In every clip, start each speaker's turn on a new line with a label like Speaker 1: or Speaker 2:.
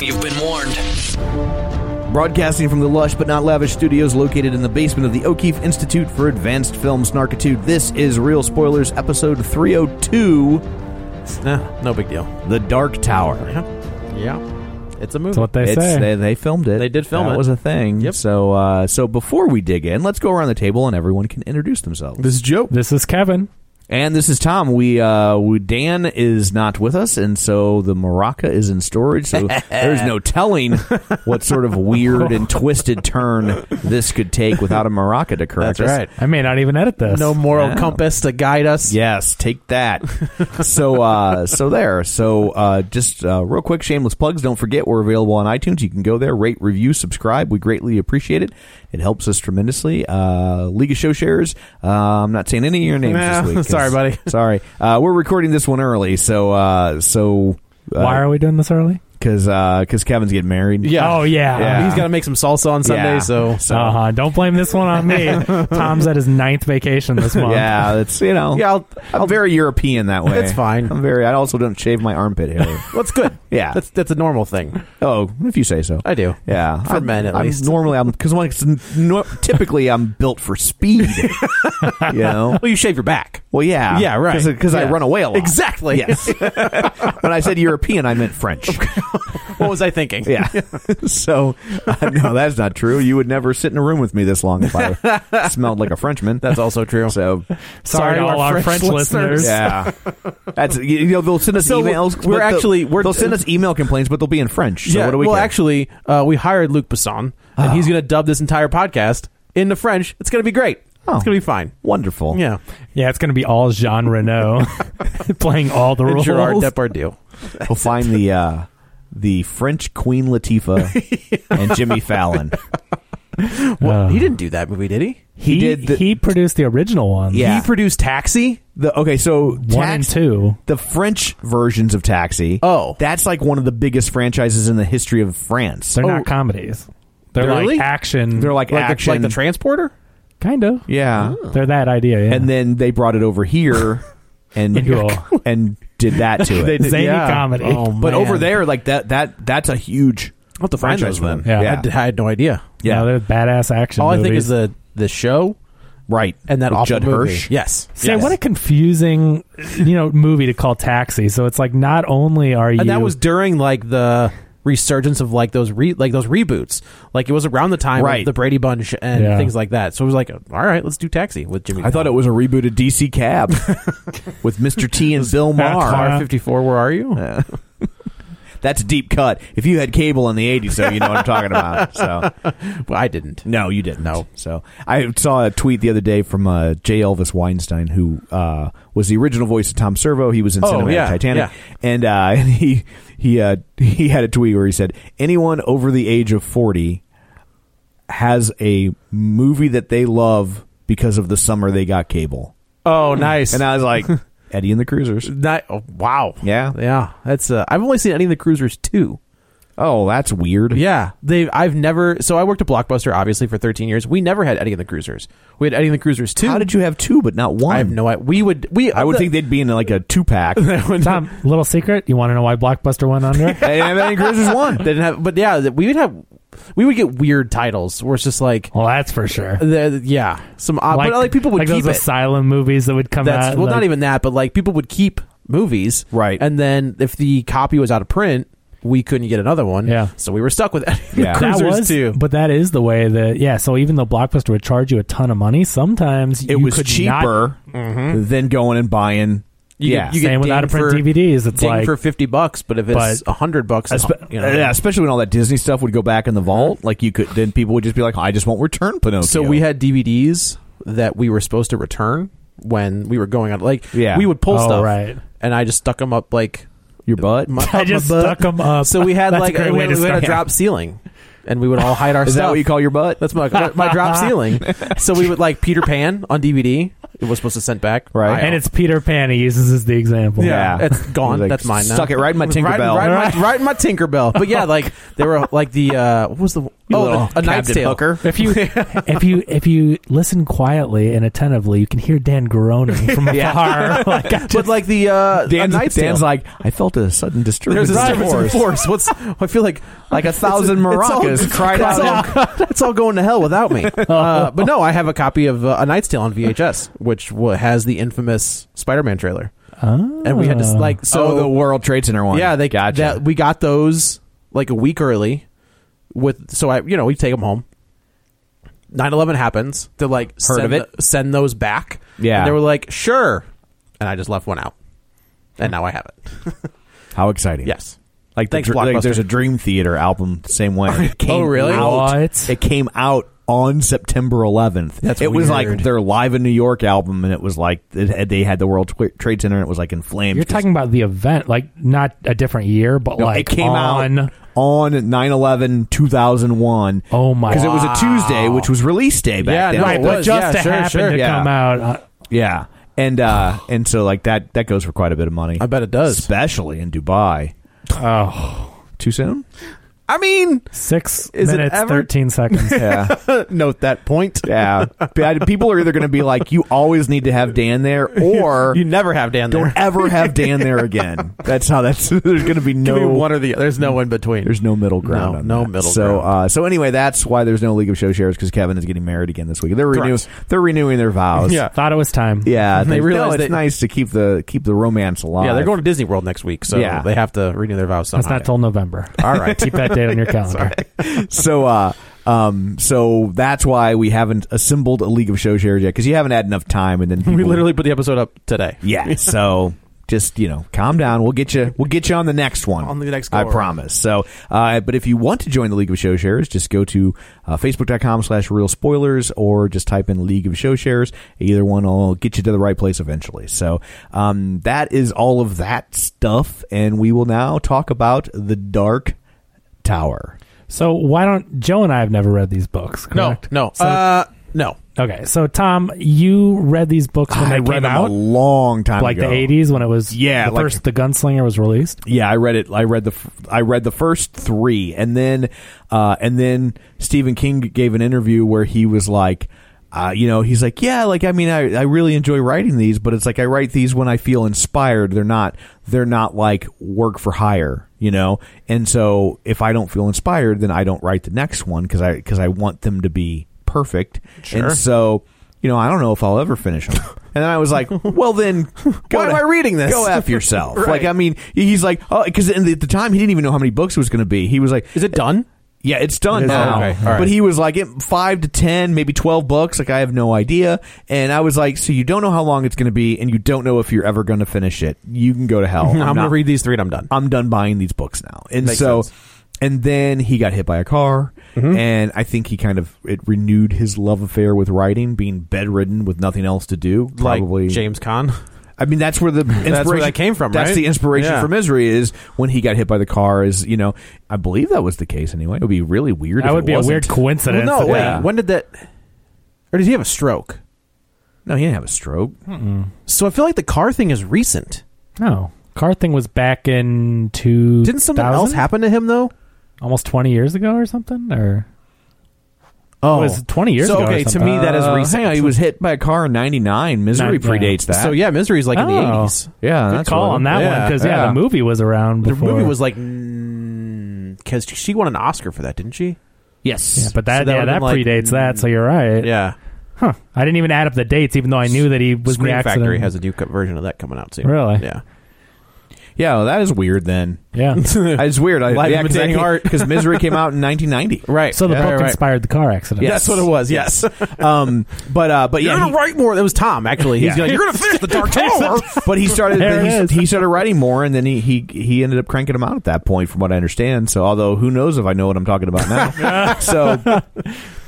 Speaker 1: You've been warned.
Speaker 2: Broadcasting from the lush but not lavish studios located in the basement of the O'Keefe Institute for Advanced Film Snarkitude, this is Real Spoilers, episode 302.
Speaker 3: Nah, no big deal.
Speaker 2: The Dark Tower.
Speaker 3: Yeah. yeah. It's a movie.
Speaker 4: That's what they
Speaker 2: it's,
Speaker 4: say.
Speaker 2: They, they, filmed it.
Speaker 3: They did film
Speaker 2: that
Speaker 3: it.
Speaker 2: It was a thing.
Speaker 3: Yep.
Speaker 2: So uh, so before we dig in, let's go around the table and everyone can introduce themselves.
Speaker 3: This is Joe.
Speaker 4: This is Kevin.
Speaker 2: And this is Tom. We, uh, we Dan is not with us, and so the maraca is in storage. So there's no telling what sort of weird and twisted turn this could take without a maraca to correct
Speaker 3: That's right.
Speaker 2: us.
Speaker 4: I may not even edit this.
Speaker 3: No moral
Speaker 2: Yeah.
Speaker 3: compass to guide us.
Speaker 2: Yes, take that. so, uh, so there. So, uh, just uh, real quick, shameless plugs. Don't forget, we're available on iTunes. You can go there, rate, review, subscribe. We greatly appreciate it. It helps us tremendously. Uh, League of Show Sharers. Uh, I'm not saying any of your names
Speaker 3: Nah,
Speaker 2: this week. 'cause-
Speaker 3: sorry, buddy.
Speaker 2: sorry, uh, we're recording this one early. So, uh, so uh,
Speaker 4: Why are we doing this early?
Speaker 2: Because because Kevin's getting married.
Speaker 3: Yeah.
Speaker 4: Oh, yeah.
Speaker 2: Yeah.
Speaker 3: Um, He's got to make some salsa on Sunday,
Speaker 2: Yeah.
Speaker 3: so.
Speaker 4: Uh-huh. Don't blame this one on me. Tom's at his ninth vacation this month.
Speaker 2: Yeah, it's you know.
Speaker 3: Yeah, I'll,
Speaker 2: I'm very European that way.
Speaker 3: It's fine.
Speaker 2: I'm very. I also don't shave my armpit hair.
Speaker 3: that's good.
Speaker 2: Yeah.
Speaker 3: That's that's a normal thing.
Speaker 2: oh, if you say so.
Speaker 3: I do.
Speaker 2: Yeah,
Speaker 3: For
Speaker 2: I'm-
Speaker 3: men, at
Speaker 2: I'm
Speaker 3: least.
Speaker 2: Normally, I'm because like it's nor- typically I'm built for speed. you know.
Speaker 3: Well, you shave your back.
Speaker 2: Well, yeah,
Speaker 3: Yeah, right.
Speaker 2: Because I
Speaker 3: Yeah.
Speaker 2: run away a lot.
Speaker 3: Exactly.
Speaker 2: Yes. when I said European, I meant French.
Speaker 3: what was I thinking?
Speaker 2: Yeah. so, uh, no, that's not true. You would never sit in a room with me this long if I smelled like a Frenchman.
Speaker 3: That's also true.
Speaker 2: So,
Speaker 4: Sorry, to all our French, listeners.
Speaker 2: yeah, that's you you know they'll send us
Speaker 3: So,
Speaker 2: emails.
Speaker 3: we're
Speaker 2: but they'll-
Speaker 3: actually- we're-
Speaker 2: they'll send us email complaints, but they'll be in French. So
Speaker 3: yeah.
Speaker 2: what do we? Ah.
Speaker 3: well,
Speaker 2: care?
Speaker 3: actually, uh, we hired Luke Besson, and he's going to dub this entire podcast into French. It's going to be great.
Speaker 2: Oh.
Speaker 3: It's going to be fine.
Speaker 2: wonderful.
Speaker 3: Yeah.
Speaker 4: Yeah, it's going to be all Jean Renault playing all the
Speaker 3: And
Speaker 4: roles.
Speaker 3: Gerard Depardieu.
Speaker 2: We'll find the uh, the French Queen Latifah and Jimmy Fallon.
Speaker 3: Well, he didn't do that movie, did he?
Speaker 4: he, he,
Speaker 2: did the-
Speaker 4: produced the original one.
Speaker 2: Yeah.
Speaker 3: He produced Taxi.
Speaker 2: The, okay, so
Speaker 4: One and
Speaker 2: Tax-
Speaker 4: two.
Speaker 2: the French versions of Taxi.
Speaker 3: Oh.
Speaker 2: that's like one of the biggest franchises in the history of France.
Speaker 4: They're
Speaker 3: Oh.
Speaker 4: not comedies. They're
Speaker 3: Really?
Speaker 4: like action.
Speaker 2: They're like, Hmm.
Speaker 3: Like,
Speaker 2: action,
Speaker 3: The, like the transporter?
Speaker 4: kind of.
Speaker 2: yeah.
Speaker 4: They're that idea. Yeah.
Speaker 2: And then they brought it over here and
Speaker 4: Into a-
Speaker 2: and did that to it.
Speaker 4: They did- Zany
Speaker 3: yeah.
Speaker 4: comedy.
Speaker 3: Oh,
Speaker 2: but
Speaker 3: man.
Speaker 2: over there, like that that that's a huge
Speaker 3: I'll have to find
Speaker 2: franchise
Speaker 3: those
Speaker 2: for
Speaker 3: then.
Speaker 2: them.
Speaker 4: Yeah.
Speaker 2: yeah,
Speaker 3: I, d- I had no idea.
Speaker 4: yeah,
Speaker 2: yeah.
Speaker 4: they're badass action.
Speaker 3: All I
Speaker 4: movies.
Speaker 3: think is the the show
Speaker 2: right.
Speaker 3: and that
Speaker 2: With
Speaker 3: awful
Speaker 2: Judd
Speaker 3: movie.
Speaker 2: Hirsch.
Speaker 3: Yes.
Speaker 4: See,
Speaker 3: yes.
Speaker 4: what a confusing, you know, movie to call Taxi. So it's like not only are you
Speaker 3: and that was during like the resurgence of like those re- like those reboots. Like it was around the time
Speaker 2: Right.
Speaker 3: of the Brady Bunch and
Speaker 4: Yeah.
Speaker 3: things like that. So it was like, all right, let's do Taxi with Jimmy.
Speaker 2: I thought it was a reboot of DC Cab with Mr. T and Bill Maher.
Speaker 3: R fifty four. Where are you?
Speaker 2: That's a deep cut. If you had cable in the 80s, so you know what I'm talking about. So
Speaker 3: Well, I didn't.
Speaker 2: no, you didn't. No. So I saw a tweet the other day from uh, J. Elvis Weinstein, who uh, was the original voice of Tom Servo. He was in
Speaker 3: Oh,
Speaker 2: Cinematic
Speaker 3: yeah,
Speaker 2: Titanic,
Speaker 3: yeah.
Speaker 2: and uh, and he he uh, he had a tweet where he said, "Anyone over the age of 40 has a movie that they love because of the summer they got cable."
Speaker 3: Oh, nice.
Speaker 2: And I was like, "Eddie and the Cruisers."
Speaker 3: Not- oh, wow.
Speaker 2: Yeah.
Speaker 3: Yeah. That's. Uh, I've only seen any of the Cruisers two.
Speaker 2: Oh, that's weird.
Speaker 3: Yeah, they. I've never. So I worked at Blockbuster obviously for 13 years. We never had Eddie and the Cruisers. We had Eddie and the Cruisers two.
Speaker 2: How did you have two but not one?
Speaker 3: I have no idea. We would. We.
Speaker 2: I would think they'd be in like a two pack.
Speaker 4: Tom, little secret. You want to know why Blockbuster went under?
Speaker 2: They didn't have Eddie and the Cruisers one.
Speaker 3: They didn't have. But yeah, we would have. We would get weird titles where it's just like,
Speaker 4: well, that's for sure.
Speaker 3: the, yeah, some odd. Uh, but like people would
Speaker 4: like
Speaker 3: keep
Speaker 4: those
Speaker 3: it.
Speaker 4: asylum movies that would come
Speaker 3: That's
Speaker 4: out.
Speaker 3: well, not
Speaker 4: like-
Speaker 3: even that, but like people would keep movies,
Speaker 2: Right.
Speaker 3: And then if the copy was out of print, we couldn't get another one.
Speaker 4: Yeah.
Speaker 3: so we were stuck with Eddie and
Speaker 2: Yeah.
Speaker 3: the
Speaker 2: That
Speaker 3: Cruisers
Speaker 4: that was,
Speaker 3: too.
Speaker 4: But that is the way that yeah. So even though Blockbuster would charge you a ton of money, sometimes
Speaker 2: It
Speaker 4: you
Speaker 2: was
Speaker 4: could Not,
Speaker 2: cheaper than going and buying.
Speaker 3: Mm-hmm. You
Speaker 2: yeah,
Speaker 3: get, you
Speaker 4: Same
Speaker 3: get
Speaker 4: with
Speaker 3: dinged
Speaker 4: out-of-print
Speaker 3: for-
Speaker 4: DVDs, it's
Speaker 3: dinged
Speaker 4: like-
Speaker 3: for fifty bucks, but if it's
Speaker 4: But-
Speaker 3: hundred bucks,
Speaker 4: Espe-
Speaker 3: you know.
Speaker 2: yeah, especially when all that Disney stuff would go back in the vault. Like you could, then people would just be like, "I just won't return Pinocchio."
Speaker 3: So we had DVDs that we were supposed to return when we were going out. Like,
Speaker 2: Yeah.
Speaker 3: we would pull
Speaker 4: Oh,
Speaker 3: stuff,
Speaker 4: right.
Speaker 3: and I just stuck them up like
Speaker 2: your butt.
Speaker 3: my,
Speaker 4: I
Speaker 3: up
Speaker 4: just
Speaker 3: my butt.
Speaker 4: stuck 'em up.
Speaker 3: So we had
Speaker 4: That's a
Speaker 3: like
Speaker 4: great
Speaker 3: we,
Speaker 4: way to
Speaker 3: we had
Speaker 4: start.
Speaker 3: a drop ceiling, and we would all hide our
Speaker 2: Is
Speaker 3: stuff.
Speaker 2: that what you call your butt?
Speaker 3: That's my my drop ceiling. So we would like Peter Pan on DVD. It was supposed to send back,
Speaker 2: Right.
Speaker 3: I-
Speaker 4: and it's Peter Pan. He uses as the example.
Speaker 2: Yeah.
Speaker 3: it's gone.
Speaker 2: Like,
Speaker 3: That's mine. Now.
Speaker 2: "Suck it right in my Tinkerbell."
Speaker 3: Right, right, in my, right in my Tinkerbell. But yeah, like they were like the uh, what was the oh the, a Knight's
Speaker 2: Captain
Speaker 3: Tale.
Speaker 2: Hooker.
Speaker 4: If you if you if you listen quietly and attentively, you can hear Dan groaning from afar. like, I
Speaker 3: But
Speaker 4: just-
Speaker 3: like the uh, a
Speaker 2: Dan's,
Speaker 3: Knight's
Speaker 2: Dan's
Speaker 3: Tale.
Speaker 2: like, I felt a sudden disturbance.
Speaker 3: There's a
Speaker 2: in
Speaker 3: disturbance in
Speaker 2: force."
Speaker 3: the force. What's I feel like
Speaker 2: Like a
Speaker 3: it's-
Speaker 2: thousand maracas
Speaker 3: it's all-
Speaker 2: cried
Speaker 3: it's
Speaker 2: out.
Speaker 3: All, it's all going to hell without me. Uh, but no, I have a copy of uh, A Knight's Tale on VHS, which wa has the infamous Spider-Man trailer, and we had to like so
Speaker 2: Ah. oh, the World Trade Center one.
Speaker 3: Yeah, they
Speaker 2: gotcha.
Speaker 3: that- we got those like a week early. With so I you know we take them home. 9-11 happens. They're like send,
Speaker 2: of it?
Speaker 3: th- send those back.
Speaker 2: Yeah.
Speaker 3: and they were like sure, and I just left one out, and now I have it.
Speaker 2: How exciting!
Speaker 3: Yes.
Speaker 2: like, the,
Speaker 3: Thanks,
Speaker 2: dr- like
Speaker 3: Blockbuster.
Speaker 2: there's a Dream Theater album the same way. It came
Speaker 3: Oh, really?
Speaker 2: Out,
Speaker 4: What?
Speaker 2: It came out on September 11th.
Speaker 3: That's
Speaker 2: it was like
Speaker 3: weird.
Speaker 2: their Live in New York album, and it was like it had- they had the World Twi- Trade Center, and it was like in flames.
Speaker 4: you're talking about the event, like not a different year, but
Speaker 2: No,
Speaker 4: like
Speaker 2: it came
Speaker 4: on.
Speaker 2: out on 9/11 2001.
Speaker 4: Oh my!
Speaker 2: Because it was a Tuesday, which was release day back
Speaker 3: Yeah,
Speaker 2: then.
Speaker 3: no,
Speaker 4: right,
Speaker 3: it
Speaker 4: but
Speaker 3: was.
Speaker 4: just
Speaker 3: Yeah,
Speaker 4: to
Speaker 3: sure,
Speaker 4: happen
Speaker 3: sure.
Speaker 4: to
Speaker 2: Yeah.
Speaker 4: come out. uh,
Speaker 2: Yeah, and uh, and so like that that goes for quite a bit of money.
Speaker 3: I bet it does.
Speaker 2: especially in Dubai.
Speaker 4: Oh,
Speaker 2: Too soon?
Speaker 3: I mean,
Speaker 4: six
Speaker 3: Is it
Speaker 4: minutes,
Speaker 3: ever-
Speaker 4: thirteen seconds.
Speaker 2: Yeah,
Speaker 3: note that point.
Speaker 2: yeah. But People are either going to be like, "You always need to have Dan there," or
Speaker 3: You never have Dan there.
Speaker 2: don't ever have Dan there again. That's how that's. There's going to be
Speaker 3: Give
Speaker 2: no
Speaker 3: me one or the other. There's no in between.
Speaker 2: There's no middle ground.
Speaker 3: No,
Speaker 2: on
Speaker 3: no
Speaker 2: that.
Speaker 3: middle
Speaker 2: So,
Speaker 3: ground.
Speaker 2: uh, so anyway, that's why there's no League of Show Shares because Kevin is getting married again this week. They're renewing.
Speaker 3: Correct.
Speaker 2: They're renewing their vows.
Speaker 3: Yeah.
Speaker 4: Thought it was time.
Speaker 2: yeah.
Speaker 3: They
Speaker 2: no,
Speaker 3: realize
Speaker 2: it's
Speaker 3: that-
Speaker 2: nice to keep the keep the romance alive.
Speaker 3: yeah, they're going to Disney World next week, so
Speaker 2: Yeah.
Speaker 3: they have to renew their vows somehow.
Speaker 4: That's not till November.
Speaker 2: All right.
Speaker 4: Keep that date on your calendar.
Speaker 2: so, uh, um, so that's why we haven't assembled a League of Show Shares yet because you haven't had enough time, and then
Speaker 3: we
Speaker 2: people-
Speaker 3: literally put the episode up today.
Speaker 2: Yeah. So just you know, calm down. We'll get you. We'll get you on the next one.
Speaker 3: On the next
Speaker 2: I
Speaker 3: go-around.
Speaker 2: promise. So, uh, but if you want to join the League of Show Shares, just go to uh, facebook.com slash real spoilers or just type in League of Show Shares. Either one will get you to the right place eventually. So um, that is all of that stuff, and we will now talk about the Dark Tower.
Speaker 4: So why don't Joe and I have never read these books?
Speaker 3: No,
Speaker 4: Correct?
Speaker 3: no,
Speaker 4: So-
Speaker 3: uh, no.
Speaker 4: okay, so Tom, you read these books when
Speaker 2: I
Speaker 4: they
Speaker 2: read
Speaker 4: came
Speaker 2: them
Speaker 4: out,
Speaker 2: a long time
Speaker 4: like
Speaker 2: ago.
Speaker 4: the '80s when it was
Speaker 2: Yeah,
Speaker 4: the
Speaker 2: like-
Speaker 4: first the Gunslinger was released.
Speaker 2: Yeah, I read it. I read the f- I read the first three, and then uh, and then Stephen King gave an interview where he was like, uh, you know, he's like, yeah, like I mean, I, I really enjoy writing these, but it's like I write these when I feel inspired. They're not they're not like work for hire, you know. And so if I don't feel inspired, then I don't write the next one because I because I want them to be perfect. And so. You know, I don't know if I'll ever finish them. And then I was like, "Well, then, go
Speaker 3: Why am
Speaker 2: to-
Speaker 3: I reading this?
Speaker 2: Go f yourself.
Speaker 3: Right.
Speaker 2: Like, I mean, he's like, oh, because at the time he didn't even know how many books it was going to be. He was like,
Speaker 3: Is it done?
Speaker 2: yeah, it's done
Speaker 3: It is
Speaker 2: now.
Speaker 3: done. Okay. All right.
Speaker 2: But he was like, it, five to ten, maybe twelve books. Like, I have no idea. And I was like, so you don't know how long it's going to be, and you don't know if you're ever going to finish it. You can go to hell.
Speaker 3: I'm, gonna
Speaker 2: not-
Speaker 3: read these three and I'm done.
Speaker 2: I'm done buying these books now. And
Speaker 3: Makes
Speaker 2: so,
Speaker 3: sense. Mm-hmm.
Speaker 2: and then he got hit by a car, and I think he kind of it renewed his love affair with writing, being bedridden with nothing else to do. Probably
Speaker 3: like James Caan.
Speaker 2: I mean, that's where the inspiration
Speaker 3: where that came from,
Speaker 2: That's
Speaker 3: right?
Speaker 2: the inspiration
Speaker 3: Yeah.
Speaker 2: for Misery is when he got hit by the car. Is you know, I believe that was the case anyway. It would be really weird.
Speaker 4: That
Speaker 2: if
Speaker 4: would
Speaker 2: it
Speaker 4: be
Speaker 2: wasn't.
Speaker 4: a weird coincidence.
Speaker 3: no,
Speaker 4: if it-
Speaker 3: wait.
Speaker 2: Yeah.
Speaker 3: When did that? Or did he have a stroke?
Speaker 2: No, he didn't have a stroke.
Speaker 3: So I feel like the car thing is recent.
Speaker 4: no. Car thing was back in two.
Speaker 3: Didn't something else happen to him though?
Speaker 4: almost 20 years ago or something or
Speaker 3: Oh,
Speaker 4: it was 20 years
Speaker 2: so,
Speaker 4: ago or
Speaker 2: Okay, to
Speaker 4: something.
Speaker 2: me that is
Speaker 3: Uh,
Speaker 2: recent.
Speaker 3: hang on,
Speaker 2: he was hit by a car in '99. Misery
Speaker 4: Nine- yeah.
Speaker 2: predates that.
Speaker 3: So yeah, Misery's like in the
Speaker 4: Oh.
Speaker 3: eighties.
Speaker 2: yeah,
Speaker 4: good
Speaker 2: that's
Speaker 4: call
Speaker 2: what-
Speaker 4: on that
Speaker 3: yeah,
Speaker 4: one because yeah,
Speaker 2: yeah.
Speaker 4: the movie was around
Speaker 3: The
Speaker 4: before
Speaker 3: movie was like because Mm, she won an Oscar for that, didn't she?
Speaker 2: Yes,
Speaker 4: yeah, but that,
Speaker 3: so that
Speaker 4: yeah,
Speaker 3: would've
Speaker 4: that
Speaker 3: been like-
Speaker 4: predates that, so you're right.
Speaker 3: Yeah,
Speaker 4: Huh. I didn't even add up the dates, even though I knew that he was in the
Speaker 3: Screen
Speaker 4: accident.
Speaker 3: Factory has a new co- version of that coming out soon.
Speaker 4: Really?
Speaker 3: Yeah.
Speaker 2: yeah, well, that is weird. Then
Speaker 4: yeah.
Speaker 2: it's weird. I,
Speaker 3: Life
Speaker 2: yeah,
Speaker 3: imitating art.
Speaker 2: because Misery came out in 1990.
Speaker 3: Right.
Speaker 4: So the
Speaker 3: yeah,
Speaker 4: book
Speaker 3: right, right.
Speaker 4: inspired the car accident.
Speaker 3: That's what it was. Yes.
Speaker 2: Um, but uh, but
Speaker 3: You're
Speaker 2: yeah,
Speaker 3: gonna
Speaker 2: he-
Speaker 3: write more. That was Tom actually. He's
Speaker 2: Yeah.
Speaker 3: like, you're gonna finish the Dark Tower.
Speaker 2: but he started
Speaker 4: There it
Speaker 2: but
Speaker 4: is.
Speaker 2: he, he started writing more, and then he, he he ended up cranking them out at that point, from what I understand. So, although who knows if I know what I'm talking about now? so,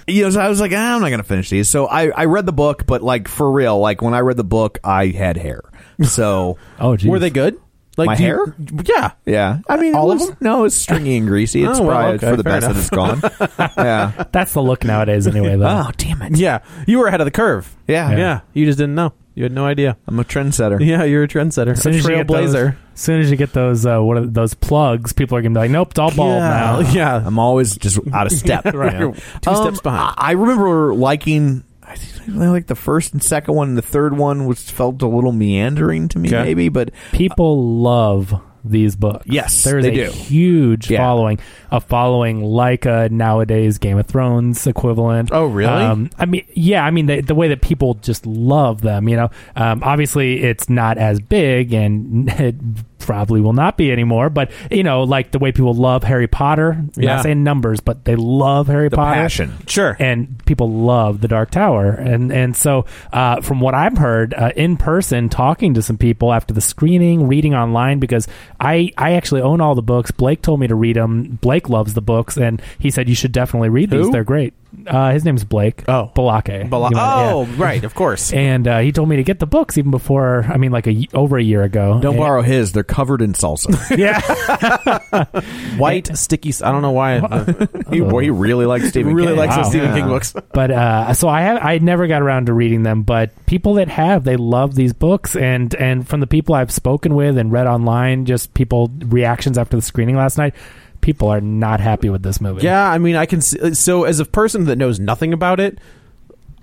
Speaker 2: you know, so I was like, ah, I'm not gonna finish these. So I I read the book, but like for real, like when I read the book, I had hair. So
Speaker 4: Oh, geez.
Speaker 3: Were they good? Like
Speaker 2: My
Speaker 3: do you-
Speaker 2: hair?
Speaker 3: yeah.
Speaker 2: yeah, I mean, it
Speaker 3: All of
Speaker 2: was-
Speaker 3: them?
Speaker 2: No, it's stringy and greasy. It's
Speaker 3: Oh, well,
Speaker 2: probably
Speaker 3: okay,
Speaker 2: for the
Speaker 3: fair
Speaker 2: best that it's gone. yeah.
Speaker 4: That's the look nowadays, anyway.
Speaker 3: Ah,
Speaker 4: Though.
Speaker 2: Oh damn it!
Speaker 3: Yeah. You were ahead of the curve.
Speaker 2: Yeah.
Speaker 3: Yeah. You just didn't know. You had no idea.
Speaker 2: I'm a trendsetter.
Speaker 3: Yeah, you're a trendsetter.
Speaker 4: As soon
Speaker 3: a
Speaker 4: as you get those,
Speaker 3: trailblazer.
Speaker 4: as soon as you get those, uh, what are those plugs? People are gonna be like, "Nope, it's all bald now."
Speaker 3: yeah. Yeah.
Speaker 2: Uh, I'm always just out of step.
Speaker 3: Right.
Speaker 2: you know?
Speaker 3: You're two steps behind.
Speaker 2: I I remember liking. I think I like the first and second one. and The third one was felt a little meandering to me,
Speaker 3: Okay.
Speaker 2: maybe. But
Speaker 4: People love these books.
Speaker 2: Yes,
Speaker 4: there is
Speaker 2: they
Speaker 4: a
Speaker 2: do.
Speaker 4: huge
Speaker 2: Yeah.
Speaker 4: following, a following like a nowadays Game of Thrones equivalent.
Speaker 3: Oh, really?
Speaker 4: Um, I mean, yeah, I mean the, the way that people just love them. You know, um, obviously it's not as big, and it probably will not be anymore. But you know, like the way people love Harry Potter.
Speaker 3: Yeah.
Speaker 4: Not saying numbers, but they love Harry
Speaker 2: the
Speaker 4: Potter
Speaker 2: passion,
Speaker 3: Sure.
Speaker 4: and people love the Dark Tower, and and so uh, from what I've heard uh, in person, talking to some people after the screening, reading online because I I actually own all the books. Blake told me to read them. Blake loves the books, and he said you should definitely read these.
Speaker 3: Who?
Speaker 4: They're great. Uh, his name's Blake.
Speaker 3: Oh.
Speaker 4: Balake.
Speaker 3: Bala-
Speaker 4: You know, yeah.
Speaker 3: oh, right. Of course.
Speaker 4: And uh, he told me to get the books even before. I mean, like a y- over a year ago.
Speaker 2: don't
Speaker 4: And-
Speaker 2: borrow his. They're covered in salsa.
Speaker 4: Yeah,
Speaker 3: White sticky. s- I don't know why. I
Speaker 2: he, boy, he really likes Stephen.
Speaker 3: really
Speaker 2: King.
Speaker 3: likes the
Speaker 4: Wow.
Speaker 3: Stephen
Speaker 2: Yeah.
Speaker 3: King books.
Speaker 4: but uh, so I have I never got around to reading them, but people that have they love these books and and from the people I've spoken with and read online, just people reactions after the screening last night, people are not happy with this movie.
Speaker 3: Yeah, I mean, I can. See, so, as a person that knows nothing about it,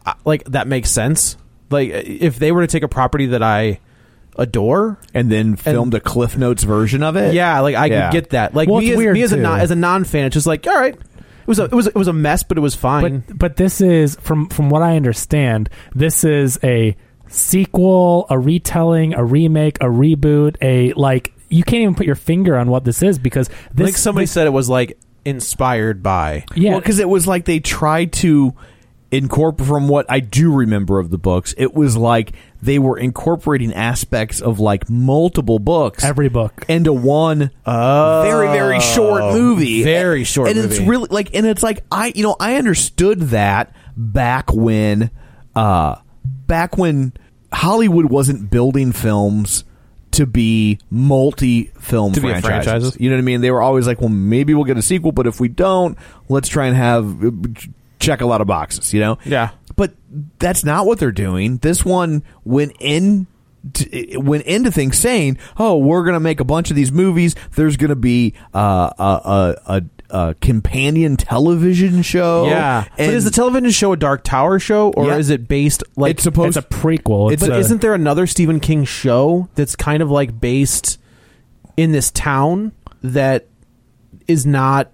Speaker 3: I, like that makes sense. Like, uh, if they were to take a property that I adore,
Speaker 2: And then filmed a Cliff Notes version of it.
Speaker 3: yeah, like I
Speaker 2: Eh, Yeah.
Speaker 3: could get that. Like
Speaker 4: Well,
Speaker 3: me,
Speaker 4: it's
Speaker 3: as,
Speaker 4: weird,
Speaker 3: me as a
Speaker 4: too.
Speaker 3: non, as a non fan, it's just like, all right, it was a it was it was a mess, but it was fine.
Speaker 4: but but this is from from what I understand, this is a sequel, a retelling, a remake, a reboot, a like you can't even put your finger on what this is because this
Speaker 3: like somebody
Speaker 4: this-
Speaker 3: said, it was like inspired by.
Speaker 4: yeah
Speaker 2: because it was like they tried to incorporate from what I do remember of the books. It was like they were incorporating aspects of like multiple books,
Speaker 4: every book
Speaker 2: into one
Speaker 3: Oh.
Speaker 2: very very short movie
Speaker 3: Very
Speaker 2: And-
Speaker 3: short
Speaker 2: and it's
Speaker 3: movie.
Speaker 2: really like and it's like i you know i understood that back when uh back when hollywood wasn't building films to be multi-film
Speaker 3: To be a
Speaker 2: franchises.
Speaker 3: franchises.
Speaker 2: you know what i mean they were always like well maybe we'll get a sequel but if we don't let's try and have uh, check a lot of boxes you know
Speaker 3: Yeah.
Speaker 2: but that's not what they're doing. This one went in t- went into things saying, "Oh, we're going to make a bunch of these movies. There's going to be uh, a, a, a a companion television show."
Speaker 3: yeah,
Speaker 2: and
Speaker 3: but is the television show a Dark Tower show, or
Speaker 2: Yeah.
Speaker 3: is it based like
Speaker 2: It's supposed-
Speaker 4: it's a prequel. It's
Speaker 3: but
Speaker 4: a,
Speaker 3: isn't there another Stephen King show that's kind of like based in this town that is not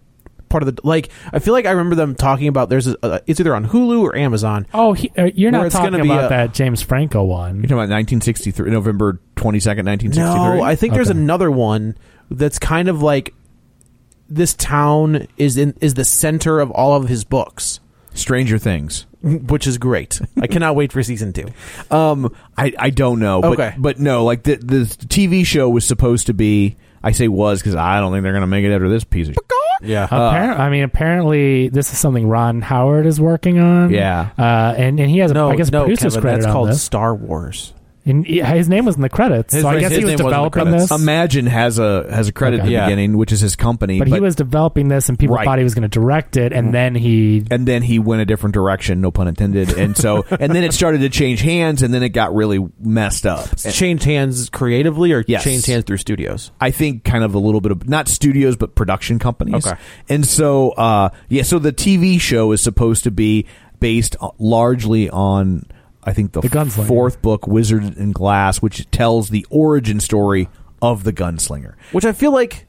Speaker 3: part of the like? I feel like I remember them talking about there's a, uh, it's either on Hulu or Amazon.
Speaker 4: Oh, he, uh, you're
Speaker 3: Where
Speaker 4: not
Speaker 3: it's gonna
Speaker 4: talking
Speaker 3: be
Speaker 4: about
Speaker 3: a-
Speaker 4: that James Franco one.
Speaker 2: you're talking about 1963, November 22nd, 1963.
Speaker 3: No, I think there's
Speaker 4: Okay.
Speaker 3: another one that's kind of like this town is in is the center of all of his books,
Speaker 2: Stranger Things.
Speaker 3: which is great. I cannot wait for season two.
Speaker 2: Um, I, I don't know. But,
Speaker 3: Okay.
Speaker 2: but no, like the the TV show was supposed to be. I say was because I don't think they're going to make it after this piece of.
Speaker 3: Yeah,
Speaker 2: Uh,
Speaker 4: Appar- I mean, apparently this is something Ron Howard is working on.
Speaker 2: Yeah.
Speaker 4: uh, and and he has, a,
Speaker 3: no,
Speaker 4: I guess,
Speaker 3: no,
Speaker 4: producer's
Speaker 3: Kevin,
Speaker 4: credit
Speaker 3: that's
Speaker 4: on
Speaker 3: called
Speaker 4: this.
Speaker 3: Star Wars.
Speaker 4: And he- his name was in the credits, so I guess he was developing this.
Speaker 2: Imagine has a has a credit at
Speaker 4: Okay.
Speaker 2: the
Speaker 4: Yeah.
Speaker 2: beginning, which is his company,
Speaker 4: but, he was developing this, and people
Speaker 2: Right.
Speaker 4: thought he was going to direct it, and then he.
Speaker 2: and then he went a different direction, no pun intended, and so and then it started to change hands, and then it got really messed up.
Speaker 3: changed hands creatively or
Speaker 2: Yes.
Speaker 3: changed hands through studios.
Speaker 2: I think kind of a little bit of not studios but production companies.
Speaker 3: Okay.
Speaker 2: And so uh yeah, so the TV show is supposed to be based largely on I think the,
Speaker 4: The Gunslinger.
Speaker 2: fourth book Wizard in Glass which tells the origin story of the gunslinger.
Speaker 3: Which I feel like,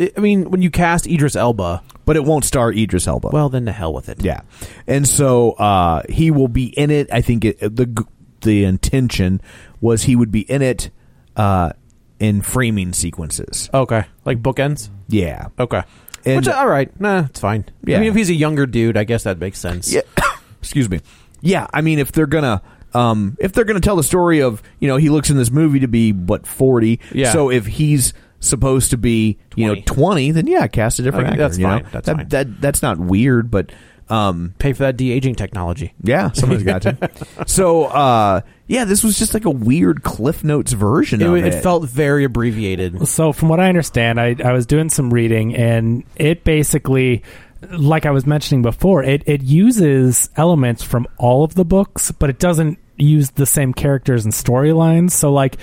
Speaker 3: I I mean, when you cast Idris Elba,
Speaker 2: But it won't star Idris Elba.
Speaker 3: well, then to hell with it.
Speaker 2: yeah. And so uh he will be in it. I think it, the g- the intention was he would be in it uh in framing sequences.
Speaker 3: Okay. Like bookends.
Speaker 2: Yeah.
Speaker 3: Okay.
Speaker 2: And-
Speaker 3: Which uh, all right, nah, it's fine.
Speaker 2: Yeah.
Speaker 3: I mean, if he's a younger dude, I guess that makes sense.
Speaker 2: Yeah. Excuse me. Yeah, I mean, if they're gonna, um, if they're gonna tell the story of, you know, he looks in this movie to be what forty.
Speaker 3: Yeah.
Speaker 2: So if he's supposed to be, you know,
Speaker 3: 20.
Speaker 2: twenty, then yeah, cast a different
Speaker 3: Okay,
Speaker 2: actor.
Speaker 3: that's
Speaker 2: you know?
Speaker 3: fine, that's
Speaker 2: that,
Speaker 3: fine.
Speaker 2: That that's not weird, but um,
Speaker 3: Pay for that de aging technology.
Speaker 2: yeah, somebody's got to. So uh, yeah, this was just like a weird Cliff Notes version
Speaker 3: It,
Speaker 2: of
Speaker 3: it felt very abbreviated.
Speaker 4: So, from what I understand, I, I was doing some reading, and it basically, like I was mentioning before, it, it uses elements from all of the books, but it doesn't use the same characters and storylines. So, like,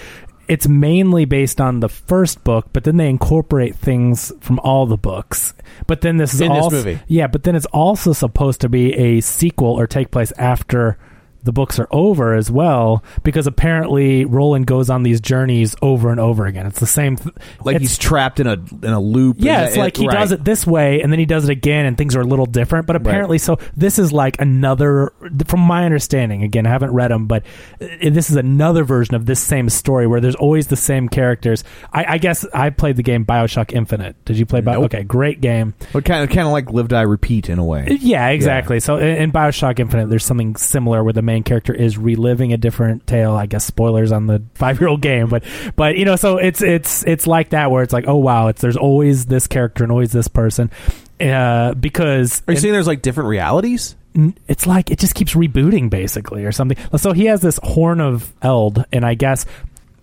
Speaker 4: it's mainly based on the first book, but then they incorporate things from all the books. But then this is
Speaker 3: In this
Speaker 4: also,
Speaker 3: movie.
Speaker 4: yeah, but then it's also supposed to be a sequel or take place after the books are over as well, because apparently Roland goes on these journeys over and over again. It's the same, th-
Speaker 2: like
Speaker 4: it's-
Speaker 2: he's trapped in a in a loop.
Speaker 4: yeah,
Speaker 2: And
Speaker 4: it's
Speaker 2: that-
Speaker 4: like he
Speaker 2: right.
Speaker 4: does it this way and then he does it again, and things are a little different. But apparently, so this is like another, from my understanding. Again, I haven't read them, but uh, this is another version of this same story where there's always the same characters. I, I guess I played the game Bioshock Infinite. Did you play? Bio-
Speaker 2: Nope.
Speaker 4: Okay, great game.
Speaker 2: But kind of kind of like live die repeat in a way.
Speaker 4: Yeah, exactly. So in, in Bioshock Infinite, there's something similar where the main character is reliving a different tale. I guess spoilers on the five year old game, but but you know, so it's it's it's like that where it's like, oh wow, it's there's always this character and always this person. Uh, because
Speaker 3: Are you saying there's like different realities?
Speaker 4: n- it's like it just keeps rebooting basically or something. So he has this horn of Eld, and I guess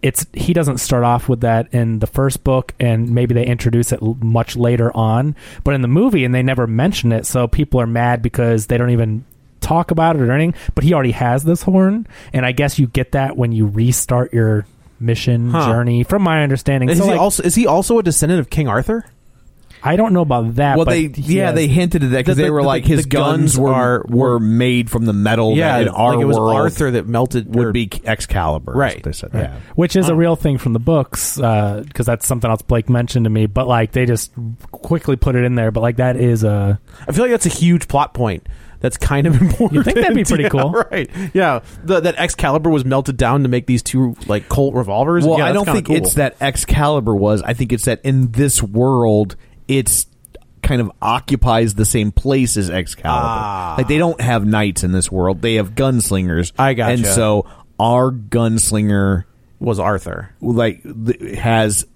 Speaker 4: it's he doesn't start off with that in the first book, and maybe they introduce it l- much later on. But in the movie, and they never mention it, so people are mad because they don't even talk about it or anything. But he already has this horn, and I guess you get that when you restart your mission
Speaker 3: Huh.
Speaker 4: journey, from my understanding.
Speaker 3: Is
Speaker 4: so
Speaker 3: he
Speaker 4: like,
Speaker 3: also is he also a descendant of King Arthur?
Speaker 4: I don't know about that.
Speaker 2: Well,
Speaker 4: but
Speaker 2: they
Speaker 4: he
Speaker 2: yeah
Speaker 4: has-
Speaker 2: they hinted at that because
Speaker 3: The-
Speaker 2: they
Speaker 3: the-
Speaker 2: were
Speaker 3: the-
Speaker 2: like his
Speaker 3: the
Speaker 2: guns,
Speaker 3: guns
Speaker 2: were
Speaker 3: are-
Speaker 2: were made from the metal. that in our
Speaker 3: like it was
Speaker 2: world
Speaker 3: Arthur that melted.
Speaker 2: would
Speaker 3: or-
Speaker 2: be Excalibur. is
Speaker 3: Right,
Speaker 2: what They said.
Speaker 4: Right.
Speaker 2: Yeah.
Speaker 4: Which is a real thing from the books, because that's something else Blake mentioned to me. But like they just quickly put it in there. But like that is a
Speaker 3: I feel like that's a huge plot point. That's kind of important.
Speaker 4: You'd think that'd be pretty
Speaker 3: Yeah,
Speaker 4: cool.
Speaker 3: right? Yeah, the, that Excalibur was melted down to make these two like Colt revolvers.
Speaker 2: Well,
Speaker 3: Yeah,
Speaker 2: I
Speaker 3: that's
Speaker 2: don't
Speaker 3: kinda
Speaker 2: think
Speaker 3: cool.
Speaker 2: it's that Excalibur was. I think it's that in this world, it's kind of occupies the same place as Excalibur.
Speaker 3: Ah.
Speaker 2: Like they don't have knights in this world; they have gunslingers.
Speaker 3: I gotcha.
Speaker 2: And so our gunslinger
Speaker 3: was Arthur.
Speaker 2: like th- has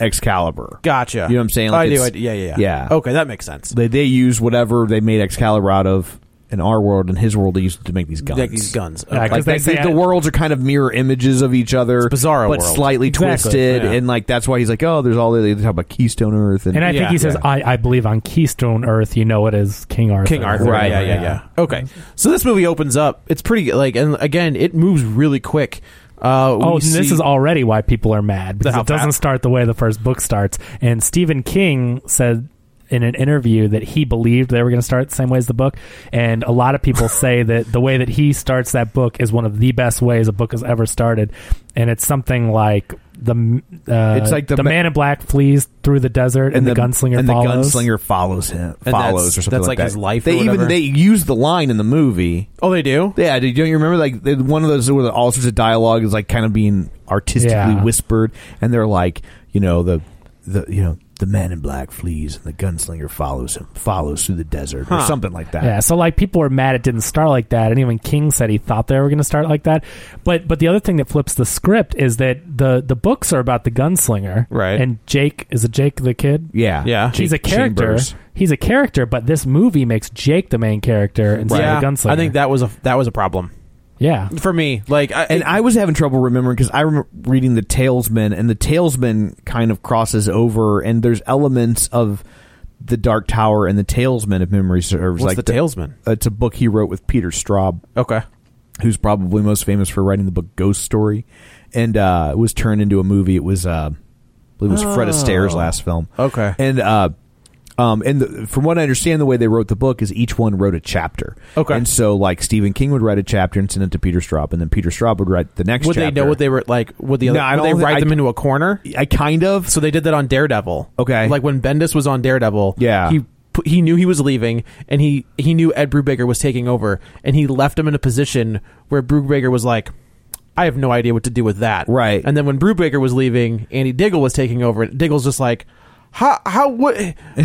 Speaker 2: Excalibur.
Speaker 3: Gotcha.
Speaker 2: You know what I'm saying?
Speaker 3: I
Speaker 2: Like
Speaker 3: do.
Speaker 2: it's-
Speaker 3: I do. Yeah, yeah,
Speaker 2: yeah.
Speaker 3: yeah. Okay, that makes sense.
Speaker 2: they they use whatever they made Excalibur out of in our world in his world they used it to make these guns.
Speaker 3: Like these guns.
Speaker 4: Yeah,
Speaker 3: Okay.
Speaker 4: Like,
Speaker 2: Like they,
Speaker 4: they say-
Speaker 2: the worlds are kind of mirror images of each other,
Speaker 3: It's Bizarro
Speaker 2: but
Speaker 3: World.
Speaker 2: slightly
Speaker 4: Exactly,
Speaker 2: twisted,
Speaker 3: yeah.
Speaker 2: and like that's why he's like, oh, there's all the- they talk about Keystone Earth, and,
Speaker 4: and I think
Speaker 3: Yeah.
Speaker 4: he says
Speaker 3: Yeah.
Speaker 4: I, I believe on Keystone Earth you know it is King Arthur.
Speaker 3: King Arthur.
Speaker 2: Uh, Right,
Speaker 3: Yeah, yeah, yeah. Okay. So this movie opens up. It's pretty like, and again, it moves really quick. Uh, we
Speaker 4: Oh, and this
Speaker 3: see-
Speaker 4: is already why people are mad because
Speaker 3: How
Speaker 4: it doesn't
Speaker 3: fast?
Speaker 4: start the way the first book starts. And Stephen King said in an interview that he believed they were going to start the same way as the book. And a lot of people say that the way that he starts that book is one of the best ways a book has ever started. And it's something like the uh,
Speaker 2: It's like the
Speaker 4: the
Speaker 2: ma-
Speaker 4: man in black flees through the desert and, the, gunslinger
Speaker 2: and
Speaker 4: follows.
Speaker 2: the gunslinger follows him,
Speaker 3: And
Speaker 2: follows
Speaker 3: that's-
Speaker 2: or something
Speaker 3: that's
Speaker 2: like,
Speaker 3: like
Speaker 2: that.
Speaker 3: his life or
Speaker 2: They even
Speaker 3: whatever.
Speaker 2: they use the line in the movie.
Speaker 3: Oh, they do.
Speaker 2: Yeah, do you, don't you remember like they- one of those where the, all sorts of dialogue is like kind of being artistically
Speaker 4: Yeah.
Speaker 2: whispered, and they're like, you know, the the you know the man in black flees and the gunslinger follows him, follows through the desert or
Speaker 3: Huh.
Speaker 2: something like that.
Speaker 4: Yeah, so like people were mad it didn't start like that, and even King said he thought they were going to start like that. But but the other thing that flips the script is that the the books are about the gunslinger,
Speaker 3: Right.
Speaker 4: And Jake is it Jake the kid?
Speaker 2: Yeah,
Speaker 3: Yeah.
Speaker 4: he's a
Speaker 2: Jake
Speaker 4: character.
Speaker 2: Chambers.
Speaker 4: He's a character, but this movie makes Jake the main character instead
Speaker 3: Yeah,
Speaker 4: of the gunslinger.
Speaker 3: I think that was a that was a problem.
Speaker 4: Yeah.
Speaker 3: for me. Like, I,
Speaker 2: And I was having trouble remembering because I remember reading the Talesman, and the Talesman kind of crosses over, and there's elements of the Dark Tower and the Talesman, if memory serves.
Speaker 3: what's
Speaker 2: like
Speaker 3: the Talesman?
Speaker 2: It's a book he wrote with Peter Straub,
Speaker 3: Okay,
Speaker 2: who's probably most famous for writing the book Ghost Story, and uh, it was turned into a movie. It was, uh, I believe, it was Fred Astaire's last film.
Speaker 3: Oh. Okay.
Speaker 2: and uh, um, and the, from what I understand, the way they wrote the book is each one wrote a chapter.
Speaker 3: Okay.
Speaker 2: and so like Stephen King would write a chapter and send it to Peter Straub, and then Peter Straub would write the next.
Speaker 3: would
Speaker 2: chapter.
Speaker 3: they know what they were like? Would the other?
Speaker 2: No, I
Speaker 3: would
Speaker 2: don't
Speaker 3: they
Speaker 2: thi-
Speaker 3: write
Speaker 2: I-
Speaker 3: them into a corner?
Speaker 2: I kind of.
Speaker 3: So they did that on Daredevil.
Speaker 2: Okay.
Speaker 3: like when Bendis was on Daredevil.
Speaker 2: Yeah.
Speaker 3: he pu- he knew he was leaving, and he he knew Ed Brubaker was taking over, and he left him in a position where Brubaker was like. I have no idea what to do with that.
Speaker 2: Right.
Speaker 3: And then when Brubaker was leaving, Andy Diggle was taking over, and Diggle's just like, how, how, what,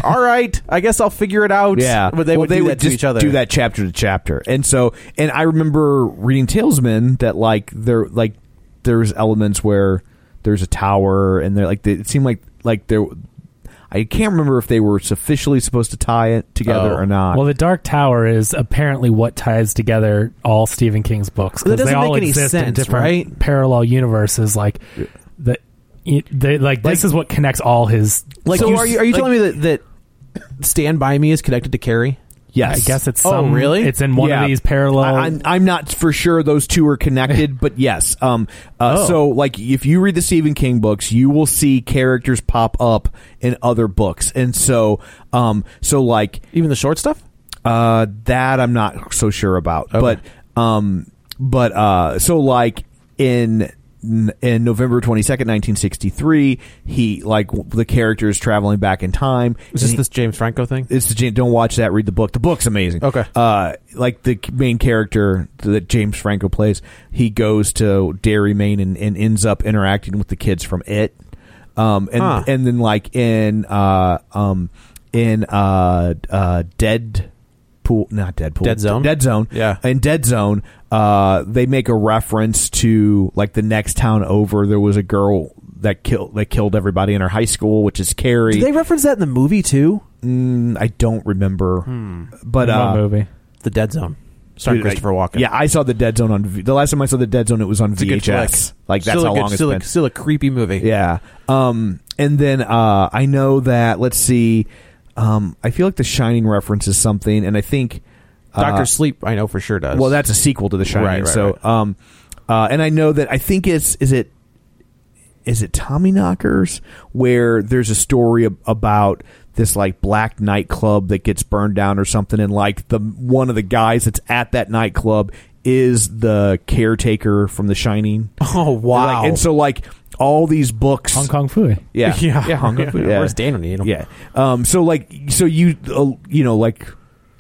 Speaker 3: all right, I guess I'll figure it out.
Speaker 2: Yeah,
Speaker 3: But they
Speaker 2: Well,
Speaker 3: would do that to
Speaker 2: just
Speaker 3: each other.
Speaker 2: Do that chapter to chapter, and so and I remember reading Talesman that like there like there's elements where there's a tower and they're like they, it seemed like like there. I can't remember if they were officially supposed to tie it together
Speaker 3: Oh.
Speaker 2: or not.
Speaker 4: Well, the Dark Tower is apparently what ties together all Stephen King's books. 'cause
Speaker 3: That doesn't
Speaker 4: they all
Speaker 3: make any
Speaker 4: exist in
Speaker 3: sense,
Speaker 4: different
Speaker 3: right?
Speaker 4: parallel universes. Like the, it- they, like, this is what connects all his.
Speaker 3: Like,
Speaker 4: So
Speaker 3: you, are you, are you telling me that, that Stand By Me is connected to Carrie?
Speaker 2: yes,
Speaker 4: I guess it's
Speaker 3: Oh,
Speaker 4: some.
Speaker 3: really?
Speaker 4: It's in one
Speaker 2: Yeah.
Speaker 4: of these parallel.
Speaker 2: I, am I'm not for sure those two are connected, but yes. Um, uh,
Speaker 3: Oh.
Speaker 2: So, like, if you read the Stephen King books, you will see characters pop up in other books, and so, um, so like,
Speaker 3: Even the short stuff?
Speaker 2: uh, that I'm not so sure about, but um, but uh, so like in in November 22nd, 1963, he like w- the character is traveling back in time. and
Speaker 3: Is this
Speaker 2: he-
Speaker 3: this James Franco thing?
Speaker 2: it's the James, don't watch that. Read the book. The book's amazing.
Speaker 3: Okay.
Speaker 2: Uh, like the main character that James Franco plays, he goes to Derry, Maine, and, and ends up interacting with the kids from it. Um, and
Speaker 3: Huh.
Speaker 2: and then like in uh um in uh uh Dead Pool, not Dead Pool,
Speaker 3: Dead Zone?
Speaker 2: Dead Zone,
Speaker 3: Yeah.
Speaker 2: In Dead Zone, uh, they make a reference to like the next town over. There was a girl that killed that killed everybody in her high school, which is Carrie.
Speaker 3: Did they reference that in the movie too?
Speaker 2: Mm, I don't remember,
Speaker 3: Hmm.
Speaker 2: but
Speaker 4: in
Speaker 2: uh,
Speaker 4: one movie.
Speaker 3: The Dead Zone, starring
Speaker 2: dude, I-
Speaker 3: Christopher Walken.
Speaker 2: Yeah, I saw the Dead Zone on V- the last time I saw the Dead Zone. It was on
Speaker 3: It's a good
Speaker 2: VHS.
Speaker 3: flick.
Speaker 2: Like that's
Speaker 3: still
Speaker 2: how
Speaker 3: a good,
Speaker 2: long it's
Speaker 3: still,
Speaker 2: been.
Speaker 3: A, still a creepy movie.
Speaker 2: yeah. Um, and then uh, I know that. Let's see. Um, I feel like The Shining references something, and I think
Speaker 3: Doctor Sleep, I know for sure does.
Speaker 2: uh-huh. well, that's a sequel to The Shining.
Speaker 3: Right, right,
Speaker 2: so,
Speaker 3: right.
Speaker 2: um, uh, and I know that I think it's is it is it Tommy Knockers where there's a story ab- about this like black nightclub that gets burned down or something, and like the one of the guys that's at that nightclub is the caretaker from The Shining.
Speaker 3: oh wow.
Speaker 2: Like, and so like all these books,
Speaker 4: Hong Kong Fui.
Speaker 2: yeah,
Speaker 3: yeah,
Speaker 2: Hong Kong food, yeah.
Speaker 3: Where's Dan when you need him?
Speaker 2: Yeah. Um. So like, so you, uh, you know, like,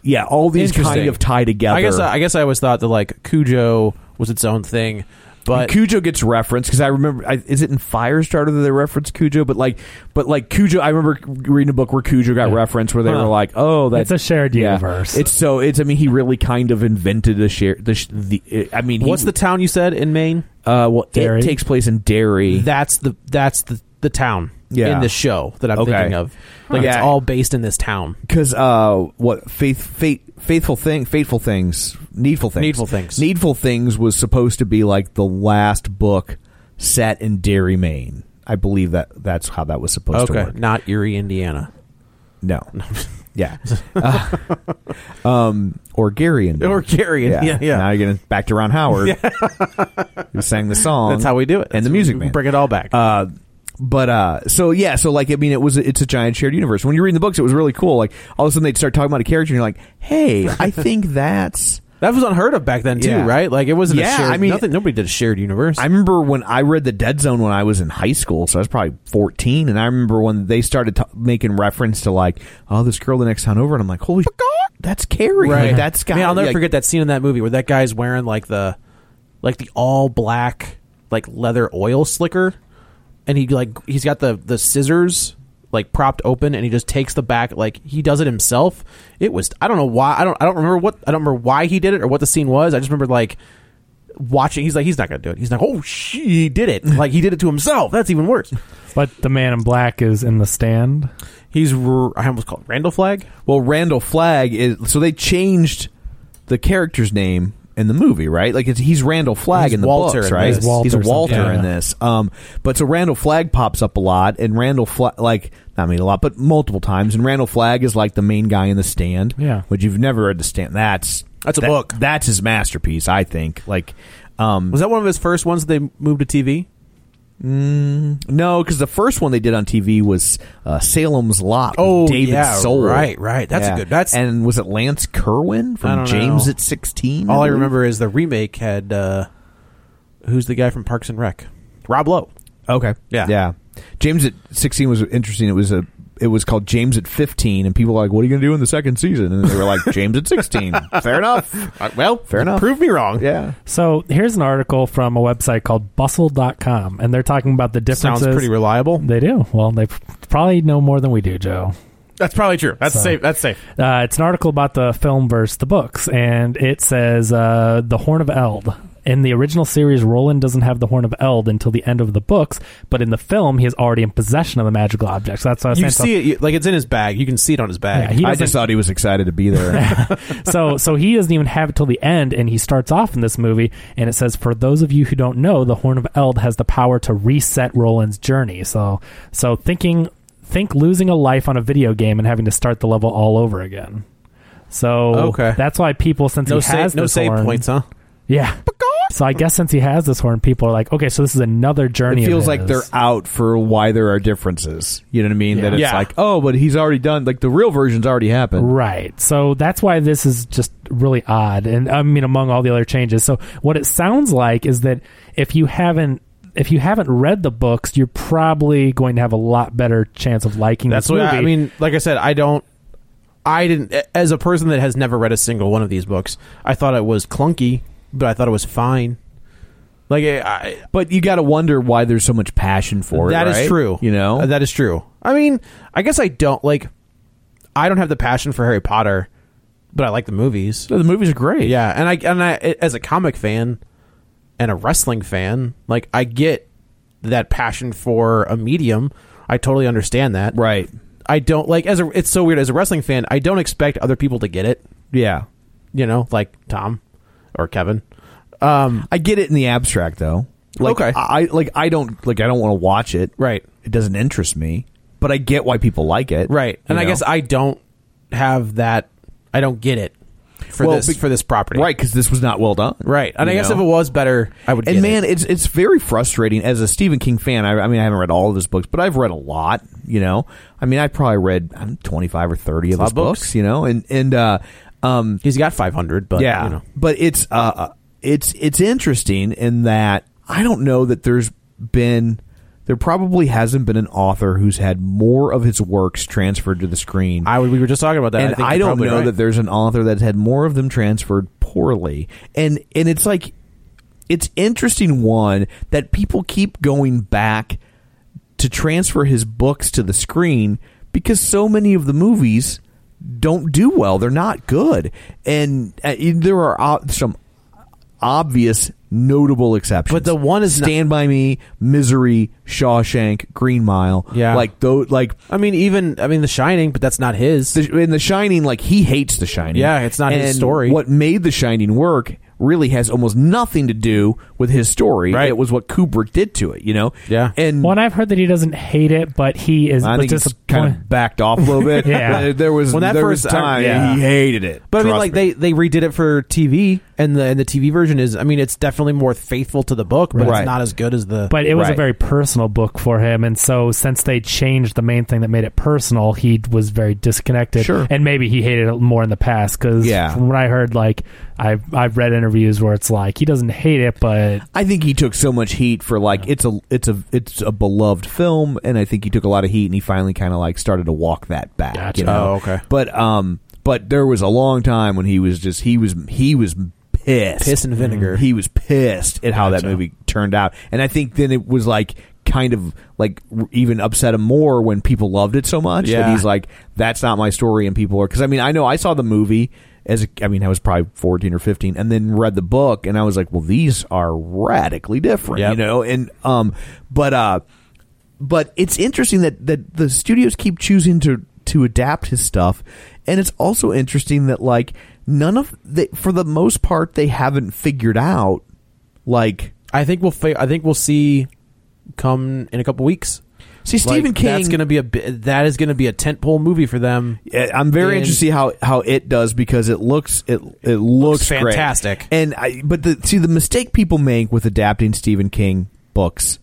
Speaker 2: yeah, all these kind
Speaker 3: Interesting.
Speaker 2: of tie together.
Speaker 3: I guess uh, I, I guess I always thought that like Cujo was its own thing, but
Speaker 2: Cujo gets referenced because I remember. I, is it in Firestarter that they reference Cujo? But like, but like Cujo, I remember reading a book where Cujo got referenced where they
Speaker 4: Huh.
Speaker 2: were like, "Oh, that's
Speaker 4: It's a shared universe.
Speaker 2: It's so it's. I mean, he really kind of invented a share. The, sh- the I mean, he-
Speaker 3: what's the town you said in Maine?
Speaker 2: uh, well,
Speaker 4: Derry?
Speaker 2: it takes place in Derry.
Speaker 3: That's the that's the the town
Speaker 2: Yeah.
Speaker 3: in the show that I'm
Speaker 2: Okay.
Speaker 3: thinking of. Like
Speaker 2: Yeah.
Speaker 3: it's all based in this town.
Speaker 2: because uh, what faith, fate, faithful thing, fateful things, needful things,
Speaker 3: Needful Things.
Speaker 2: needful things was supposed to be like the last book set in Derry, Maine. I believe that that's how that was supposed to work.
Speaker 3: not Erie, Indiana.
Speaker 2: No, yeah, Uh, um, or Gary and
Speaker 3: Or Gary, yeah, yeah.
Speaker 2: Now you're getting back to Ron Howard, who sang the song.
Speaker 3: That's how we do it.
Speaker 2: and
Speaker 3: That's-
Speaker 2: the music
Speaker 3: we
Speaker 2: man.
Speaker 3: Bring it all back.
Speaker 2: Uh, but uh, so yeah, so like I mean, it was it's a giant shared universe. When you read the books, it was really cool. Like all of a sudden they'd start talking about a character, and you're like, hey, I think that's.
Speaker 3: that was unheard of back then too,
Speaker 2: Yeah.
Speaker 3: right? Like it wasn't.
Speaker 2: Yeah,
Speaker 3: a shared,
Speaker 2: I mean-
Speaker 3: nothing, nobody did a shared universe.
Speaker 2: I remember when I read the Dead Zone when I was in high school, so I was probably 14, and I remember when they started t- making reference to like, oh, this girl the next town over, and I'm like, holy, sh- that's Carrie, Like, that's got.
Speaker 3: Man, I'll never
Speaker 2: like,
Speaker 3: forget that scene in that movie where that guy's wearing like the, like the all black like leather oil slicker, and he like he's got the the scissors like propped open, and he just takes the back like he does it himself. It was I don't know why I don't I don't remember what I don't remember why he did it or what the scene was. I just remember like watching. He's like he's not gonna do it. He's like oh she he did it like he did it to himself. That's even worse.
Speaker 4: But the man in black is in the stand.
Speaker 3: He's r- I almost called Randall Flag.
Speaker 2: Well, Randall Flagg is so they changed the character's name in the movie, right? Like it's, he's Randall Flagg
Speaker 3: He's
Speaker 2: in the
Speaker 3: Walter
Speaker 2: books,
Speaker 3: in
Speaker 2: right?
Speaker 3: this.
Speaker 2: He's
Speaker 3: He's
Speaker 2: Walter,
Speaker 4: Walter something.
Speaker 2: in
Speaker 4: Yeah.
Speaker 2: this. Um, but so Randall Flagg pops up a lot, and Randall Fla- like not I mean a lot, but multiple times. And Randall Flagg is like the main guy in the stand.
Speaker 4: Yeah.
Speaker 2: which you've never read the stand. That's
Speaker 3: That's a
Speaker 2: that-
Speaker 3: book.
Speaker 2: That's his masterpiece, I think. Like, um,
Speaker 3: Was that one of his first ones that they moved to TV?
Speaker 2: no, because the first one they did on TV was uh, Salem's Lot. with
Speaker 3: Oh,
Speaker 2: David
Speaker 3: yeah,
Speaker 2: Soul.
Speaker 3: right, right. That's a good- that's-
Speaker 2: and was it Lance Kerwin
Speaker 3: I
Speaker 2: from
Speaker 3: don't
Speaker 2: James
Speaker 3: know.
Speaker 2: at sixteen?
Speaker 3: All I
Speaker 2: believe?
Speaker 3: remember is the remake had uh, who's the guy from Parks and Rec? Rob Lowe.
Speaker 2: Okay.
Speaker 3: Yeah.
Speaker 2: Yeah. James at sixteen was interesting. It was a it was called James at fifteen, and people were like, "What are you going to do in the second season?" And they were like, "James at 16. Fair enough. Uh, well, fair enough.
Speaker 3: Prove me wrong.
Speaker 2: Yeah.
Speaker 4: So here's an article from a website called bustle.com, and they're talking about the differences.
Speaker 3: Sounds pretty reliable.
Speaker 4: they do. Well, they p- probably know more than we do, Joe.
Speaker 5: That's probably true. That's
Speaker 4: So-
Speaker 5: safe. That's safe.
Speaker 4: Uh, it's an article about the film versus the books, and it says uh, the Horn of Eld. In the original series, Roland doesn't have the Horn of Eld until the end of the books, but in the film, he is already in possession of the magical object. So that's what I was
Speaker 3: You
Speaker 4: saying. So-
Speaker 3: see it you, like it's in his bag. You can see it on his bag.
Speaker 4: Yeah, he
Speaker 2: I
Speaker 4: doesn't-
Speaker 2: just thought he was excited to be there.
Speaker 4: so so he doesn't even have it till the end and he starts off in this movie and it says for those of you who don't know the horn of eld has the power to reset roland's journey so so thinking think losing a life on a video game and having to start the level all over again so
Speaker 3: Okay.
Speaker 4: that's why people since
Speaker 3: no
Speaker 4: he has
Speaker 3: save, no
Speaker 4: this
Speaker 3: save
Speaker 4: horn-
Speaker 3: points, huh?
Speaker 4: yeah so i guess since he has this horn people are like okay so this is another journey
Speaker 2: it
Speaker 4: of
Speaker 2: feels like
Speaker 4: his.
Speaker 2: they're out for why there are differences. You know what I mean? That it's
Speaker 5: Yeah.
Speaker 2: like, oh, but he's already done. Like the real version's already happened.
Speaker 4: Right. So that's why this is just really odd. And I mean, among all the other changes. So what it sounds like is that if you haven't if you haven't read the books, you're probably going to have a lot better chance of liking
Speaker 3: That's
Speaker 4: this
Speaker 3: what
Speaker 4: movie.
Speaker 3: I mean. Like I said, I don't. I didn't. As a person that has never read a single one of these books, I thought it was clunky, but I thought it was fine. Like I, I,
Speaker 2: But you got to wonder why there's so much passion for
Speaker 3: That
Speaker 2: it.
Speaker 3: is
Speaker 2: right?
Speaker 3: true.
Speaker 2: You know
Speaker 3: Uh, that is true. I mean, I guess I don't like. I don't have the passion for Harry Potter, but I like the movies.
Speaker 2: the movies are great.
Speaker 3: Yeah, and I and I as a comic fan and a wrestling fan, like I get that passion for a medium. I totally understand that.
Speaker 2: Right.
Speaker 3: I don't like as a. It's so weird as a wrestling fan. I don't expect other people to get it.
Speaker 2: Yeah.
Speaker 3: You know, like Tom or Kevin.
Speaker 2: I get it in the abstract though. Like,
Speaker 3: Okay.
Speaker 2: I like I don't like I don't want to watch it.
Speaker 3: Right.
Speaker 2: It doesn't interest me, but I get why people like it.
Speaker 3: Right. And
Speaker 2: You
Speaker 3: I
Speaker 2: know?
Speaker 3: guess I don't have that. I don't get it for
Speaker 2: Well,
Speaker 3: this
Speaker 2: be-
Speaker 3: for this property.
Speaker 2: right because this was not well done.
Speaker 3: Right. And
Speaker 2: You
Speaker 3: I guess
Speaker 2: know?
Speaker 3: if it was better, I would.
Speaker 2: And
Speaker 3: get
Speaker 2: man,
Speaker 3: it.
Speaker 2: it's it's very frustrating as a Stephen King fan. I, I mean, I haven't read all of his books, but I've read a lot. You know, I mean, I probably read I don't know, twenty five or thirty of
Speaker 3: lot
Speaker 2: his
Speaker 3: of books.
Speaker 2: books. You know, and and uh, um,
Speaker 3: he's got five hundred, but
Speaker 2: yeah,
Speaker 3: you know.
Speaker 2: but it's uh, it's it's interesting in that I don't know that there's been there probably hasn't been an author who's had more of his works transferred to the screen.
Speaker 3: I would, we were just talking about that.
Speaker 2: and
Speaker 3: I, think
Speaker 2: I,
Speaker 3: you're
Speaker 2: don't
Speaker 3: probably
Speaker 2: know
Speaker 3: right.
Speaker 2: that there's an author that's had more of them transferred poorly. And and it's like it's interesting one that people keep going back to transfer his books to the screen because so many of the movies don't do well. They're not good. And uh, there are uh, some obvious notable exceptions.
Speaker 3: But the one is not-
Speaker 2: Stand by Me, Misery, Shawshank, Green Mile.
Speaker 3: Yeah.
Speaker 2: Like though like
Speaker 3: I mean, even I mean, The Shining, but that's not his.
Speaker 2: the, in The Shining, like he hates The Shining.
Speaker 3: Yeah, it's not his
Speaker 2: And
Speaker 3: story.
Speaker 2: What made The Shining work really has almost nothing to do with his story.
Speaker 3: Right.
Speaker 2: It was what Kubrick did to it. You know.
Speaker 3: Yeah.
Speaker 2: And
Speaker 4: well, and I've heard that he doesn't hate it, but he is
Speaker 2: I
Speaker 4: was
Speaker 2: think he's kind
Speaker 4: disappointed.
Speaker 2: of backed off a little bit.
Speaker 4: Yeah.
Speaker 2: There- There was
Speaker 3: When that
Speaker 2: there
Speaker 3: first
Speaker 2: was
Speaker 3: time-
Speaker 2: time
Speaker 4: yeah.
Speaker 2: he hated it.
Speaker 3: but I mean,
Speaker 2: Trust
Speaker 3: like
Speaker 2: me.
Speaker 3: they they redid it for TV, and the and the TV version is. I mean, it's definitely more faithful to the book, but
Speaker 2: Right.
Speaker 3: it's not as good as the.
Speaker 4: but it was
Speaker 2: Right.
Speaker 4: a very personal book for him and so since they changed the main thing that made it personal he was very disconnected
Speaker 2: Sure.
Speaker 4: and maybe he hated it more in the past because
Speaker 2: Yeah.
Speaker 4: from what i heard like i've i've read interviews where it's like he doesn't hate it but
Speaker 2: I think he took so much heat for like it's a it's a it's a beloved film, and I think he took a lot of heat, and he finally kind of like started to walk that back.
Speaker 4: Gotcha.
Speaker 2: You know?
Speaker 3: Oh, okay.
Speaker 2: But um, but there was a long time when he was just he was he was pissed,
Speaker 3: Piss and vinegar.
Speaker 2: He was pissed at how that movie turned out, and I think then it was like kind of like r- even upset him more when people loved it so much that
Speaker 3: Yeah.
Speaker 2: he's like that's not my story and people are because i mean i know i saw the movie as a, i mean i was probably 14 or 15 and then read the book and i was like well these are radically different you
Speaker 3: Yep.
Speaker 2: know and um but uh but it's interesting that that the studios keep choosing to to adapt his stuff and it's also interesting that like none of they, for the most part they haven't figured out like
Speaker 3: I think we'll fi- I think we'll see come in a couple weeks.
Speaker 2: See Stephen
Speaker 3: Like,
Speaker 2: King.
Speaker 3: That's gonna be a bi- that is gonna be a tentpole movie for them.
Speaker 2: I- I'm very
Speaker 3: And-
Speaker 2: interested to see how, how it does because it looks it it looks, great.
Speaker 3: fantastic.
Speaker 2: And I but the see the mistake people make with adapting Stephen King books,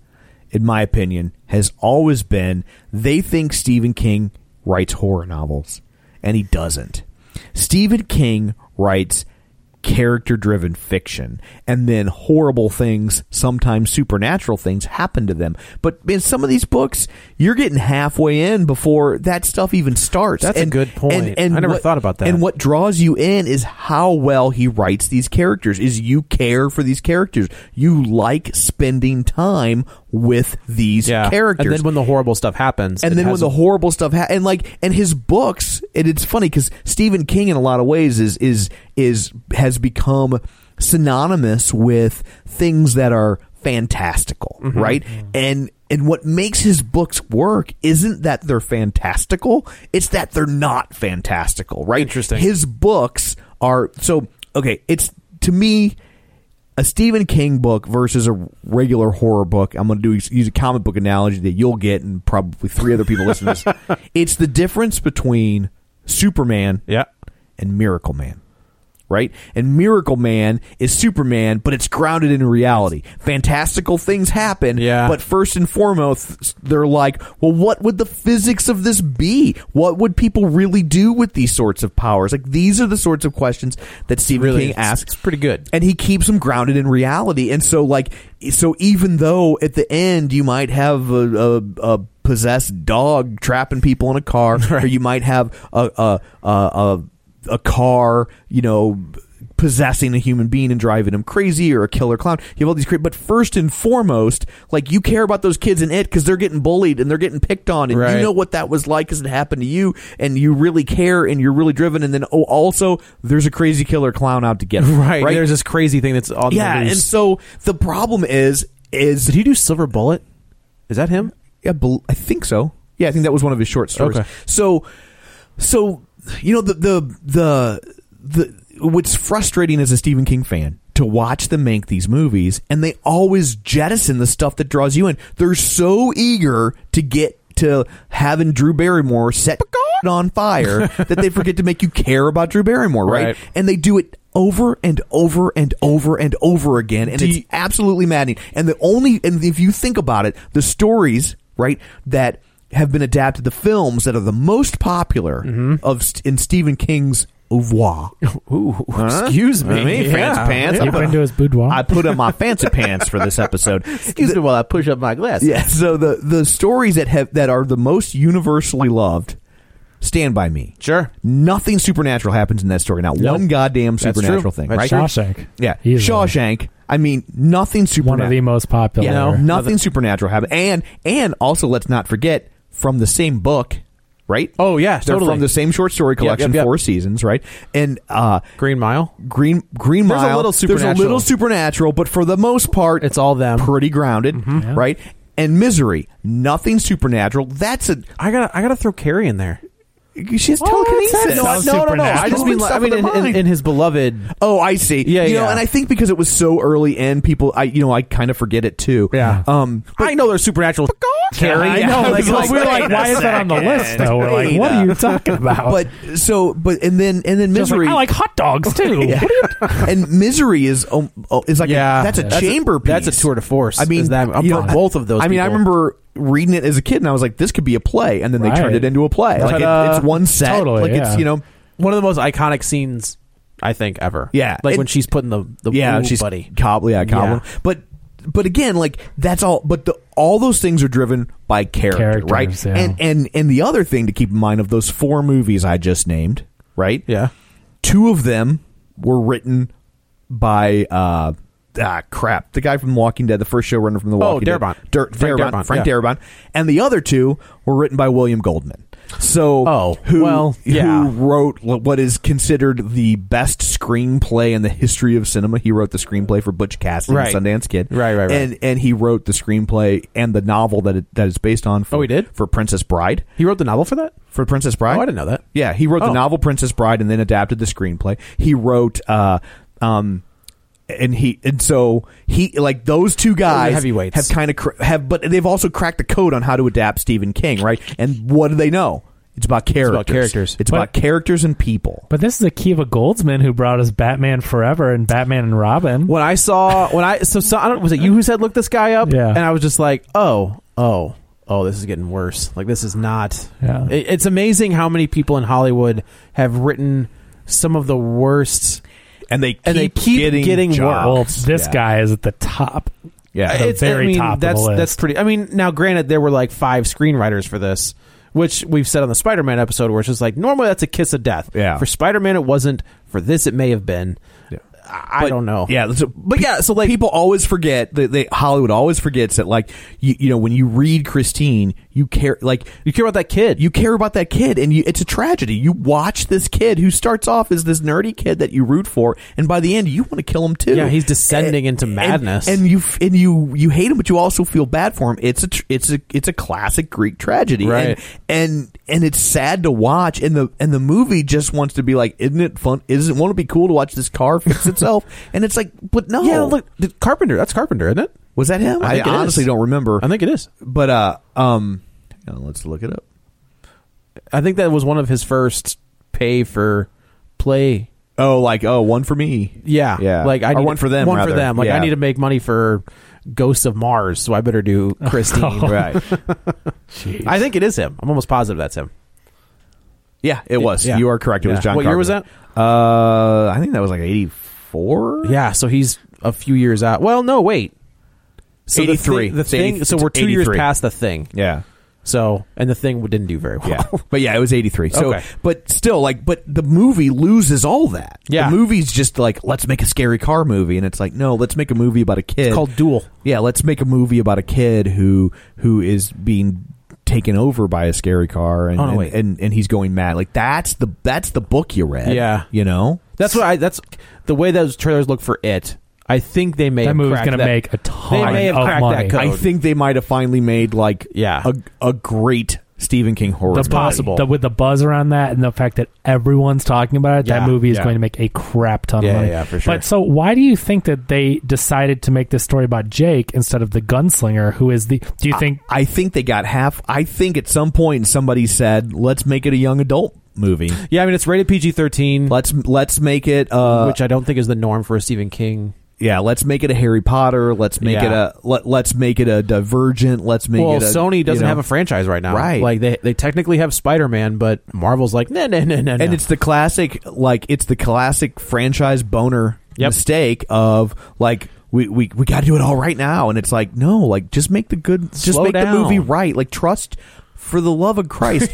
Speaker 2: in my opinion, has always been they think Stephen King writes horror novels, and he doesn't. Stephen King writes character driven fiction and then horrible things sometimes supernatural things happen to them but in some of these books you're getting halfway in before that stuff even starts
Speaker 3: That's a good point. I never
Speaker 2: what-
Speaker 3: thought about that.
Speaker 2: And what draws you in is how well he writes these characters. Is you care for these characters. You like spending time with these characters.
Speaker 3: And then when the horrible stuff happens,
Speaker 2: And
Speaker 3: it
Speaker 2: then when
Speaker 3: has
Speaker 2: the
Speaker 3: a-
Speaker 2: horrible stuff ha- and like and his books and it's funny because Stephen King in a lot of ways is is is has become synonymous with things that are fantastical,
Speaker 3: Mm-hmm.
Speaker 2: right? And and what makes his books work isn't that they're fantastical; it's that they're not fantastical, right?
Speaker 3: Interesting.
Speaker 2: His books are so okay. It's to me a Stephen King book versus a regular horror book. I'm going to do use a comic book analogy that you'll get, and probably three other people listen to this. It's the difference between Superman
Speaker 3: yeah,
Speaker 2: and Miracle Man. Right? And Miracle Man is Superman, but it's grounded in reality. Fantastical things happen,
Speaker 3: Yeah.
Speaker 2: but first and foremost, they're like, well, what would the physics of this be? What would people really do with these sorts of powers? Like, these are the sorts of questions that Stephen
Speaker 3: really,
Speaker 2: King
Speaker 3: it's-
Speaker 2: asks
Speaker 3: It's pretty good.
Speaker 2: and he keeps them grounded in reality. And so, like, so even though at the end you might have a, a, a possessed dog trapping people in a car, or you might have a a, a a a car, you know. Possessing a human being and driving him crazy, or a killer clown. You have all these, cra- but first and foremost, like you care about those kids in it because they're getting bullied and they're getting picked on, and
Speaker 3: Right.
Speaker 2: you know what that was like because it happened to you, and you really care and you're really driven. And then, oh, also, there's a crazy killer clown out to get 'em,
Speaker 3: Right, There's this crazy thing that's on.
Speaker 2: yeah,
Speaker 3: the
Speaker 2: and
Speaker 3: loose.
Speaker 2: so the problem is, is
Speaker 3: did he do Silver Bullet? Is that him?
Speaker 2: yeah, bel- I think so. Yeah, I think that was one of his short stories.
Speaker 3: Okay.
Speaker 2: So, so you know the the the the what's frustrating as a Stephen King fan to watch them make these movies, and they always jettison the stuff that draws you in. They're so eager to get to having Drew Barrymore set on fire that they forget to make you care about Drew Barrymore, right?
Speaker 3: Right.
Speaker 2: And they do it over and over and over and over again, and
Speaker 3: Do
Speaker 2: it's
Speaker 3: you-
Speaker 2: absolutely maddening. And the only and if you think about it, the stories right that have been adapted, the films that are the most popular
Speaker 3: Mm-hmm.
Speaker 2: of st- in Stephen King's oeuvre.
Speaker 3: Uh-huh. Ooh,
Speaker 2: Excuse me, fancy
Speaker 3: Yeah.
Speaker 2: pants.
Speaker 4: You
Speaker 2: I put-
Speaker 4: into his boudoir?
Speaker 2: I put on my fancy pants for this episode.
Speaker 3: Excuse me while I push up my glass.
Speaker 2: Yeah. So the the stories that have that are the most universally loved, Stand by Me.
Speaker 3: Sure.
Speaker 2: Nothing supernatural happens in that story. Not
Speaker 3: Nope.
Speaker 2: one goddamn
Speaker 3: That's
Speaker 2: supernatural
Speaker 3: true.
Speaker 2: thing. right?
Speaker 3: That's true.
Speaker 4: Shawshank.
Speaker 2: Yeah.
Speaker 3: uh,
Speaker 4: He's one-
Speaker 2: Shawshank. I mean, nothing
Speaker 4: One
Speaker 2: supernatural.
Speaker 4: of the most popular.
Speaker 2: Yeah, nothing supernatural happened. And and also let's not forget from the same book, right?
Speaker 3: Oh, yeah,
Speaker 2: They're
Speaker 3: totally.
Speaker 2: from the same short story collection,
Speaker 3: yep.
Speaker 2: Four Seasons, right? And uh
Speaker 3: Green Mile.
Speaker 2: Green Green
Speaker 3: There's a
Speaker 2: Mile.
Speaker 3: little
Speaker 2: There's a
Speaker 3: supernatural.
Speaker 2: little supernatural, but for the most part,
Speaker 3: It's all them. Mm-hmm.
Speaker 2: pretty grounded, right? And misery, nothing supernatural. That's a
Speaker 3: I gotta, I gotta throw Carrie in there.
Speaker 2: she has
Speaker 3: Oh,
Speaker 2: telekinesis.
Speaker 4: that sounds
Speaker 3: no, no, no.
Speaker 4: supernatural.
Speaker 3: I just mean, like, I mean, in, in, in his beloved.
Speaker 2: Oh, I see.
Speaker 3: Yeah,
Speaker 2: you know,
Speaker 3: yeah.
Speaker 2: and I think because it was so early in, people, I you know, I kind of forget it too.
Speaker 3: Yeah.
Speaker 2: Um,
Speaker 3: I know there's supernatural. Carrie,
Speaker 4: I know. like, we were like, why is that on the list? Though we're like, what are you talking about?
Speaker 2: but so, but and then and then
Speaker 4: Uh, Just like,
Speaker 2: misery.
Speaker 4: I like hot dogs too.
Speaker 2: Yeah.
Speaker 4: What are you
Speaker 2: and misery is um, oh, is like
Speaker 3: Yeah.
Speaker 2: a, that's a
Speaker 3: That's a-
Speaker 2: chamber piece.
Speaker 3: that's a tour de force,
Speaker 2: I mean,
Speaker 3: is that-
Speaker 2: you
Speaker 3: for
Speaker 2: know,
Speaker 3: both of those
Speaker 2: I mean, I
Speaker 3: people.
Speaker 2: remember reading it as a kid, and I was like, this could be a play, and then they
Speaker 4: Right.
Speaker 2: turned it into a play. Like
Speaker 3: Ta-da.
Speaker 2: it, it's one set.
Speaker 4: Totally,
Speaker 2: like it's
Speaker 4: yeah.
Speaker 2: you know.
Speaker 3: One of the most iconic scenes, I think, ever.
Speaker 2: Yeah.
Speaker 3: like
Speaker 2: It-
Speaker 3: when she's putting the the
Speaker 2: yeah,
Speaker 3: ooh,
Speaker 2: she's
Speaker 3: buddy.
Speaker 2: Cobb, yeah, Cobb.
Speaker 3: Yeah.
Speaker 2: But but again, like that's all. But the, all those things are driven by character,
Speaker 4: Characters,
Speaker 2: right?
Speaker 4: yeah.
Speaker 2: And and and the other thing to keep in mind of those four movies I just named, right?
Speaker 3: Yeah,
Speaker 2: two of them were written by uh ah crap the guy from The Walking Dead, the first showrunner from The
Speaker 3: Oh,
Speaker 2: Walking Dead,
Speaker 3: Darabont.
Speaker 2: Dar-
Speaker 3: Frank
Speaker 2: Darabont,
Speaker 3: Darabont,
Speaker 2: Frank
Speaker 3: yeah.
Speaker 2: Darabont, and the other two were written by William Goldman. So,
Speaker 3: Oh,
Speaker 2: who,
Speaker 3: well, yeah.
Speaker 2: who wrote l- what is considered the best screenplay in the history of cinema? He wrote the screenplay for Butch Cassidy
Speaker 3: Right.
Speaker 2: and Sundance Kid,
Speaker 3: Right, right, right.
Speaker 2: and and he wrote the screenplay and the novel that it, that is based on. For,
Speaker 3: Oh, he did?
Speaker 2: for Princess Bride.
Speaker 3: He wrote the novel for that?
Speaker 2: For Princess Bride,
Speaker 3: Oh, I didn't know that.
Speaker 2: Yeah, he wrote the
Speaker 3: Oh.
Speaker 2: novel Princess Bride and then adapted the screenplay. He wrote, uh, um, and he and so he like those two guys
Speaker 3: heavyweights.
Speaker 2: have kind of cr- have, but they've also cracked the code on how to adapt Stephen King, right? And what do they know? It's about characters.
Speaker 3: about characters.
Speaker 2: It's
Speaker 4: But-
Speaker 2: about characters and people.
Speaker 4: But this is Akiva Goldsman who brought us Batman Forever and Batman and Robin.
Speaker 3: When I saw when I so, so I don't was it you who said look this guy up?
Speaker 4: Yeah.
Speaker 3: And I was just like, oh, oh, oh, this is getting worse. Like this is not.
Speaker 4: Yeah.
Speaker 3: It, it's amazing how many people in Hollywood have written some of the worst.
Speaker 2: And they keep
Speaker 3: And they keep
Speaker 2: getting,
Speaker 3: getting
Speaker 4: Well,
Speaker 2: jobs.
Speaker 4: this
Speaker 2: Yeah.
Speaker 4: guy is at the top.
Speaker 2: Yeah.
Speaker 4: the
Speaker 3: it's
Speaker 4: very
Speaker 3: I mean,
Speaker 4: top of the
Speaker 3: That's
Speaker 4: list.
Speaker 3: that's pretty. I mean, now granted, there were like five screenwriters for this, which we've said on the Spider-Man episode, where it's just like normally that's a kiss of death.
Speaker 2: Yeah.
Speaker 3: For Spider-Man, it wasn't. For this, it may have been.
Speaker 2: Yeah.
Speaker 3: I, I
Speaker 2: But-
Speaker 3: don't know.
Speaker 2: Yeah, so, but yeah, so like people always forget that they, Hollywood always forgets that like you, you know when you read Christine, you care like
Speaker 3: You care about that kid?
Speaker 2: you care about that kid and you, it's a tragedy you watch this kid who starts off as this nerdy kid that you root for and by the end you want to kill him too
Speaker 3: Yeah, he's descending into madness.
Speaker 2: and, you f- and you you hate him but you also feel bad for him it's a tr- it's a it's a classic greek tragedy
Speaker 3: Right.
Speaker 2: and, and and it's sad to watch and the and the movie just wants to be like isn't it fun isn't won't it be cool to watch this car fix itself and it's like but no
Speaker 3: Yeah, look, the Carpenter. That's Carpenter, isn't it?
Speaker 2: was that him
Speaker 3: I
Speaker 2: i,
Speaker 3: think it is.
Speaker 2: honestly don't remember
Speaker 3: I think it is.
Speaker 2: but uh um hang on, let's look it up
Speaker 3: I think that was one of his first pay for play.
Speaker 2: Oh, like oh, one for me.
Speaker 3: Yeah,
Speaker 2: yeah.
Speaker 3: Like I
Speaker 2: Or
Speaker 3: need
Speaker 2: one for them.
Speaker 3: One
Speaker 2: rather.
Speaker 3: for them. Like
Speaker 2: Yeah.
Speaker 3: I need to make money for Ghosts of Mars, so I better do Christine.
Speaker 2: right.
Speaker 3: I think it is him. I'm almost positive that's him.
Speaker 2: Yeah, it was.
Speaker 3: Yeah.
Speaker 2: You are correct. It was
Speaker 3: Yeah.
Speaker 2: John.
Speaker 3: What year was
Speaker 2: Carpenter. Uh, I think that was like eighty four.
Speaker 3: Yeah, so he's a few years out. Well, no, wait. So the
Speaker 2: 83.
Speaker 3: thing- The
Speaker 2: It's
Speaker 3: thing.
Speaker 2: 80
Speaker 3: so we're
Speaker 2: it's
Speaker 3: two years
Speaker 2: 83.
Speaker 3: past the thing.
Speaker 2: yeah,
Speaker 3: So and the thing didn't do very well.
Speaker 2: yeah. but yeah, it was eighty three. So,
Speaker 3: Okay.
Speaker 2: but still, like, but the movie loses all that.
Speaker 3: Yeah.
Speaker 2: the movie's just like let's make a scary car movie, and it's like no, let's make a movie about a kid
Speaker 3: It's called Duel.
Speaker 2: Yeah, let's make a movie about a kid who who is being taken over by a scary car and
Speaker 3: Oh, no,
Speaker 2: and,
Speaker 3: wait.
Speaker 2: and and he's going mad like that's the that's the book you read
Speaker 3: Yeah.
Speaker 2: you know
Speaker 3: That's what I. That's the way those trailers look for it. I think they may.
Speaker 4: That
Speaker 3: have
Speaker 4: movie's
Speaker 3: cracked
Speaker 4: going to
Speaker 3: that-
Speaker 4: make a ton
Speaker 3: They may have
Speaker 4: of
Speaker 3: cracked
Speaker 4: money.
Speaker 3: that code.
Speaker 2: I think they might have finally made like
Speaker 3: Yeah.
Speaker 2: a, a great Stephen King horror.
Speaker 4: the
Speaker 2: movie.
Speaker 4: buzz-
Speaker 3: possible.
Speaker 4: the- with the buzz around that and the fact that everyone's talking about it,
Speaker 3: Yeah,
Speaker 4: that movie is
Speaker 3: yeah.
Speaker 4: going to make a crap ton
Speaker 3: Yeah,
Speaker 4: of money.
Speaker 3: yeah, for sure.
Speaker 4: But so, why do you think that they decided to make this story about Jake instead of the gunslinger, who is the? Do you think?
Speaker 2: I think they got half. I think at some point somebody said, "Let's make it a young adult movie.
Speaker 3: Yeah, I mean it's rated PG thirteen,
Speaker 2: Let's let's make it uh
Speaker 3: which I don't think is the norm for a Stephen King.
Speaker 2: yeah, let's make it a Harry Potter. Let's make
Speaker 3: Yeah.
Speaker 2: it a let, let's make it a Divergent. Let's make
Speaker 3: Well,
Speaker 2: it. A,
Speaker 3: Sony
Speaker 2: you
Speaker 3: doesn't
Speaker 2: know.
Speaker 3: have a franchise right now,
Speaker 2: Right.
Speaker 3: Like they they technically have Spider Man, but Marvel's like no no no no.
Speaker 2: and it's the classic like it's the classic franchise boner
Speaker 3: Yep.
Speaker 2: mistake of like we, we, we got to do it all right now and it's like no like just make the good just
Speaker 3: Slow
Speaker 2: make
Speaker 3: down.
Speaker 2: the movie right like trust for the love of Christ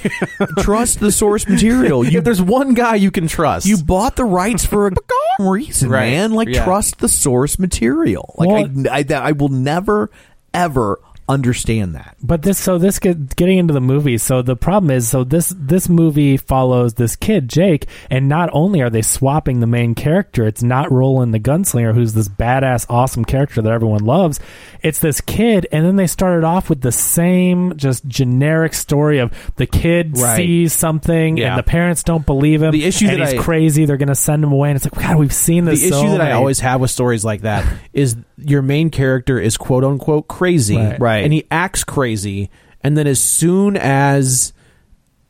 Speaker 2: trust the source material you
Speaker 3: if there's one guy you can trust,
Speaker 2: you bought the rights for a reason
Speaker 3: Right.
Speaker 2: man like
Speaker 3: Yeah.
Speaker 2: trust the source material like
Speaker 4: Well-
Speaker 2: I, I that I will never ever understand that
Speaker 4: But this, so this get, getting into the movie. So the problem is, so this this movie follows this kid Jake, and not only are they swapping the main character, it's not Roland the gunslinger, who's this badass, awesome character that everyone loves. It's this kid, and then they started off with the same just generic story of the kid
Speaker 3: Right.
Speaker 4: sees something,
Speaker 3: Yeah.
Speaker 4: and the parents don't believe him.
Speaker 3: The issue
Speaker 4: and
Speaker 3: that
Speaker 4: he's
Speaker 3: I-
Speaker 4: crazy. They're going to send him away, and it's like, God, we've seen
Speaker 3: the
Speaker 4: this.
Speaker 3: issue
Speaker 4: so
Speaker 3: that I
Speaker 4: many-
Speaker 3: always have with stories like that is your main character is quote unquote crazy,
Speaker 4: Right.
Speaker 2: Right.
Speaker 3: And he acts crazy, and then as soon as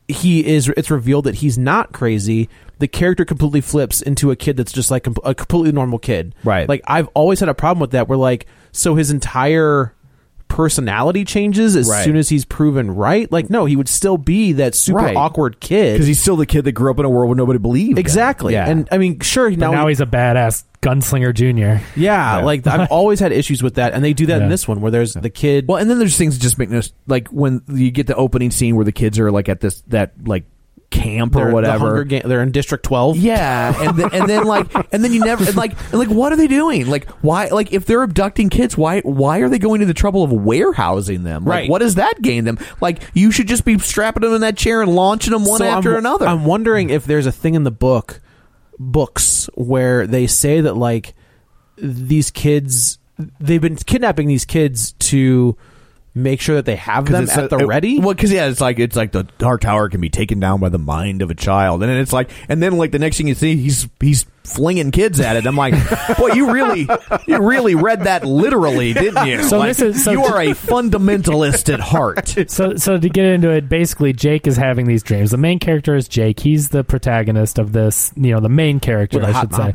Speaker 3: he is, it's revealed that he's not crazy. The character completely flips into a kid that's just like com- a completely normal kid,
Speaker 2: Right.
Speaker 3: Like I've always had a problem with that. Where like, so his entire personality changes as
Speaker 2: Right.
Speaker 3: soon as he's proven right. Like, no, he would still be that super
Speaker 2: Right.
Speaker 3: awkward kid
Speaker 2: because he's still the kid that grew up in a world where nobody believed him.
Speaker 3: exactly.
Speaker 2: yeah.
Speaker 3: And I mean, sure,
Speaker 4: But now he's a badass gunslinger junior.
Speaker 3: Yeah,
Speaker 2: Yeah.
Speaker 3: like I've always had issues with that, and they do that in
Speaker 4: Yeah.
Speaker 3: this one where there's the kid.
Speaker 2: Well, and then there's things that just make no s- like when you get the opening scene where the kids are like at this that like camp
Speaker 3: They're
Speaker 2: or
Speaker 3: the
Speaker 2: whatever.
Speaker 3: Hunger Ga- they're in District Twelve.
Speaker 2: yeah, and then, and then like and then you never and like and like what are they doing? Like why? Like if they're abducting kids, why why are they going to the trouble of warehousing them? Like,
Speaker 3: Right.
Speaker 2: What does that gain them? Like you should just be strapping them in that chair and launching them one
Speaker 3: So
Speaker 2: after
Speaker 3: I'm,
Speaker 2: another.
Speaker 3: I'm wondering if there's a thing in the book, books where they say that like these kids, they've been kidnapping these kids to make sure that they have them
Speaker 2: it's
Speaker 3: at
Speaker 2: a-
Speaker 3: the
Speaker 2: it-
Speaker 3: ready.
Speaker 2: Well, because yeah, it's like it's like the Dark Tower can be taken down by the mind of a child, and then it's like, and then like the next thing you see, he's he's flinging kids at it. I'm like, boy, you really you really read that literally, didn't you?
Speaker 4: So
Speaker 2: Like,
Speaker 4: this is- so-
Speaker 2: you are a fundamentalist at heart.
Speaker 4: So, so to get into it, basically, Jake is having these dreams. The main character is Jake. He's the protagonist of this. You know, the main character,
Speaker 3: With a
Speaker 4: I
Speaker 3: hot
Speaker 4: should say.
Speaker 3: mom.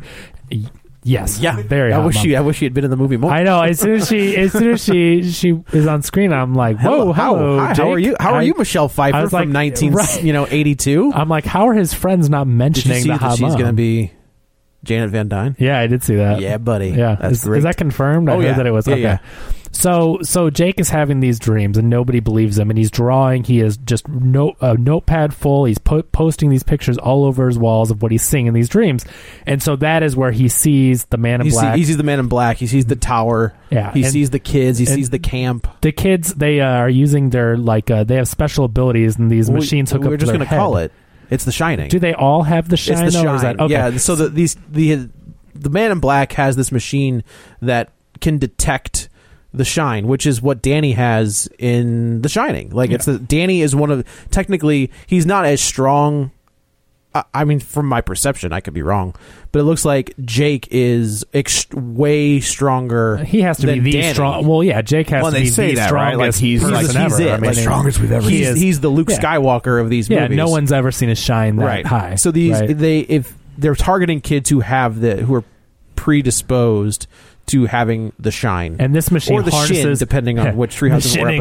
Speaker 4: Y- Yes.
Speaker 3: yeah,
Speaker 4: Very.
Speaker 3: I
Speaker 4: hot
Speaker 3: wish
Speaker 4: mom.
Speaker 3: you. I wish you had been in the movie more.
Speaker 4: I know. As soon as she, as soon as she, she is on screen, I'm like, whoa, hello,
Speaker 3: hi,
Speaker 4: Jake.
Speaker 3: Oh, how are you? How are
Speaker 4: Oh, I-
Speaker 3: you, Michelle Pfeiffer
Speaker 4: I was like,
Speaker 3: from nineteen,
Speaker 4: right.
Speaker 3: you know, eighty two?
Speaker 4: I'm like, how are his friends not
Speaker 3: Did you
Speaker 4: mentioning
Speaker 3: see
Speaker 4: the
Speaker 3: that
Speaker 4: hot
Speaker 3: she's
Speaker 4: mom?
Speaker 3: going to be Janet Van Dyne?
Speaker 4: Yeah, I did see that.
Speaker 3: Yeah, buddy.
Speaker 4: Uh, Yeah,
Speaker 3: That's
Speaker 4: is, is
Speaker 3: great.
Speaker 4: that confirmed? I
Speaker 3: Oh,
Speaker 4: heard
Speaker 3: yeah.
Speaker 4: that it was.
Speaker 3: Yeah,
Speaker 4: okay.
Speaker 3: yeah.
Speaker 4: So, so Jake is having these dreams, and nobody believes him. And he's drawing. He is just no a notepad full. He's po- posting these pictures all over his walls of what he's seeing in these dreams. And so that is where he sees the man in
Speaker 3: He, see-
Speaker 4: black. Mm-hmm.
Speaker 3: he sees the man in black. He sees the tower.
Speaker 4: Yeah,
Speaker 3: He
Speaker 4: and-
Speaker 3: sees the kids. He
Speaker 4: and-
Speaker 3: sees the camp.
Speaker 4: the kids they uh, are using their like uh, they have special abilities, and these machines hook
Speaker 3: we,
Speaker 4: up.
Speaker 3: We're
Speaker 4: to
Speaker 3: just
Speaker 4: their
Speaker 3: gonna
Speaker 4: head.
Speaker 3: call it. It's the Shining.
Speaker 4: Do they all have the shine?
Speaker 3: it's the
Speaker 4: or
Speaker 3: Shining.
Speaker 4: is that- okay.
Speaker 3: Yeah. So the, these the the man in black has this machine that can detect the shine, which is what Danny has in The Shining. Like it's the Danny is one of technically he's not as strong. I, I mean, from my perception, I could be wrong, but it looks like Jake is ex- way stronger.
Speaker 4: Uh, He has to be
Speaker 3: than
Speaker 4: the
Speaker 3: Danny.
Speaker 4: strong. Well, yeah, Jake has
Speaker 2: Well,
Speaker 4: to
Speaker 2: they
Speaker 4: be
Speaker 2: say
Speaker 4: the
Speaker 2: that, right? Like,
Speaker 4: strongest
Speaker 2: he's-
Speaker 4: person
Speaker 2: he's-
Speaker 3: he's
Speaker 4: ever.
Speaker 3: it,
Speaker 4: I mean,
Speaker 3: like,
Speaker 2: strongest we've ever
Speaker 4: he
Speaker 2: seen.
Speaker 3: He's,
Speaker 4: is-
Speaker 3: he's the Luke
Speaker 4: yeah.
Speaker 3: Skywalker of these
Speaker 4: Yeah,
Speaker 3: movies.
Speaker 4: no one's ever seen a shine that
Speaker 3: right
Speaker 4: high.
Speaker 3: So these
Speaker 4: right?
Speaker 3: they if they're targeting kids who have the who are predisposed to having the shine
Speaker 4: and this machine
Speaker 3: or the
Speaker 4: harnesses,
Speaker 3: shin, depending
Speaker 4: Yeah.
Speaker 3: on which three hundred
Speaker 4: The
Speaker 3: four
Speaker 4: shinning.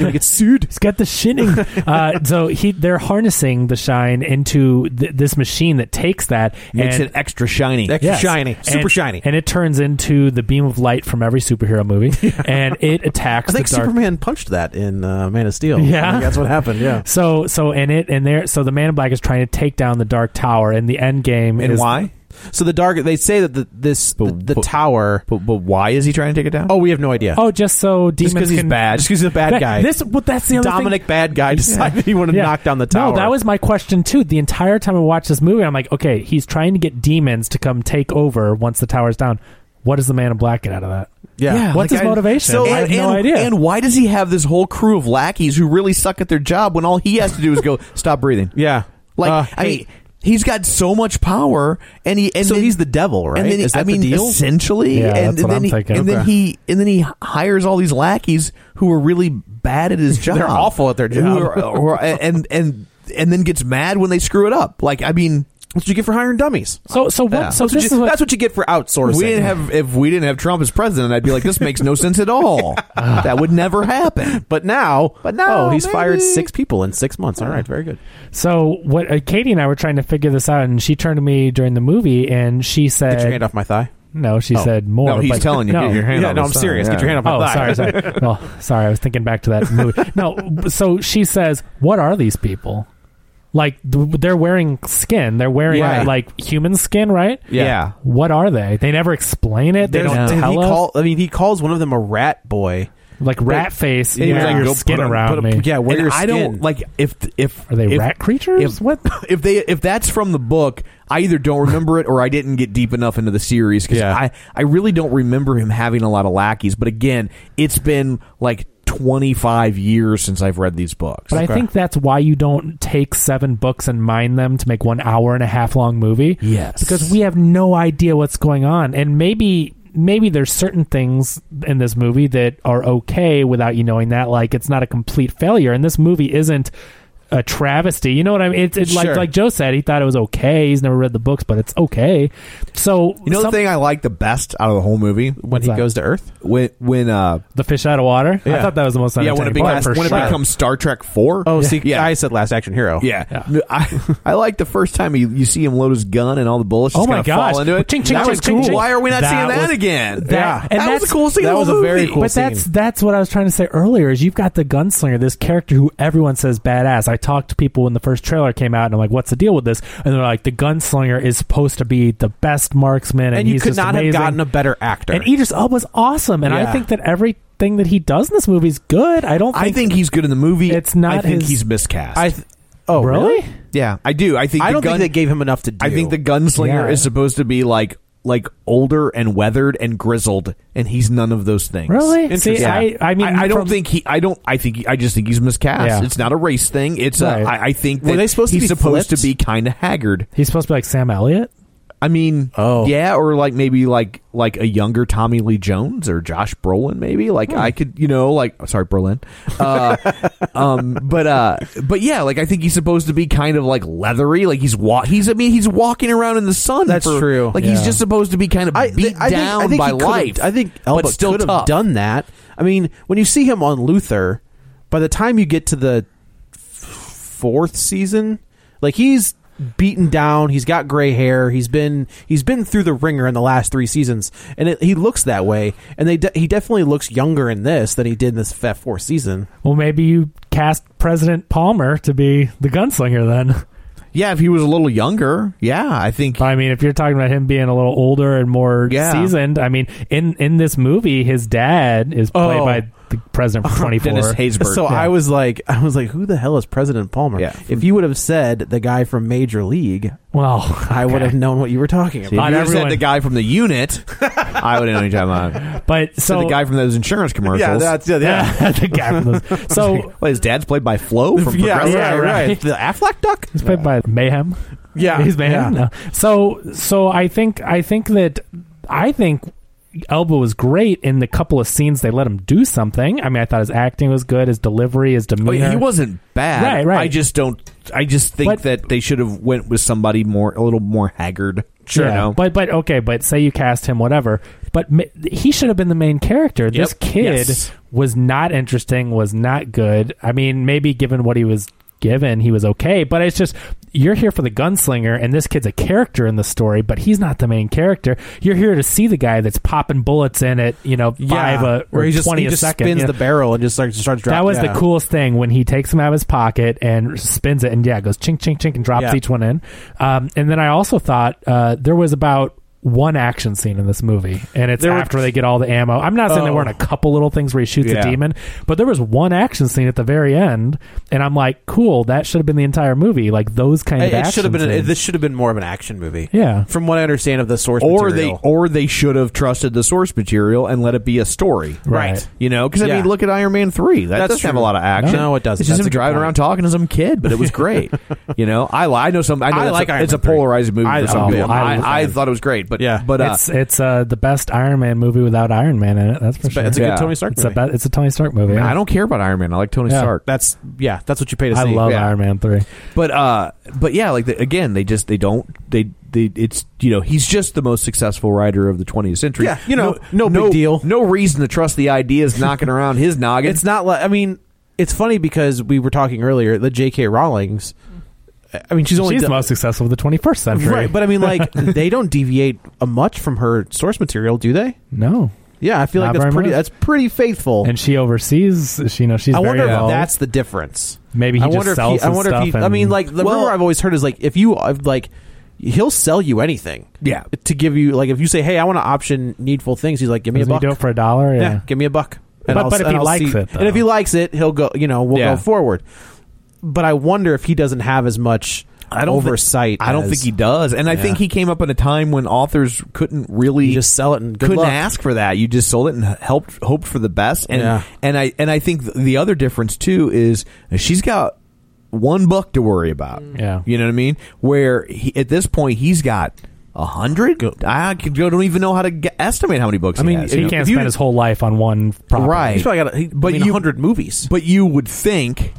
Speaker 3: we get sued.
Speaker 4: He's got the shinning. uh, so he they're harnessing the shine into th- this machine that takes that
Speaker 2: Makes
Speaker 4: and
Speaker 2: it extra shiny.
Speaker 3: Extra shiny, super
Speaker 4: and-
Speaker 3: shiny.
Speaker 4: and it turns into the beam of light from every superhero movie, and it attacks.
Speaker 3: I think
Speaker 4: the dark
Speaker 3: Superman punched that in uh, Man of Steel.
Speaker 4: Yeah.
Speaker 3: I think that's what happened. Yeah,
Speaker 4: So so and it and there so the man in black is trying to take down the dark tower and the end game
Speaker 2: and
Speaker 4: is
Speaker 2: why?
Speaker 3: so the dark they say that the this the,
Speaker 2: But-
Speaker 3: the
Speaker 2: but-
Speaker 3: tower.
Speaker 2: But but why is he trying to take it down?
Speaker 3: Oh, we have no idea.
Speaker 4: oh just so
Speaker 2: just
Speaker 4: demons
Speaker 2: because he's
Speaker 4: can-
Speaker 2: bad.
Speaker 3: just because he's a bad
Speaker 4: That-
Speaker 3: guy.
Speaker 4: This well that's the other thing.
Speaker 3: Dominic bad guy decided he wanted to
Speaker 4: Yeah.
Speaker 3: knock down the tower.
Speaker 4: No, that was my question too. The entire time I watched this movie, I'm like, okay, he's trying to get demons to come take over once the tower's down. What does the man in black get out of that?
Speaker 3: yeah.
Speaker 4: What's his motivation?
Speaker 2: So,
Speaker 4: I have
Speaker 2: and,
Speaker 4: no
Speaker 2: and-
Speaker 4: idea.
Speaker 2: And why does he have this whole crew of lackeys who really suck at their job when all he has to do is go stop breathing?
Speaker 3: yeah.
Speaker 2: Like
Speaker 3: Uh,
Speaker 2: I
Speaker 3: hey,
Speaker 2: mean, he's got so much power, and he and
Speaker 3: so
Speaker 2: then-
Speaker 3: he's the devil, right?
Speaker 2: And then he-
Speaker 3: Is that
Speaker 2: I mean,
Speaker 3: the deal?
Speaker 2: essentially,
Speaker 4: Yeah,
Speaker 2: and,
Speaker 4: that's what
Speaker 2: then
Speaker 4: I'm
Speaker 2: he,
Speaker 4: thinking.
Speaker 2: and then
Speaker 4: Okay.
Speaker 2: he and then he hires all these lackeys who are really bad at his job.
Speaker 3: They're awful at their
Speaker 2: Who
Speaker 3: job.
Speaker 2: are- or- and and and then gets mad when they screw it up. Like I mean,
Speaker 3: What you get for hiring dummies?
Speaker 4: so so what?
Speaker 2: Yeah.
Speaker 4: So
Speaker 3: That's what
Speaker 4: this
Speaker 3: you-
Speaker 4: is what.
Speaker 3: that's what you get for outsourcing.
Speaker 2: we didn't have if we didn't have Trump as president, I'd be like, this makes no sense at all. that would never happen.
Speaker 3: But now,
Speaker 2: But now,
Speaker 3: oh, he's
Speaker 2: maybe.
Speaker 3: fired six people in six months. All right, very good.
Speaker 4: so what? Uh, Katie and I were trying to figure this out, and she turned to me during the movie, and she said,
Speaker 3: Get your hand off my thigh.
Speaker 4: "No," she
Speaker 3: Oh.
Speaker 4: said more.
Speaker 2: No, he's
Speaker 4: but-
Speaker 2: telling you,
Speaker 4: no.
Speaker 2: get your hand
Speaker 3: Yeah,
Speaker 2: on
Speaker 3: no,
Speaker 2: the
Speaker 3: I'm
Speaker 2: side.
Speaker 3: serious. Get
Speaker 2: Yeah.
Speaker 3: your hand off my
Speaker 4: Oh,
Speaker 3: thigh.
Speaker 4: sorry, sorry. well, sorry, I was thinking back to that movie. No, so she says, "What are these people? Like, th- they're wearing skin. They're wearing
Speaker 3: Yeah.
Speaker 4: like human skin, right?
Speaker 2: Yeah.
Speaker 4: What are they? They never explain it. They
Speaker 3: There's-
Speaker 4: don't
Speaker 3: he
Speaker 4: tell us.
Speaker 3: call- I mean, he calls one of them a rat boy.
Speaker 4: like rat face.
Speaker 3: he
Speaker 4: Yeah,
Speaker 3: was like,
Speaker 4: your
Speaker 3: "Go
Speaker 4: skin
Speaker 3: put a-
Speaker 4: around
Speaker 3: put a-
Speaker 4: me.
Speaker 3: yeah, where
Speaker 2: and
Speaker 3: your
Speaker 2: I
Speaker 3: skin.
Speaker 2: don't like if if
Speaker 4: Are they
Speaker 2: if-
Speaker 4: rat creatures?
Speaker 2: If,
Speaker 4: What?
Speaker 2: if they if that's from the book, I either don't remember it or I didn't get deep enough into the series because
Speaker 3: Yeah.
Speaker 2: I I really don't remember him having a lot of lackeys. But again, it's been like twenty five years since I've read these books.
Speaker 4: But I think that's why you don't take seven books and mine them to make one hour and a half long movie.
Speaker 2: Yes.
Speaker 4: Because we have no idea what's going on. And maybe maybe there's certain things in this movie that are okay without you knowing that. Like it's not a complete failure. And this movie isn't a travesty. You know what I mean? It's it's
Speaker 3: Sure.
Speaker 4: like like Joe said, he thought it was okay. He's never read the books, but it's okay. So
Speaker 2: you know
Speaker 4: some-
Speaker 2: the thing I like the best out of the whole movie
Speaker 3: When he
Speaker 4: that?
Speaker 3: goes to Earth,
Speaker 2: when when uh
Speaker 4: the fish out of water. I
Speaker 3: Yeah.
Speaker 4: thought that was the most
Speaker 2: yeah when it
Speaker 4: entertaining part
Speaker 2: becomes
Speaker 4: for
Speaker 2: when
Speaker 4: sure.
Speaker 2: it becomes Star Trek four
Speaker 3: oh, see,
Speaker 2: yeah.
Speaker 3: I said last action hero.
Speaker 2: Yeah, I, I like the first time you, you see him load his gun and all the bullets.
Speaker 4: Oh
Speaker 2: just
Speaker 4: my
Speaker 2: kinda
Speaker 4: gosh.
Speaker 2: Fall into it.
Speaker 4: Ching, ching,
Speaker 2: that
Speaker 4: ching,
Speaker 2: was
Speaker 4: ching,
Speaker 2: cool.
Speaker 4: ching.
Speaker 2: Why are we not
Speaker 4: That
Speaker 2: seeing that
Speaker 4: was-
Speaker 2: again?
Speaker 4: that-
Speaker 2: yeah,
Speaker 4: and
Speaker 2: that was
Speaker 4: that's-
Speaker 2: a cool scene.
Speaker 3: that
Speaker 2: in the
Speaker 3: was a
Speaker 2: movie.
Speaker 3: very cool
Speaker 4: but that's that's what I was trying to say earlier. Is you've got the gunslinger, this character who everyone says badass. I I talked to people when the first trailer came out, and I'm like, "What's the deal with this?" And they're like, "The gunslinger is supposed to be the best marksman, and,
Speaker 3: and you
Speaker 4: he's
Speaker 3: could
Speaker 4: just
Speaker 3: not
Speaker 4: amazing.
Speaker 3: have gotten a better actor.
Speaker 4: And Idris Elba's awesome, and I
Speaker 3: Yeah.
Speaker 4: think that everything that he does in this movie is good. I don't. Think
Speaker 2: I think he's good in the movie.
Speaker 4: It's not
Speaker 2: I think
Speaker 4: his-
Speaker 2: he's miscast.
Speaker 3: I th- oh
Speaker 4: Really?
Speaker 2: yeah, I do. I think
Speaker 3: I
Speaker 2: the
Speaker 3: don't
Speaker 2: gun-
Speaker 3: think they gave him enough to do.
Speaker 2: I think the gunslinger
Speaker 4: Yeah.
Speaker 2: is supposed to be like like older and weathered and grizzled, and he's none of those things.
Speaker 4: Really?
Speaker 3: Interesting.
Speaker 4: See, I, I mean,
Speaker 2: I, I don't
Speaker 4: from-
Speaker 2: think he. I don't. I think. He, I just think he's miscast.
Speaker 4: Yeah.
Speaker 2: It's not a race thing. It's. a-
Speaker 4: Right.
Speaker 2: I I think
Speaker 3: Were
Speaker 2: that
Speaker 3: they supposed to
Speaker 2: he's
Speaker 3: be
Speaker 2: supposed
Speaker 3: flipped?
Speaker 2: to be kind of haggard.
Speaker 4: he's supposed to be like Sam Elliott.
Speaker 2: I mean,
Speaker 3: Oh.
Speaker 2: yeah, or like maybe like like a younger Tommy Lee Jones or Josh Brolin, maybe. Like
Speaker 3: Hmm.
Speaker 2: I could, you know, like oh, sorry, Brolin. Uh, um, but uh, but yeah, like I think he's supposed to be kind of like leathery. Like he's wa- he's I mean he's walking around in the sun.
Speaker 3: That's
Speaker 2: for-
Speaker 3: true.
Speaker 2: Like he's
Speaker 4: Yeah.
Speaker 2: just supposed to be kind of
Speaker 3: I,
Speaker 2: beat
Speaker 3: I think,
Speaker 2: down
Speaker 3: I think
Speaker 2: by
Speaker 3: he could've-
Speaker 2: life.
Speaker 3: I think Elba
Speaker 2: but still
Speaker 3: could have
Speaker 2: tough.
Speaker 3: done that. I mean, when you see him on Luther, by the time you get to the f- fourth season, like he's beaten down. He's got gray hair. He's been he's been through the ringer in the last three seasons, and it, he looks that way. And they de- he definitely looks younger in this than he did in this fa- fourth season.
Speaker 4: Well, maybe you cast President Palmer to be the gunslinger then.
Speaker 2: Yeah, if he was a little younger, yeah, I think.
Speaker 4: But I mean, if you're talking about him being a little older and more
Speaker 2: Yeah.
Speaker 4: seasoned, I mean, in in this movie, his dad is played
Speaker 3: Oh.
Speaker 4: by the president from 24.
Speaker 2: Uh-huh. Dennis Haysbert.
Speaker 3: So I was like, I was like, who the hell is President Palmer?
Speaker 2: Yeah.
Speaker 3: If you would have said the guy from Major League,
Speaker 4: well,
Speaker 3: I would have known what you were talking
Speaker 2: If you
Speaker 3: about.
Speaker 4: Not
Speaker 2: just said
Speaker 4: everyone-
Speaker 2: the guy from the unit, I wouldn't know what you're talking about.
Speaker 4: But so,
Speaker 2: So the guy from those insurance commercials.
Speaker 3: yeah,
Speaker 4: yeah, the guy from those. So
Speaker 2: Well, his dad's played by Flo from
Speaker 3: yeah,
Speaker 2: Progressive.
Speaker 4: Yeah,
Speaker 3: right,
Speaker 4: right.
Speaker 3: right, The Affleck duck.
Speaker 4: he's played by Mayhem.
Speaker 2: Ah,
Speaker 3: Yeah,
Speaker 4: he's Mayhem.
Speaker 3: yeah.
Speaker 4: No. So so I think I think that I think Elba was great in the couple of scenes they let him do something. I mean, I thought his acting was good, his delivery, his
Speaker 2: Oh,
Speaker 4: demeanor.
Speaker 2: yeah, he wasn't bad.
Speaker 4: Right, right.
Speaker 2: I just don't. I just think
Speaker 4: But-
Speaker 2: that they should have went with somebody more, a little more haggard.
Speaker 4: Yeah,
Speaker 2: you know?
Speaker 4: But but okay, but say you cast him, whatever. But ma- he should have been the main character. This
Speaker 2: Yep.
Speaker 4: kid
Speaker 2: Yes.
Speaker 4: was not interesting. Was not good. I mean, maybe given what he was given, he was okay. But it's just you're here for the gunslinger, and this kid's a character in the story, but he's not the main character. You're here to see the guy that's popping bullets in it. You know, five uh, or
Speaker 3: where he just,
Speaker 4: twenty
Speaker 3: he
Speaker 4: a
Speaker 3: just
Speaker 4: second.
Speaker 3: spins
Speaker 4: you know?
Speaker 3: the barrel and just starts starts dropping.
Speaker 4: that was
Speaker 3: yeah.
Speaker 4: the coolest thing when he takes them out of his pocket and spins it and yeah goes chink chink chink and drops
Speaker 3: Yeah.
Speaker 4: each one in um, and then i also thought uh, there was about one action scene in this movie and it's
Speaker 3: There were-
Speaker 4: after they get all the ammo i'm not saying there
Speaker 3: Oh.
Speaker 4: weren't a couple little things where he shoots
Speaker 2: Yeah.
Speaker 4: a demon but there was one action scene at the very end and i'm like cool that should have been the entire movie like those kind
Speaker 3: It,
Speaker 4: of action
Speaker 3: should have been. an-
Speaker 4: scenes.
Speaker 3: this should have been more of an action movie.
Speaker 4: Yeah.
Speaker 3: from what I understand of the source
Speaker 2: or
Speaker 3: material.
Speaker 2: they, or they should have trusted the source material and let it be a story.
Speaker 4: Right.
Speaker 2: You know, because I
Speaker 3: Yeah.
Speaker 2: mean, look at Iron Man three. That
Speaker 3: That's
Speaker 2: doesn't have a
Speaker 3: true.
Speaker 2: lot of action.
Speaker 3: No, it doesn't.
Speaker 2: It's just him
Speaker 3: That's a good
Speaker 2: driving
Speaker 3: point.
Speaker 2: around talking to some kid, but it was great. you know, I li- I know some. I, know
Speaker 3: I
Speaker 2: that's
Speaker 3: like
Speaker 2: a,
Speaker 3: Iron
Speaker 2: It's
Speaker 3: Man
Speaker 2: a polarizing movie
Speaker 3: I-
Speaker 2: for some
Speaker 3: oh,
Speaker 2: people.
Speaker 4: I
Speaker 2: I,
Speaker 4: love
Speaker 2: I,
Speaker 4: Iron
Speaker 2: thought it was great, but
Speaker 3: Yeah.
Speaker 2: but uh,
Speaker 4: it's it's uh, the best Iron Man movie without Iron Man in it. That's for
Speaker 3: It's,
Speaker 4: sure.
Speaker 3: it's a
Speaker 2: Yeah.
Speaker 3: good Tony Stark
Speaker 4: It's a
Speaker 3: movie.
Speaker 4: be- it's a Tony Stark movie.
Speaker 2: I don't care about Iron Man. I like Tony
Speaker 4: Yeah.
Speaker 2: Stark.
Speaker 3: that's yeah. That's what you pay to see.
Speaker 4: I love
Speaker 2: yeah.
Speaker 4: Iron Man three.
Speaker 2: But uh, but yeah, like the, again, they just they don't they they it's you know he's just the most successful writer of the 20th century.
Speaker 3: Yeah, you know, no big deal.
Speaker 2: No reason to trust the ideas knocking around his noggin.
Speaker 3: It's not like I mean, it's funny because we were talking earlier that J.K. Rowling's. I mean, she's only
Speaker 4: She's the
Speaker 3: done-
Speaker 4: most successful of the 21st century.
Speaker 3: right, but I mean, like they don't deviate uh, much from her source material, do they?
Speaker 4: no.
Speaker 3: Yeah, I feel
Speaker 4: Not
Speaker 3: like
Speaker 4: very
Speaker 3: that's pretty.
Speaker 4: much.
Speaker 3: That's pretty faithful.
Speaker 4: And she oversees. She you know she's.
Speaker 3: I wonder
Speaker 4: very
Speaker 3: if
Speaker 4: involved.
Speaker 3: that's the difference.
Speaker 4: Maybe he
Speaker 3: I
Speaker 4: just
Speaker 3: wonder
Speaker 4: sells
Speaker 3: if he, I
Speaker 4: his
Speaker 3: wonder
Speaker 4: stuff
Speaker 3: if he, I
Speaker 4: and-
Speaker 3: mean, like the
Speaker 2: Well-
Speaker 3: rumor I've always heard is like if you I've, like, he'll sell you anything.
Speaker 2: Yeah.
Speaker 3: to give you like if you say, hey, I want to option needful things, he's like, give me a
Speaker 4: Doesn't he
Speaker 3: buck.
Speaker 4: do it for a dollar? Yeah.
Speaker 3: yeah. give me a buck.
Speaker 4: But- but if
Speaker 3: and
Speaker 4: he likes
Speaker 3: see-
Speaker 4: it, though.
Speaker 3: and if he likes it, he'll go. You know, we'll
Speaker 2: Yeah.
Speaker 3: go forward. But I wonder if he doesn't have as much oversight.
Speaker 2: Think, I don't
Speaker 3: as-
Speaker 2: think he does, and I
Speaker 3: Yeah.
Speaker 2: think he came up in a time when authors couldn't really
Speaker 3: You just sell it and good
Speaker 2: couldn't
Speaker 3: luck.
Speaker 2: ask for that. You just sold it and helped hoped for the best. And
Speaker 3: Yeah.
Speaker 2: and I and I think th- the other difference too is she's got one buck to worry about.
Speaker 4: Mm. Yeah.
Speaker 2: you know what I mean. Where he, at this point he's got a hundred. I could- I don't even know how to g estimate how many books. I
Speaker 3: mean,
Speaker 2: has,
Speaker 4: He
Speaker 2: you know?
Speaker 4: can't
Speaker 2: If you-
Speaker 4: spend his whole life on one property.
Speaker 2: Right.
Speaker 3: He's probably got. A, he,
Speaker 2: But
Speaker 3: but I
Speaker 2: you-
Speaker 3: mean, hundred movies.
Speaker 2: But you would think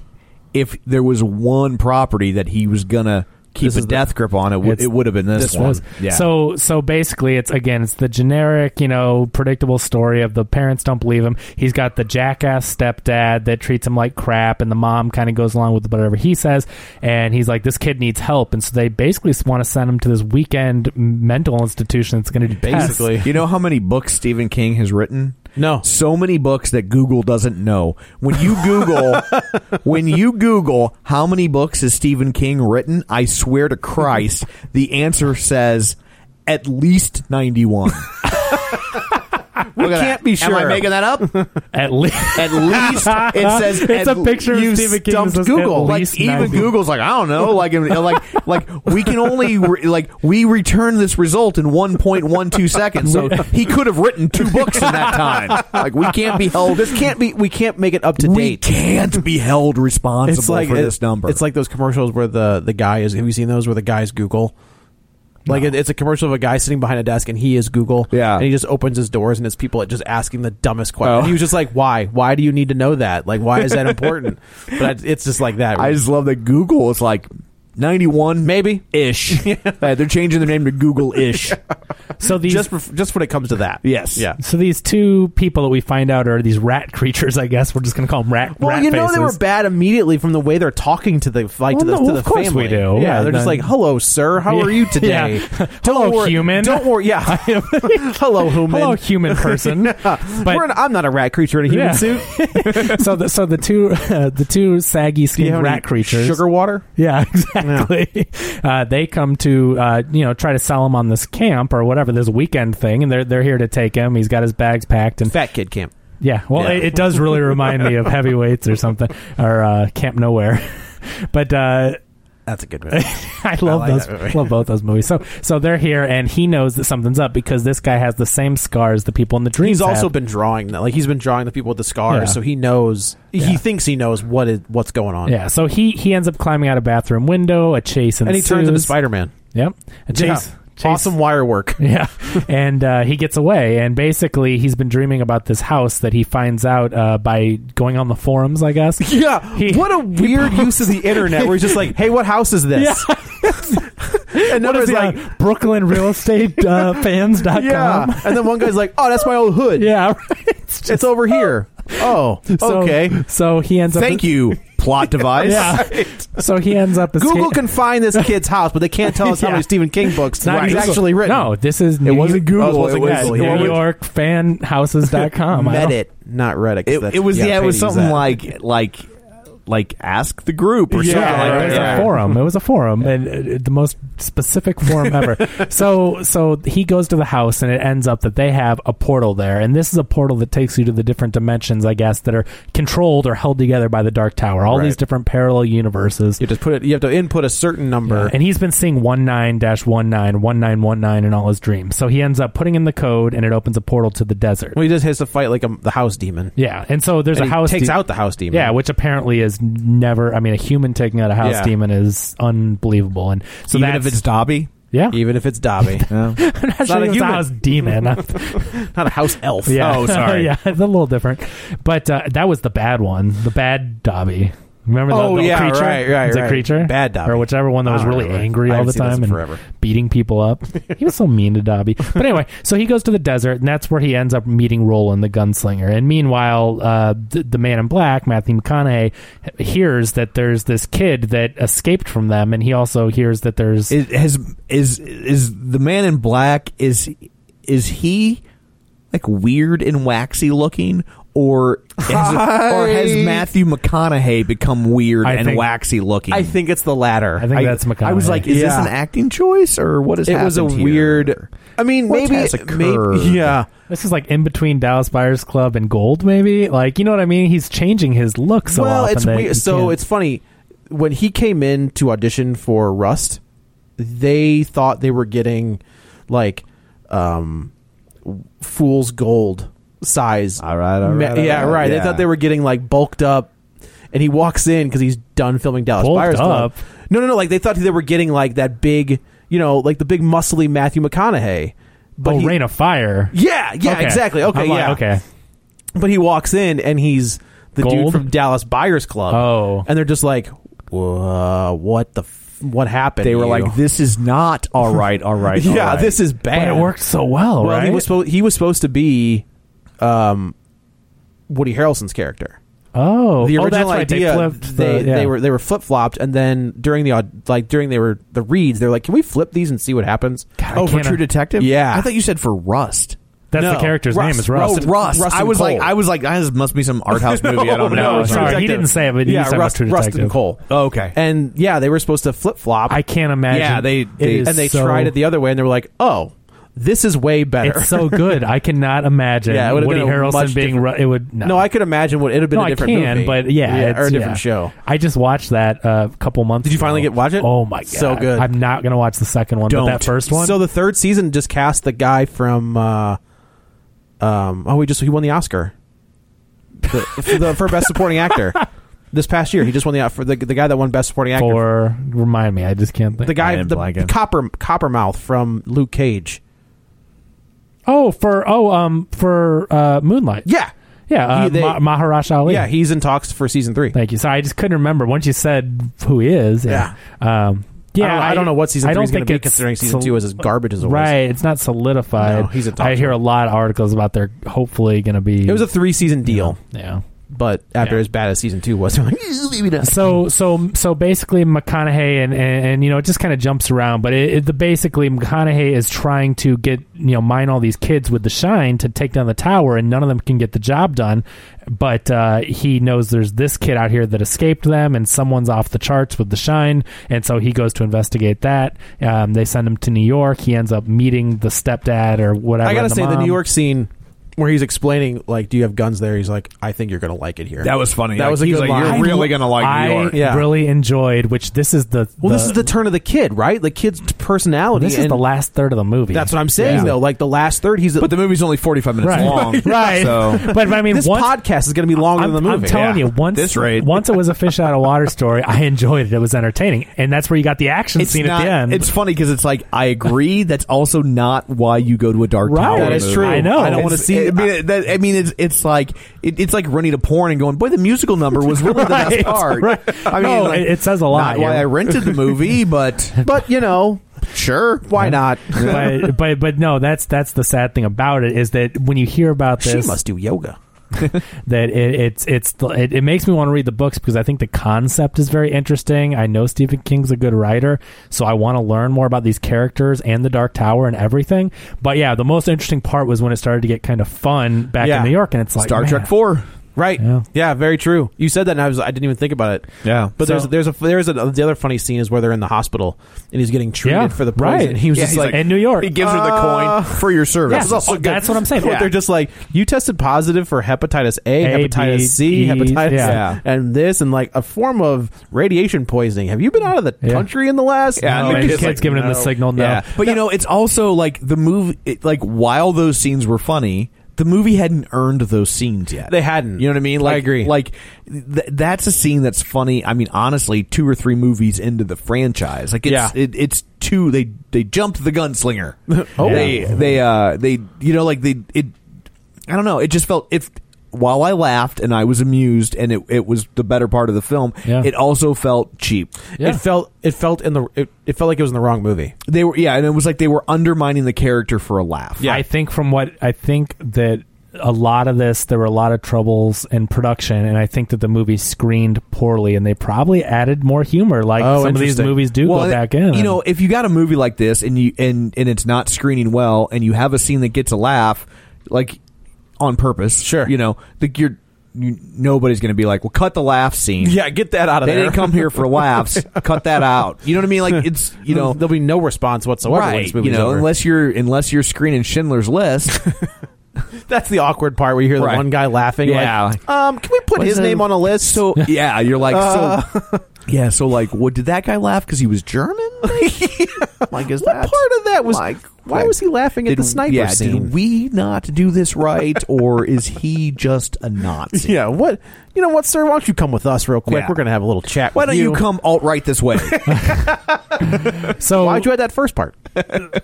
Speaker 2: if there was one property that he was gonna keep
Speaker 3: This
Speaker 2: a
Speaker 3: is the-
Speaker 2: death grip on, it would
Speaker 4: It's-
Speaker 2: it would have been this,
Speaker 4: This
Speaker 2: one.
Speaker 4: was
Speaker 2: Yeah.
Speaker 4: so so basically it's again it's the generic you know predictable story of the parents don't believe him he's got the jackass stepdad that treats him like crap and the mom kind of goes along with whatever he says and he's like this kid needs help and so they basically want to send him to this weekend mental institution that's going to do tests.
Speaker 3: Basically.
Speaker 2: You know how many books Stephen King has written?
Speaker 3: No.
Speaker 2: So many books that Google doesn't know. When you Google, when you Google how many books has Stephen King written, I swear to Christ, the answer says at least 91.
Speaker 3: We
Speaker 2: Look at
Speaker 3: can't
Speaker 2: that.
Speaker 3: be sure.
Speaker 2: Am I making that up?
Speaker 4: At least.
Speaker 2: At least it says.
Speaker 4: It's
Speaker 2: at
Speaker 4: a picture of
Speaker 2: you
Speaker 4: Stephen King
Speaker 2: stumped
Speaker 4: that says,
Speaker 2: Google.
Speaker 4: "At
Speaker 2: Like
Speaker 4: least
Speaker 2: even
Speaker 4: 90."
Speaker 2: Google's like I don't know. Like you know, like like we can only re- like we return this result in one point one two seconds. So he could have written two books in that time. Like we can't be held.
Speaker 3: This can't be. We can't make it up to
Speaker 2: we
Speaker 3: date.
Speaker 2: can't be held responsible
Speaker 3: it's like
Speaker 2: for
Speaker 3: it-
Speaker 2: this number.
Speaker 3: It's like those commercials where the the guy is. Have you seen those where the guys Google? Like it, it's a commercial of a guy sitting behind a desk and he is Google.
Speaker 2: Yeah.
Speaker 3: and he just opens his doors and it's people just asking the dumbest question.
Speaker 2: Oh.
Speaker 3: And he was just like, "Why? Why do you need to know that? Like, why is that important?" but it's just like that.
Speaker 2: I just love that Google is like ninety one
Speaker 3: Maybe.
Speaker 2: ish. Uh, they're changing their name to Google ish.
Speaker 4: So these
Speaker 3: just for, just when it comes to that.
Speaker 2: Yes.
Speaker 3: Yeah.
Speaker 4: So these two people that we find out are these rat creatures. I guess we're just going to call them rat.
Speaker 3: Well,
Speaker 4: rat
Speaker 3: you know
Speaker 4: faces.
Speaker 3: they were bad immediately from the way they're talking to the like to the,
Speaker 4: Well, no,
Speaker 3: to the
Speaker 4: of course
Speaker 3: family.
Speaker 4: we do.
Speaker 3: Yeah,
Speaker 4: Yeah,
Speaker 3: they're just
Speaker 4: then-
Speaker 3: like, "Hello, sir. How are you
Speaker 4: Yeah.
Speaker 3: today?
Speaker 4: Yeah.
Speaker 3: Don't
Speaker 4: Hello,
Speaker 3: worry-
Speaker 4: human."
Speaker 3: Don't worry. Yeah, hello, human.
Speaker 4: Hello, human person. But-
Speaker 3: We're an- I'm not a rat creature in a human
Speaker 4: Yeah.
Speaker 3: suit.
Speaker 4: so the so the two uh, the two saggy
Speaker 3: You
Speaker 4: skinned
Speaker 3: have any
Speaker 4: rat creatures.
Speaker 3: Sugar water.
Speaker 4: Yeah, exactly. Uh, they come to uh, you know try to sell him on this camp or whatever this weekend thing, and they're they're here to take him. He's got his bags packed, and
Speaker 3: Fat kid camp.
Speaker 4: yeah, well,
Speaker 3: Yeah.
Speaker 4: It, it does really remind me of heavyweights or something or uh, Camp Nowhere. But uh,
Speaker 3: That's a good movie.
Speaker 4: I love
Speaker 3: like that
Speaker 4: those.
Speaker 3: movie.
Speaker 4: Love both those movies. So so they're here, and he knows that something's up because this guy has the same scars the people in the dreams.
Speaker 3: he's also
Speaker 4: have.
Speaker 3: been drawing that. Like he's been drawing the people with the scars,
Speaker 4: Yeah.
Speaker 3: so he knows. He
Speaker 4: Yeah.
Speaker 3: thinks he knows what is what's going on.
Speaker 4: yeah. So he he ends up climbing out a bathroom window. A chase
Speaker 3: and he turns into
Speaker 4: ensues.
Speaker 3: Spider Man.
Speaker 4: Yep. A chase. chase-
Speaker 3: Awesome wire work.
Speaker 4: Yeah, and uh, he gets away, and basically he's been dreaming about this house that he finds out uh, by going on the forums, I guess.
Speaker 3: Yeah.
Speaker 4: He-
Speaker 3: what a weird use of the internet where he's just like, hey, what house is this? and
Speaker 4: What is
Speaker 3: another's
Speaker 4: it,
Speaker 3: like,
Speaker 4: uh, Brooklyn Real Estate uh, Fans dot com?
Speaker 3: yeah. and then one guy's like, oh, that's my old hood.
Speaker 4: Yeah, right. It's just-
Speaker 3: It's over here. Oh,
Speaker 4: so-
Speaker 3: okay.
Speaker 4: So he ends up.
Speaker 2: Thank you, plot device.
Speaker 4: Yeah. So he ends up.
Speaker 3: Google
Speaker 4: esca-
Speaker 3: can find this kid's house, but they can't tell us how
Speaker 4: Yeah.
Speaker 3: many Stephen King books
Speaker 4: It's not
Speaker 3: he's
Speaker 4: Google.
Speaker 3: actually written.
Speaker 4: No, this is New
Speaker 2: wasn't Google,
Speaker 4: Oh,
Speaker 2: it was-
Speaker 4: yeah,
Speaker 2: it was-
Speaker 4: New York fanhouses.com.
Speaker 3: Medit, not Reddit. 'cause
Speaker 2: It,
Speaker 3: that's-
Speaker 2: it was yeah, it was
Speaker 3: I hate to use
Speaker 2: something like
Speaker 3: that.
Speaker 2: like like ask the group or something
Speaker 4: yeah,
Speaker 2: like
Speaker 4: it was
Speaker 2: that.
Speaker 4: a forum. It was a forum, and uh, the most specific forum ever. so, so he goes to the house, and it ends up that they have a portal there, and this is a portal that takes you to the different dimensions, I guess, that are controlled or held together by the Dark Tower. All these
Speaker 3: Right.
Speaker 4: different parallel universes.
Speaker 3: You have to put it. You have to input a certain number.
Speaker 4: And he's been seeing 19 19 1919 in all his dreams. So he ends up putting in the code and it opens a portal to the desert.
Speaker 3: well, he just has to fight like a, the house demon.
Speaker 4: Yeah. And so there's a
Speaker 3: And he
Speaker 4: house
Speaker 3: takes
Speaker 4: de-
Speaker 3: out the house demon.
Speaker 4: Yeah, which apparently is never. I mean, a human taking out a house
Speaker 3: Yeah.
Speaker 4: demon is unbelievable, and so
Speaker 2: Even
Speaker 4: that's,
Speaker 2: if it's Dobby,
Speaker 4: yeah,
Speaker 3: even if it's Dobby,
Speaker 4: I'm not
Speaker 3: not
Speaker 4: sure
Speaker 3: a
Speaker 4: if it's a
Speaker 3: human.
Speaker 4: house demon. I'm-
Speaker 3: not a house elf.
Speaker 4: yeah.
Speaker 3: Oh, sorry.
Speaker 4: yeah, it's a little different, but uh, that was the bad one, the bad Dobby. Remember the,
Speaker 3: Oh,
Speaker 4: the
Speaker 3: yeah,
Speaker 4: creature?
Speaker 3: right, right,
Speaker 4: It's a
Speaker 3: right.
Speaker 4: creature,
Speaker 3: Bad Dobby.
Speaker 4: or whichever one that
Speaker 3: I
Speaker 4: was
Speaker 3: don't
Speaker 4: really
Speaker 3: remember.
Speaker 4: angry
Speaker 3: I
Speaker 4: all
Speaker 3: haven't
Speaker 4: the
Speaker 3: seen this
Speaker 4: time
Speaker 3: in
Speaker 4: and
Speaker 3: forever.
Speaker 4: beating people up. he was so mean to Dobby. But anyway, so he goes to the desert, and that's where he ends up meeting Roland, the gunslinger. And meanwhile, uh, the, the Man in Black, Matthew McConaughey, h- hears that there's this kid that escaped from them, and he also hears that there's
Speaker 2: is has is is the man in black is is he like weird and waxy looking or has, or has
Speaker 3: I-
Speaker 2: Matthew McConaughey become weird
Speaker 4: I
Speaker 2: and
Speaker 4: think-
Speaker 2: waxy looking?
Speaker 3: I think it's the latter.
Speaker 4: I think that's McConaughey.
Speaker 2: I was like, is this
Speaker 3: Yeah.
Speaker 2: an acting choice or what is?
Speaker 3: it was a
Speaker 2: happened here?
Speaker 3: weird. I mean,
Speaker 2: What
Speaker 3: maybe
Speaker 2: has occurred?
Speaker 3: maybe yeah.
Speaker 4: This is like in between Dallas Buyers Club and Gold, maybe. Like, you know what I mean? He's changing his look so
Speaker 3: well,
Speaker 4: often.
Speaker 3: it's
Speaker 4: that you
Speaker 3: weird. So
Speaker 4: can't-
Speaker 3: it's funny when he came in to audition for Rust, they thought they were getting like um, fool's gold size.
Speaker 2: All right, all
Speaker 3: Ma-
Speaker 2: right, all
Speaker 3: yeah,
Speaker 2: right,
Speaker 3: right. They
Speaker 2: yeah.
Speaker 3: thought they were getting like bulked up, and he walks in because he's done filming Dallas
Speaker 4: Bulked
Speaker 3: Buyers Club.
Speaker 4: up?
Speaker 3: No, no, no. Like they thought they were getting like that big, you know, like the big muscly Matthew McConaughey. But
Speaker 4: oh,
Speaker 3: he-
Speaker 4: Rain of Fire.
Speaker 3: Yeah, yeah,
Speaker 4: Okay.
Speaker 3: exactly. Okay,
Speaker 4: I'm like,
Speaker 3: yeah,
Speaker 4: Okay.
Speaker 3: But he walks in and he's the dude
Speaker 4: Gold?
Speaker 3: from Dallas Buyers Club.
Speaker 4: Oh.
Speaker 3: and they're just like, "Whoa, what the, f- what happened?"
Speaker 2: They
Speaker 3: to
Speaker 2: were
Speaker 3: you?"
Speaker 2: like, this is not all right, all right. all
Speaker 3: "Yeah,
Speaker 2: right.
Speaker 3: this is
Speaker 4: But
Speaker 3: bad."
Speaker 4: it worked so well,
Speaker 3: Well,
Speaker 4: right?
Speaker 3: he was supposed he was supposed to be, um, Woody Harrelson's character.
Speaker 4: oh,
Speaker 3: The
Speaker 4: oh, that's
Speaker 3: original
Speaker 4: right.
Speaker 3: idea
Speaker 4: They, flipped
Speaker 3: they,
Speaker 4: the, yeah.
Speaker 3: they were they were flip flopped, and then during the aud- like during they were the reads, they're like, "Can we flip these and see what happens?"
Speaker 4: God, I
Speaker 2: oh for
Speaker 4: can't-
Speaker 2: True Detective.
Speaker 3: Yeah.
Speaker 2: I thought you said for Rust.
Speaker 4: That's the character's
Speaker 2: Rust.
Speaker 4: name. Is Rust.
Speaker 2: Oh, Rust.
Speaker 3: Rust
Speaker 2: I
Speaker 3: and
Speaker 2: was like,
Speaker 3: Coal.
Speaker 2: I was like, this must be some art house movie. I don't know.
Speaker 4: no,
Speaker 2: It's
Speaker 4: sorry,
Speaker 2: like-
Speaker 4: he didn't say it, but he
Speaker 3: yeah,
Speaker 4: said it was
Speaker 3: Rust,
Speaker 4: True
Speaker 3: Rust and
Speaker 4: Detective.
Speaker 3: Cole.
Speaker 2: Oh, okay.
Speaker 3: And yeah, they were supposed to flip flop.
Speaker 4: I can't imagine.
Speaker 2: Yeah, they-
Speaker 4: it
Speaker 2: they-
Speaker 4: is
Speaker 3: and they
Speaker 4: so-
Speaker 3: tried it the other way, and they were like, "Oh, this is way better."
Speaker 4: It's so good. I cannot imagine
Speaker 3: Yeah, it would've
Speaker 4: Woody
Speaker 3: been a
Speaker 4: Harrelson
Speaker 3: much
Speaker 4: being. Ru- it would no.
Speaker 3: no, I could imagine what it would have been
Speaker 4: no,
Speaker 3: a
Speaker 4: I
Speaker 3: different
Speaker 4: can,
Speaker 3: movie,
Speaker 4: but yeah, it's-
Speaker 3: or a different
Speaker 4: yeah.
Speaker 3: show.
Speaker 4: I just watched that uh, a couple months.
Speaker 3: Did you finally
Speaker 4: ago.
Speaker 3: get- watch it?
Speaker 4: Oh my god,
Speaker 3: So good.
Speaker 4: I'm not gonna watch the second one, but that first one.
Speaker 3: So the third season just cast the guy from. Uh, um. Oh, he just he won the Oscar. The, for, the, for best supporting actor this past year, he just won the uh, for the, the guy that won best supporting actor.
Speaker 4: for remind me, I just can't think.
Speaker 3: the guy,
Speaker 2: am
Speaker 3: the
Speaker 2: blanking.
Speaker 3: copper Coppermouth from Luke Cage.
Speaker 4: oh, for oh, um, for uh, Moonlight.
Speaker 3: Yeah,
Speaker 4: yeah, uh,
Speaker 3: He- they-
Speaker 4: Ma- Maharaj Ali.
Speaker 3: yeah, he's in talks for season three.
Speaker 4: Thank you. So I just couldn't remember once you said who he is. Yeah. Um, yeah,
Speaker 3: I don't, I don't know what season
Speaker 4: I
Speaker 3: three
Speaker 4: don't
Speaker 3: is going
Speaker 4: think
Speaker 3: to be
Speaker 4: it's
Speaker 3: considering season
Speaker 4: sol-
Speaker 3: two is as garbage as it was.
Speaker 4: Right, it's not solidified.
Speaker 3: No, he's a top
Speaker 4: I hear a lot of articles about they're hopefully going to be.
Speaker 3: It was a three season deal,
Speaker 4: yeah.
Speaker 3: but after
Speaker 4: Yeah.
Speaker 3: as bad as season two was, they're like, "Eh, maybe not.
Speaker 4: So so so basically, McConaughey and and, and you know it just kind of jumps around, but it, it the basically McConaughey is trying to get you know mine all these kids with the shine to take down the tower, and none of them can get the job done. But uh, he knows there's this kid out here that escaped them, and someone's off the charts with the shine, and so he goes to investigate that. Um, they send him to New York. He ends up meeting the stepdad or whatever.
Speaker 3: I gotta
Speaker 4: and the
Speaker 3: say the
Speaker 4: mom.
Speaker 3: New York scene where he's explaining like, "Do you have guns there?" He's like, "I think you're gonna like it here."
Speaker 2: That was funny.
Speaker 3: That
Speaker 2: Like,
Speaker 3: was a
Speaker 2: he's
Speaker 3: good
Speaker 2: like,
Speaker 3: line.
Speaker 2: You're
Speaker 4: I
Speaker 2: really
Speaker 4: lo-
Speaker 2: gonna like
Speaker 4: I
Speaker 2: New York.
Speaker 3: Yeah.
Speaker 4: really enjoyed, which this is the
Speaker 3: well, this is the turn of the kid, right? The kid's personality.
Speaker 4: This is
Speaker 3: and
Speaker 4: the last third of the movie.
Speaker 3: That's what I'm saying,
Speaker 2: Yeah.
Speaker 3: though. Like the last third, he's
Speaker 2: But the movie's only 45 minutes
Speaker 4: right.
Speaker 2: long.
Speaker 4: right.
Speaker 2: So
Speaker 4: But, but I mean,
Speaker 3: this
Speaker 4: once,
Speaker 3: podcast is gonna be longer
Speaker 4: I'm,
Speaker 3: than the
Speaker 4: I'm
Speaker 3: movie.
Speaker 4: telling
Speaker 2: Yeah.
Speaker 4: you, once
Speaker 2: This rate.
Speaker 4: once it was a fish out of water story, I enjoyed it. It was entertaining, and that's where you got the action
Speaker 2: it's
Speaker 4: scene
Speaker 2: not,
Speaker 4: at the end.
Speaker 2: It's funny because it's like, I agree. That's also not why you go to a dark
Speaker 4: Right.
Speaker 2: tower.
Speaker 4: That is
Speaker 2: movie.
Speaker 4: true. I know.
Speaker 2: I don't want to
Speaker 4: It's-
Speaker 2: see I mean, that, I mean it's, it's like, it, it's like running to porn and going, boy, the musical number was really the
Speaker 4: Right.
Speaker 2: best part.
Speaker 4: Right.
Speaker 2: I mean,
Speaker 4: No,
Speaker 2: like,
Speaker 4: it- it says a lot,
Speaker 2: Not why
Speaker 4: yeah.
Speaker 2: I rented the movie, but
Speaker 3: but you know,
Speaker 2: sure.
Speaker 3: why not?
Speaker 4: but, but but no, that's that's the sad thing about it is that when you hear about
Speaker 3: she
Speaker 4: this,
Speaker 3: must do yoga.
Speaker 4: that it, it's it's the- it, it makes me want to read the books because I think the concept is very interesting. I know Stephen King's a good writer, so I want to learn more about these characters and the Dark Tower and everything. But yeah, the most interesting part was when it started to get kind of fun back
Speaker 3: Yeah.
Speaker 4: in New York, and it's like
Speaker 2: Star
Speaker 4: man,
Speaker 2: Trek 4.
Speaker 3: Right.
Speaker 4: Yeah.
Speaker 3: Yeah. very true. You said that, and I was I didn't even think about it.
Speaker 2: Yeah.
Speaker 3: But
Speaker 4: So-
Speaker 3: there's there's a there's a, the other funny scene is where they're in the hospital and he's getting treated
Speaker 4: Yeah,
Speaker 3: for the poison.
Speaker 4: right.
Speaker 3: He was
Speaker 4: Yeah,
Speaker 3: just
Speaker 4: he's
Speaker 3: like,
Speaker 4: like, In New York.
Speaker 2: He gives her the
Speaker 3: Uh,
Speaker 2: coin for your service.
Speaker 4: yeah, Oh, that's what I'm saying.
Speaker 3: But They're just like you tested positive for hepatitis A,
Speaker 4: A,
Speaker 3: hepatitis
Speaker 4: B,
Speaker 3: C,
Speaker 4: E,
Speaker 3: hepatitis,
Speaker 4: yeah.
Speaker 3: and this, and like a form of radiation poisoning. Have you been out of the
Speaker 4: Yeah.
Speaker 3: country in the last?
Speaker 2: Yeah,
Speaker 4: No,
Speaker 2: and the
Speaker 4: and
Speaker 2: kid's
Speaker 4: kid's
Speaker 2: like,
Speaker 4: giving him the
Speaker 2: no.
Speaker 4: signal. No,
Speaker 2: Yeah. But you know, it's also like the movie. It, like while those scenes were funny, the movie hadn't earned those scenes yet.
Speaker 3: They hadn't.
Speaker 2: You know what I mean?
Speaker 3: I
Speaker 2: Like,
Speaker 3: agree.
Speaker 2: Like th- that's a scene that's funny. I mean, honestly, two or three movies into the franchise, like it's
Speaker 3: Yeah.
Speaker 2: it, it's two. They they jumped the gunslinger.
Speaker 4: Oh.
Speaker 2: they
Speaker 4: Yeah.
Speaker 2: they uh they you know like they it. I don't know. It just felt if. While I laughed and I was amused, and it, it was the better part of the film,
Speaker 4: Yeah.
Speaker 2: it also felt cheap.
Speaker 4: Yeah.
Speaker 3: It felt it felt in the it, it felt like it was in the wrong movie.
Speaker 2: They were yeah, and it was like they were undermining the character for a laugh.
Speaker 4: I think from what I think that a lot of this, there were a lot of troubles in production, and I think that the movie screened poorly, and they probably added more humor, like
Speaker 3: Oh,
Speaker 4: some of these
Speaker 3: interesting.
Speaker 4: movies do
Speaker 2: Well,
Speaker 4: go
Speaker 2: and-
Speaker 4: back in.
Speaker 2: You know, if you got a movie like this and you and and it's not screening well, and you have a scene that gets a laugh, like on purpose,
Speaker 3: Sure.
Speaker 2: You know, like you're you, nobody's going to be like, well, cut the laugh scene.
Speaker 3: Yeah, get that out of
Speaker 2: they
Speaker 3: there.
Speaker 2: didn't come here for laughs. cut that out. You know what I mean? Like it's you know.
Speaker 3: there'll be no response whatsoever. When
Speaker 2: Right,
Speaker 3: this
Speaker 2: you
Speaker 3: movie's
Speaker 2: know,
Speaker 3: over.
Speaker 2: unless you're unless you're screening Schindler's List,
Speaker 3: that's the awkward part where you hear the
Speaker 2: Right.
Speaker 3: one guy laughing.
Speaker 2: Yeah.
Speaker 3: like, um, can we put
Speaker 2: What's
Speaker 3: his
Speaker 2: the-
Speaker 3: name on a list?
Speaker 2: so yeah, you're like,
Speaker 3: uh,
Speaker 2: so yeah, so like, what did that guy laugh because he was German? like, is
Speaker 3: what
Speaker 2: that
Speaker 3: part of that was?
Speaker 2: like,
Speaker 3: why
Speaker 2: like,
Speaker 3: was he laughing at
Speaker 2: did-
Speaker 3: the sniper
Speaker 2: yeah,
Speaker 3: scene?
Speaker 2: Did we not do this right, or is he just a Nazi?
Speaker 3: Yeah, what you know what, sir? Why don't you come with us real quick?
Speaker 2: Yeah.
Speaker 3: We're gonna have a little chat.
Speaker 2: Why
Speaker 3: with
Speaker 2: don't you, come alt right this way?
Speaker 4: so
Speaker 3: Why'd you add that first part?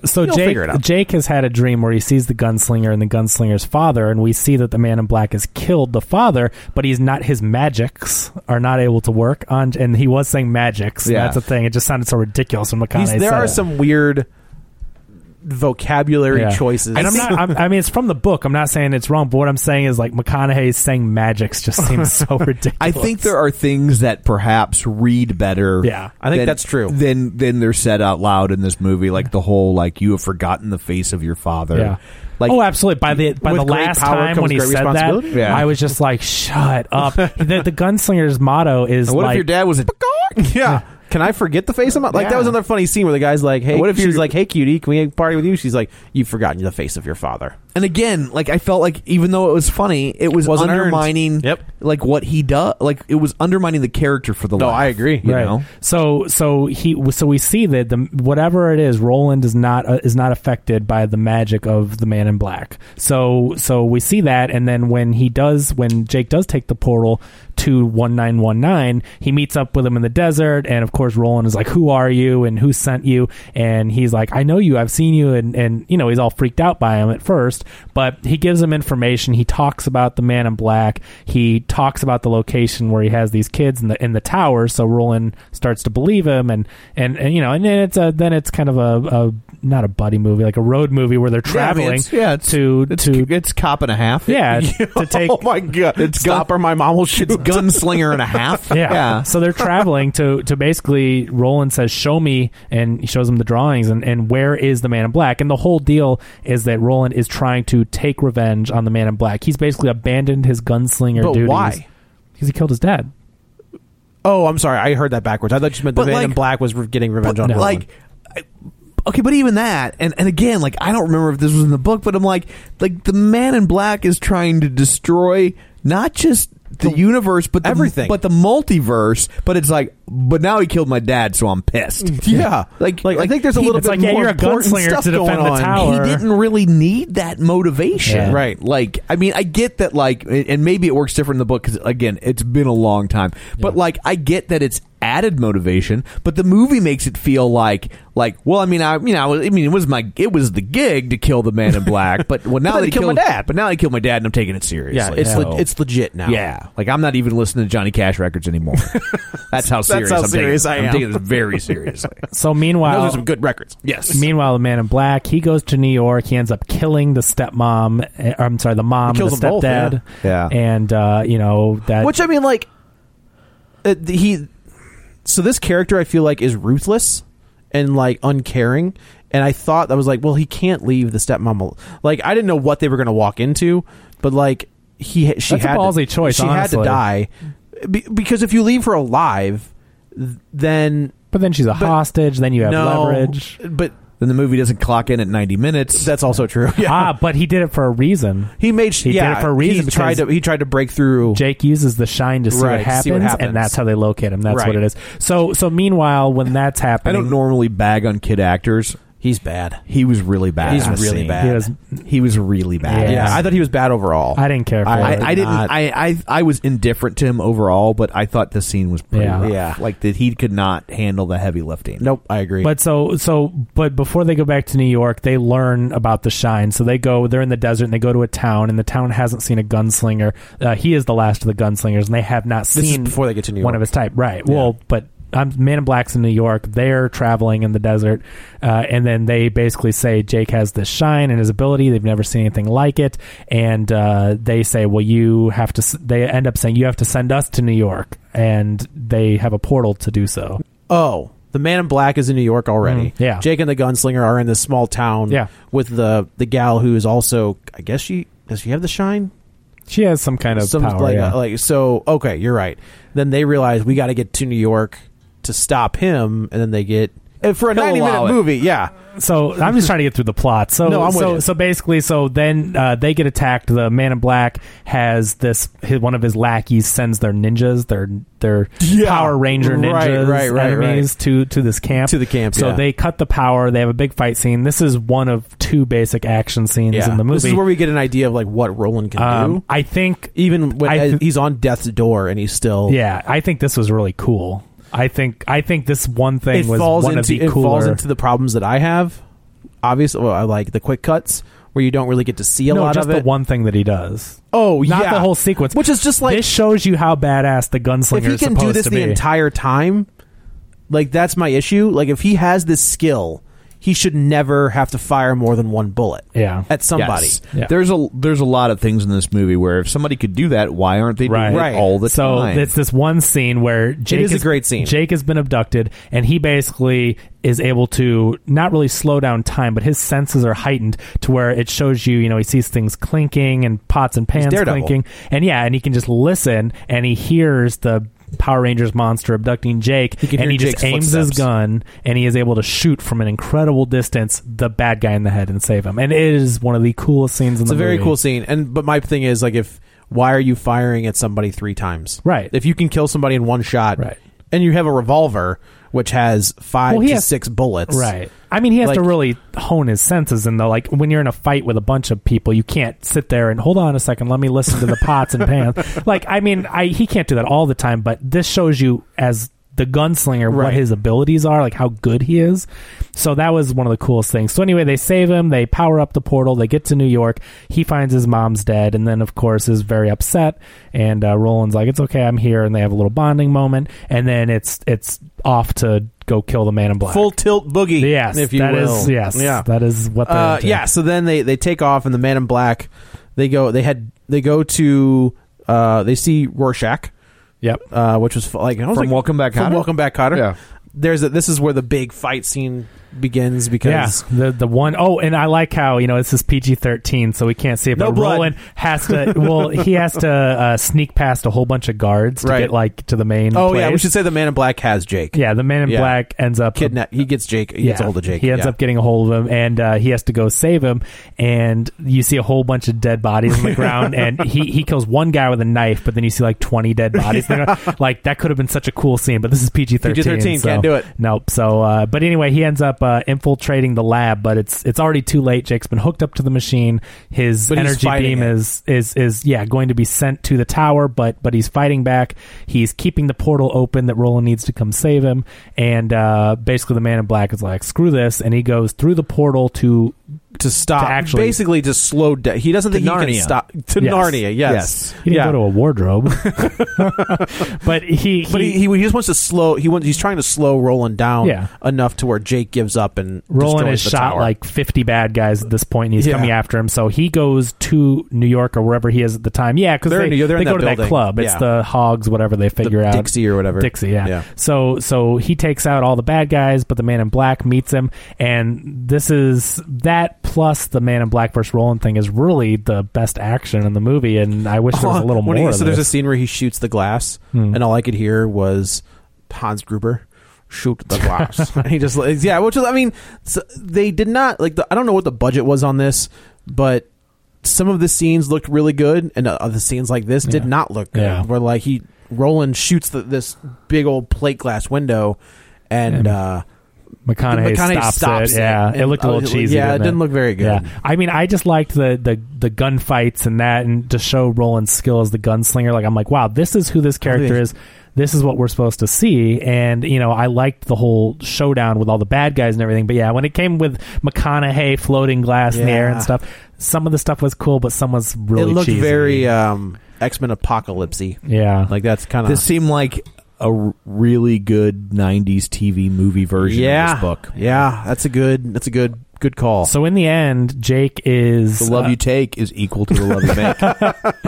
Speaker 4: so
Speaker 3: You'll
Speaker 4: Jake,
Speaker 3: figure it out.
Speaker 4: Jake has had a dream where he sees the gunslinger and the gunslinger's father, and we see that the man in black has killed the father, but he's not his magics are not able to work on, and he was saying magics. and
Speaker 2: Yeah.
Speaker 4: that's the thing. It just sounded so ridiculous when
Speaker 3: He's-
Speaker 4: McConaughey.
Speaker 3: there
Speaker 4: said
Speaker 3: are
Speaker 4: it.
Speaker 3: some weird vocabulary choices.
Speaker 4: And I'm not. I'm, I mean, it's from the book. I'm not saying it's wrong, but what I'm saying is like McConaughey saying magics just seems so ridiculous.
Speaker 2: I think there are things that perhaps read better.
Speaker 4: Yeah,
Speaker 3: I think that's true.
Speaker 2: Then, then they're said out loud in this movie, like the whole like you have forgotten the face of your father.
Speaker 4: Yeah.
Speaker 2: Like,
Speaker 4: oh, absolutely. By the by,
Speaker 3: With
Speaker 4: the
Speaker 3: great
Speaker 4: last
Speaker 3: power
Speaker 4: time
Speaker 3: comes
Speaker 4: when he
Speaker 3: great
Speaker 4: said that,
Speaker 3: responsibility.
Speaker 2: Yeah.
Speaker 4: I was just like, "Shut up." the, the gunslinger's motto is
Speaker 2: what
Speaker 4: like,
Speaker 2: if your dad was a
Speaker 3: Yeah. Can I forget the face of my like that was
Speaker 2: Yeah.
Speaker 3: another funny scene where the guy's like, Hey
Speaker 2: What if
Speaker 3: she's
Speaker 2: you're-
Speaker 3: like, Hey cutie, can we party with you? She's like, You've forgotten the face of your father.
Speaker 2: and again, like I felt like even though it was funny, it was
Speaker 3: Wasn't earned.
Speaker 2: undermining.
Speaker 3: Yep.
Speaker 2: Like what he does, like it was undermining the character for the.
Speaker 3: No,
Speaker 2: laugh,
Speaker 3: I agree.
Speaker 2: You
Speaker 4: right.
Speaker 2: know?
Speaker 4: So so he so we see that the whatever it is, Roland is not uh, is not affected by the magic of the Man in Black. So so we see that, and then when he does, when Jake does take the portal to one nine one nine, he meets up with him in the desert, and of course Roland is like, "Who are you? And who sent you?" And he's like, "I know you. I've seen you." And and you know he's all freaked out by him at first, but he gives him information. He talks about the Man in Black. He talks about the location where he has these kids in the in the tower. So Roland starts to believe him, and and, and you know, and then it's a then it's kind of a, a not a buddy movie, like a road movie where they're
Speaker 2: Yeah, I mean,
Speaker 4: traveling
Speaker 2: it's- yeah, it's,
Speaker 4: to
Speaker 2: it's,
Speaker 4: to
Speaker 2: it's cop and a half.
Speaker 4: yeah to take
Speaker 2: oh my god! It's
Speaker 3: Stop
Speaker 2: gun,
Speaker 3: or my mom will shoot.
Speaker 2: It's gunslinger and a half.
Speaker 4: yeah. So they're traveling to to basically Roland says, Show me and he shows him the drawings and, and where is the man in black? And the whole deal is that Roland is trying to take revenge on the man in black. He's basically abandoned his gunslinger
Speaker 3: But
Speaker 4: duties.
Speaker 3: why?
Speaker 4: Because he killed his dad.
Speaker 3: Oh, I'm sorry, I heard that backwards. I thought you meant the
Speaker 2: But
Speaker 3: man
Speaker 2: like-
Speaker 3: in black was re- getting revenge
Speaker 2: But,
Speaker 3: on Roland.
Speaker 2: like I- okay but even that and, and again like i don't remember if this was in the book but i'm like like the man in black is trying to destroy not just the universe but the,
Speaker 3: everything.
Speaker 2: but the multiverse but it's like but now he killed my dad so i'm pissed
Speaker 3: Yeah.
Speaker 2: like
Speaker 3: Like, I think there's a
Speaker 2: he-
Speaker 3: little
Speaker 4: It's
Speaker 3: bit
Speaker 4: like, yeah,
Speaker 3: more
Speaker 4: you're a
Speaker 3: important
Speaker 4: gunslinger
Speaker 3: stuff
Speaker 4: to defend
Speaker 3: going
Speaker 4: the
Speaker 3: on.
Speaker 4: tower.
Speaker 2: he didn't really need that motivation
Speaker 4: Yeah.
Speaker 3: Right.
Speaker 2: like i mean i get that like and and maybe it works different in the book because again it's been a long time but like i get that it's added motivation but the movie makes it feel like like well i mean i you know i mean it was my it was the gig to kill the man in black but well now
Speaker 3: then
Speaker 2: they
Speaker 3: he killed
Speaker 2: killed
Speaker 3: my dad.
Speaker 2: but now they killed my dad and i'm taking it seriously
Speaker 3: Yeah, it's
Speaker 2: So-
Speaker 3: le- it's legit now.
Speaker 2: yeah like i'm not even listening to johnny cash records anymore that's how serious,
Speaker 3: how
Speaker 2: I'm,
Speaker 3: serious I
Speaker 2: taking, it.
Speaker 3: am.
Speaker 2: I'm taking this very seriously
Speaker 4: So meanwhile
Speaker 3: Those are some good records. Yes.
Speaker 4: Meanwhile, the man in black, he goes to New York. He ends up killing the stepmom. eh, Or, I'm sorry, the mom,
Speaker 3: He
Speaker 4: and
Speaker 3: kills
Speaker 4: the
Speaker 3: them both,
Speaker 4: stepdad.
Speaker 2: yeah. Yeah.
Speaker 4: And, uh, you know, that.
Speaker 3: Which I mean, like uh, the- he. So this character, I feel like, is ruthless and like uncaring. And I thought I was like, well, he can't leave the stepmom. al- Like I didn't know what they were going to walk into, but like he
Speaker 4: That's
Speaker 3: she
Speaker 4: a
Speaker 3: had
Speaker 4: ballsy
Speaker 3: to,
Speaker 4: choice,
Speaker 3: She had to
Speaker 4: honestly.
Speaker 3: die Be- because if you leave her alive, th- then
Speaker 4: but then she's a hostage. Then you have
Speaker 3: no
Speaker 4: leverage.
Speaker 3: But
Speaker 2: then the movie doesn't clock in at 90 minutes
Speaker 3: that's also true. Yeah,
Speaker 4: Ah, but he did it for a reason.
Speaker 3: he made
Speaker 4: He did
Speaker 3: yeah
Speaker 4: it for a reason
Speaker 3: He tried
Speaker 4: because-
Speaker 3: to he tried to break through.
Speaker 4: Jake uses the shine to see,
Speaker 3: Right,
Speaker 4: what, happens,
Speaker 3: see what happens.
Speaker 4: and that's how they locate him. That's what
Speaker 3: Right.
Speaker 4: it is. So, so meanwhile, when that's
Speaker 2: i
Speaker 4: happening,
Speaker 2: don't normally bag on kid actors
Speaker 3: He's bad.
Speaker 2: He was really bad.
Speaker 3: He's
Speaker 2: in this
Speaker 3: really
Speaker 2: scene.
Speaker 3: bad.
Speaker 4: He was-
Speaker 2: He was really bad.
Speaker 4: Yeah.
Speaker 3: Yeah, I thought he was bad overall.
Speaker 4: I didn't care for
Speaker 2: I,
Speaker 4: it.
Speaker 2: I didn't.
Speaker 3: not-
Speaker 2: I, I I was indifferent to him overall, but I thought this scene was pretty
Speaker 4: Yeah.
Speaker 2: rough.
Speaker 3: Yeah.
Speaker 2: Like that, he could not handle the heavy lifting.
Speaker 3: Nope, I agree.
Speaker 4: But so so but before they go back to New York, they learn about the shine. So they go they're in the desert and they go to a town and the town hasn't seen a gunslinger. Uh, he is the last of the gunslingers and they have not
Speaker 3: is
Speaker 4: seen
Speaker 3: before they get to New
Speaker 4: one
Speaker 3: York.
Speaker 4: of his type. Right. Well, but I'm Man in Black's in New York. They're traveling in the desert, uh, and then they basically say Jake has this shine and his ability. They've never seen anything like it, and uh, they say, "Well, you have to." s- They end up saying, "You have to send us to New York," and they have a portal to do so.
Speaker 3: Oh, the man in black is in New York already.
Speaker 4: Mm, yeah.
Speaker 3: Jake and the gunslinger are in this small town
Speaker 4: Yeah.
Speaker 3: with the the gal who is also I guess she does she have the shine?
Speaker 4: She has some kind of
Speaker 3: Some-
Speaker 4: power.
Speaker 3: like
Speaker 4: yeah.
Speaker 3: like so okay, you're right. Then they realize we gotta get to New York to stop him and then they get and for a
Speaker 2: He'll
Speaker 3: ninety
Speaker 2: allow
Speaker 3: minute
Speaker 2: it.
Speaker 3: movie, yeah.
Speaker 4: so I'm just trying to get through the plot. So
Speaker 3: No, I'm with
Speaker 4: so
Speaker 3: you.
Speaker 4: so basically, so then uh, they get attacked. The Man in Black has this. His, one of his lackeys sends their ninjas, their their
Speaker 3: Yeah.
Speaker 4: Power Ranger ninjas,
Speaker 3: Right, right, right,
Speaker 4: enemies to to this camp
Speaker 3: To the camp,
Speaker 4: So
Speaker 3: yeah.
Speaker 4: they cut the power. They have a big fight scene. This is one of two basic action scenes
Speaker 3: yeah.
Speaker 4: in the movie.
Speaker 3: This is where we get an idea of like what Roland can
Speaker 4: um,
Speaker 3: do.
Speaker 4: I think
Speaker 3: Even when
Speaker 4: I
Speaker 3: as
Speaker 4: th-
Speaker 3: he's on death's door and he's still
Speaker 4: yeah, I think this was really cool. I think I think this one thing
Speaker 3: it
Speaker 4: was
Speaker 3: falls
Speaker 4: one
Speaker 3: into
Speaker 4: of the
Speaker 3: it
Speaker 4: cooler.
Speaker 3: falls into the problems that I have. Obviously, well, I like the quick cuts where you don't really get to see a
Speaker 4: no,
Speaker 3: lot
Speaker 4: just
Speaker 3: of
Speaker 4: the
Speaker 3: it.
Speaker 4: one thing that he does.
Speaker 3: Oh,
Speaker 4: not
Speaker 3: yeah.
Speaker 4: the whole sequence,
Speaker 3: Which is just like-
Speaker 4: this shows you how badass the gunslinger.
Speaker 3: if he
Speaker 4: is
Speaker 3: can do
Speaker 4: supposed
Speaker 3: this
Speaker 4: to
Speaker 3: the
Speaker 4: be.
Speaker 3: entire time, like that's my issue. Like if he has this skill, he should never have to fire more than one bullet
Speaker 4: Yeah.
Speaker 3: at somebody.
Speaker 2: Yes.
Speaker 4: Yeah.
Speaker 2: There's a there's a lot of things in this movie where if somebody could do that, why aren't they doing
Speaker 4: Right.
Speaker 2: it all the
Speaker 4: so
Speaker 2: time?
Speaker 4: it's this one scene where Jake
Speaker 3: is a great scene.
Speaker 4: Jake has been abducted, and he basically is able to not really slow down time, but his senses are heightened to where it shows you, you know, he sees things clinking and pots and pans
Speaker 3: Daredevil.
Speaker 4: clinking, and yeah, and he can just listen and he hears the. Power Rangers monster abducting Jake,
Speaker 3: can
Speaker 4: and
Speaker 3: hear
Speaker 4: he
Speaker 3: Jake's
Speaker 4: just aims his
Speaker 3: footsteps.
Speaker 4: gun, and he is able to shoot from an incredible distance the bad guy in the head and save him. And it is one of the coolest scenes in
Speaker 3: It's
Speaker 4: the
Speaker 3: a very
Speaker 4: movie.
Speaker 3: cool scene. And but my thing is like if why are you firing at somebody three times?
Speaker 4: Right.
Speaker 3: If you can kill somebody in one shot,
Speaker 4: Right.
Speaker 3: And you have a revolver which has five
Speaker 4: Well, he
Speaker 3: to
Speaker 4: has-
Speaker 3: six bullets,
Speaker 4: Right. I mean, he has to
Speaker 3: Like-
Speaker 4: really hone his senses, and though, like when you're in a fight with a bunch of people, you can't sit there and hold on a second. Let me listen to the pots and pans. Like, I mean, I he can't do that all the time, but this shows you as the gunslinger what
Speaker 3: Right.
Speaker 4: his abilities are, like how good he is. So that was one of the coolest things. So anyway, they save him. They power up the portal. They get to New York. He finds his mom's dead, and then of course is very upset. And uh, Roland's like, "It's okay, I'm here." And they have a little bonding moment, and then it's it's off to go kill the man in black.
Speaker 3: Full tilt boogie,
Speaker 4: Yes,
Speaker 3: if you
Speaker 4: that
Speaker 3: will.
Speaker 4: is- yes,
Speaker 3: yeah,
Speaker 4: that is what. They
Speaker 3: uh,
Speaker 4: did.
Speaker 3: yeah. So then they they take off, and the Man in Black, they go they had they go to uh they see Rorschach,
Speaker 4: yep.
Speaker 3: uh, which was fu- like I was
Speaker 2: From
Speaker 3: like,
Speaker 2: Welcome Back
Speaker 3: from
Speaker 2: Kotter?
Speaker 3: Welcome Back Cotter.
Speaker 2: Yeah.
Speaker 3: There's a, this is where the big fight scene begins
Speaker 4: Yeah,
Speaker 3: because
Speaker 4: the the one oh, and I like how you know this is PG thirteen, so we can't see it.
Speaker 3: No
Speaker 4: But
Speaker 3: blood.
Speaker 4: Roland has to. Well, he has to uh, sneak past a whole bunch of guards to
Speaker 3: Right.
Speaker 4: get like to the main.
Speaker 3: oh yeah,
Speaker 4: place.
Speaker 3: we should say the Man in Black has Jake.
Speaker 4: Yeah, the man in
Speaker 3: Yeah.
Speaker 4: black ends up
Speaker 3: kidnap. He gets Jake. He gets
Speaker 4: Yeah.
Speaker 3: a hold of Jake.
Speaker 4: He ends
Speaker 3: yeah.
Speaker 4: up getting a hold of him, and uh, he has to go save him. And you see a whole bunch of dead bodies on the ground, and he, he kills one guy with a knife, but then you see like twenty dead bodies. Like that could have been such a cool scene, but this is PG thirteen.
Speaker 3: PG-13,
Speaker 4: so,
Speaker 3: can't do it.
Speaker 4: Nope. So, uh, but anyway, he ends up uh, infiltrating the lab, but it's it's already too late. Jake's been hooked up to the machine. His
Speaker 3: But he's
Speaker 4: energy
Speaker 3: fighting
Speaker 4: beam
Speaker 3: it.
Speaker 4: is is is is yeah going to be sent to the tower but but he's fighting back he's keeping the portal open that roland needs to come save him and uh basically the man in black is like screw this and he goes through the portal to
Speaker 3: to stop.
Speaker 4: to actually-
Speaker 3: basically, to slow down. He doesn't think he
Speaker 2: Narnia.
Speaker 3: can stop to
Speaker 4: Yes.
Speaker 3: Narnia. Yes,
Speaker 4: he didn't
Speaker 3: yeah.
Speaker 4: go to a wardrobe but he, he
Speaker 3: but he, he he just wants to slow. He wants. He's trying to slow Roland down
Speaker 4: Yeah.
Speaker 3: enough to where Jake gives up and
Speaker 4: Roland has
Speaker 3: destroys the
Speaker 4: shot
Speaker 3: tower.
Speaker 4: like 50 bad guys at this point, and he's
Speaker 3: Yeah.
Speaker 4: coming after him. So he goes to New York or wherever he is at the time. Yeah, because
Speaker 3: They're
Speaker 4: they,
Speaker 3: in New York- they're
Speaker 4: they
Speaker 3: in
Speaker 4: go
Speaker 3: that
Speaker 4: to that
Speaker 3: building.
Speaker 4: club. It's
Speaker 3: Yeah.
Speaker 4: the Hogs, whatever they figure out.
Speaker 3: Dixie or whatever.
Speaker 4: Dixie, yeah.
Speaker 3: Yeah.
Speaker 4: So so he takes out all the bad guys, but the Man in Black meets him, and this is that plus the Man in Black versus Roland thing is really the best action in the movie, and I wish there was a little
Speaker 3: Oh,
Speaker 4: more.
Speaker 3: When he-
Speaker 4: of
Speaker 3: so there's a
Speaker 4: this. Hmm.
Speaker 3: scene where he shoots the glass, and all I could hear was Hans Gruber shoot the glass. and he just like, yeah, which is I mean, so they did not like the, I don't know what the budget was on this, but some of the scenes looked really good, and uh, other scenes like this did not look good.
Speaker 4: Yeah.
Speaker 3: Where like he Roland shoots the, this big old plate glass window, and uh,
Speaker 4: McConaughey,
Speaker 3: McConaughey
Speaker 4: stops,
Speaker 3: stops
Speaker 4: it.
Speaker 3: it,
Speaker 4: Yeah,
Speaker 3: and-
Speaker 4: it looked a
Speaker 3: oh,
Speaker 4: little
Speaker 3: it-
Speaker 4: cheesy.
Speaker 3: yeah, it
Speaker 4: didn't
Speaker 3: didn't look very good.
Speaker 4: Yeah, I mean, I just liked the the the gunfights and that, and to show Roland's skill as the gunslinger. Like, I'm like, wow, this is who this character
Speaker 3: Oh, yeah.
Speaker 4: is. This is what we're supposed to see. And you know, I liked the whole showdown with all the bad guys and everything. But yeah, when it came with McConaughey floating glass in the air
Speaker 3: Yeah.
Speaker 4: and stuff, some of the stuff was cool, but some was really
Speaker 3: it looked
Speaker 4: cheesy.
Speaker 3: very um, X Men apocalypsey.
Speaker 4: yeah.
Speaker 3: Like that's kind
Speaker 2: this
Speaker 3: of
Speaker 2: seemed like a r- really good '90s TV movie version
Speaker 3: yeah,
Speaker 2: of this book.
Speaker 3: yeah. That's a good. That's a good. Good call.
Speaker 4: so in the end, Jake is
Speaker 2: The love
Speaker 4: uh,
Speaker 2: you take is equal to the love you make.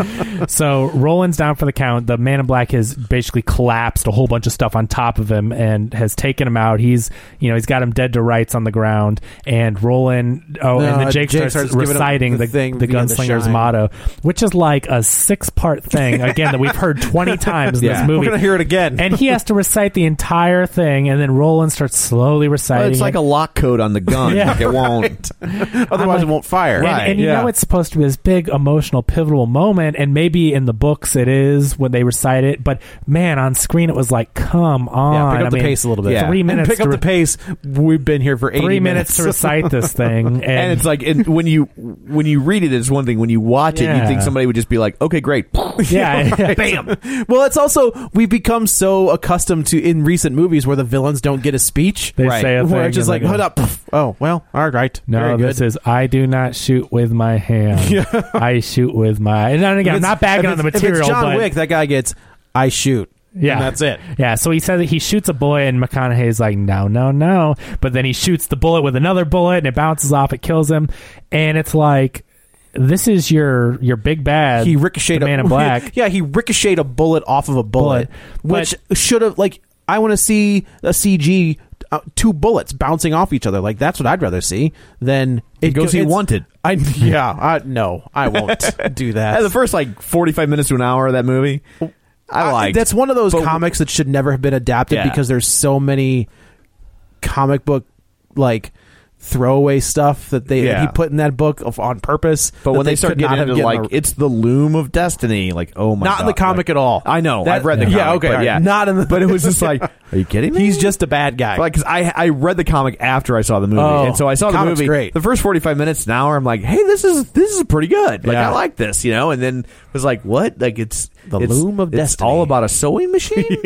Speaker 4: So Roland's down for the count. The man in black has basically collapsed a whole bunch of stuff on top of him and has taken him out. He's you know he's got him dead to rights on the ground. And Roland oh
Speaker 3: No,
Speaker 4: and then Jake,
Speaker 3: Jake starts
Speaker 4: starts,
Speaker 3: giving him
Speaker 4: reciting
Speaker 3: the
Speaker 4: the
Speaker 3: thing,
Speaker 4: the
Speaker 3: yeah, the
Speaker 4: gunslinger's
Speaker 3: shine.
Speaker 4: motto, which is like a six part thing again that we've heard twenty times in
Speaker 3: Yeah.
Speaker 4: this movie.
Speaker 3: We're gonna hear it again.
Speaker 4: and he has to recite the entire thing, and then Roland starts slowly reciting.
Speaker 2: it's like
Speaker 4: it.
Speaker 2: a lock code on the gun.
Speaker 4: Yeah,
Speaker 2: Like, it won't.
Speaker 3: Otherwise,
Speaker 4: like-
Speaker 3: it won't fire.
Speaker 4: And, and you know it's supposed to be this big emotional pivotal moment, and maybe in the books it is when they recite it, but man, on screen it was like, come on,
Speaker 3: Yeah, pick up
Speaker 4: I
Speaker 3: the
Speaker 4: mean,
Speaker 3: pace a little bit.
Speaker 2: Yeah.
Speaker 4: Three
Speaker 2: And
Speaker 4: minutes,
Speaker 3: And pick
Speaker 4: to
Speaker 3: up
Speaker 4: re-
Speaker 3: the pace. We've been here for 80
Speaker 4: three minutes
Speaker 3: minutes
Speaker 4: to recite this thing, and,
Speaker 2: And it's like and when you when you read it, it's one thing. When you watch it, you
Speaker 4: Yeah.
Speaker 2: think somebody would just be like, "Okay, great."
Speaker 4: yeah,
Speaker 3: Bam. well, it's also we've become so accustomed to in recent movies where the villains don't get a speech.
Speaker 4: They say a
Speaker 3: Where
Speaker 4: thing
Speaker 3: it's just
Speaker 4: and
Speaker 3: like,
Speaker 4: they go-
Speaker 3: hold up. pff, Oh well, all right.
Speaker 4: No,
Speaker 3: Very
Speaker 4: this
Speaker 3: good.
Speaker 4: is I do not shoot with my hand. I shoot with my. And again, I'm
Speaker 3: If it's-
Speaker 4: not bagging
Speaker 3: if
Speaker 4: on the
Speaker 3: it's-
Speaker 4: material,
Speaker 3: If it's John
Speaker 4: but
Speaker 3: Wick, that guy gets I shoot.
Speaker 4: Yeah,
Speaker 3: and that's it.
Speaker 4: Yeah, so he says that he shoots a boy, and McConaughey's like, "No, no, no!" But then he shoots the bullet with another bullet, and it bounces off, it kills him, and it's like, "This is your your big bad."
Speaker 3: He ricocheted
Speaker 4: the man in black.
Speaker 3: yeah, he ricocheted a bullet off of a bullet,
Speaker 4: Bullet.
Speaker 3: which should have like I want to see a CG uh, two bullets bouncing off each other. Like that's what I'd rather see than it
Speaker 2: goes he
Speaker 3: it's-
Speaker 2: wanted.
Speaker 3: I yeah, I, no, I won't do that.
Speaker 2: Yeah, the first like forty five minutes to an hour of that movie, I
Speaker 3: I-
Speaker 2: like.
Speaker 3: that's one of those
Speaker 2: But-
Speaker 3: comics that should never have been adapted
Speaker 2: Yeah.
Speaker 3: because there's so many comic book like throwaway stuff that they
Speaker 2: Yeah.
Speaker 3: he put in that book of, on purpose.
Speaker 2: But
Speaker 3: that
Speaker 2: when they, start
Speaker 3: could not
Speaker 2: getting
Speaker 3: have
Speaker 2: into
Speaker 3: given
Speaker 2: like
Speaker 3: a-
Speaker 2: it's the loom of destiny, like oh my,
Speaker 3: Not in the
Speaker 2: God,
Speaker 3: comic
Speaker 2: like-
Speaker 3: at all.
Speaker 2: I know.
Speaker 3: That-
Speaker 2: I've read the
Speaker 3: yeah,
Speaker 2: comic.
Speaker 3: okay,
Speaker 2: but
Speaker 3: all right.
Speaker 2: yeah,
Speaker 3: Not in the-
Speaker 2: But it was just like, are you kidding me?
Speaker 3: he's just a bad guy.
Speaker 2: Like, 'cause I I read the comic after I saw the movie,
Speaker 3: Oh,
Speaker 2: and so I saw the
Speaker 3: comic's
Speaker 2: movie.
Speaker 3: great.
Speaker 2: The first forty five minutes, an hour, I'm like, hey, this is this is pretty good. Like
Speaker 3: Yeah.
Speaker 2: I like this, you know. And then was like, what? Like it's
Speaker 3: The
Speaker 2: it's-
Speaker 3: loom of
Speaker 2: it's
Speaker 3: destiny.
Speaker 2: all about a sewing machine.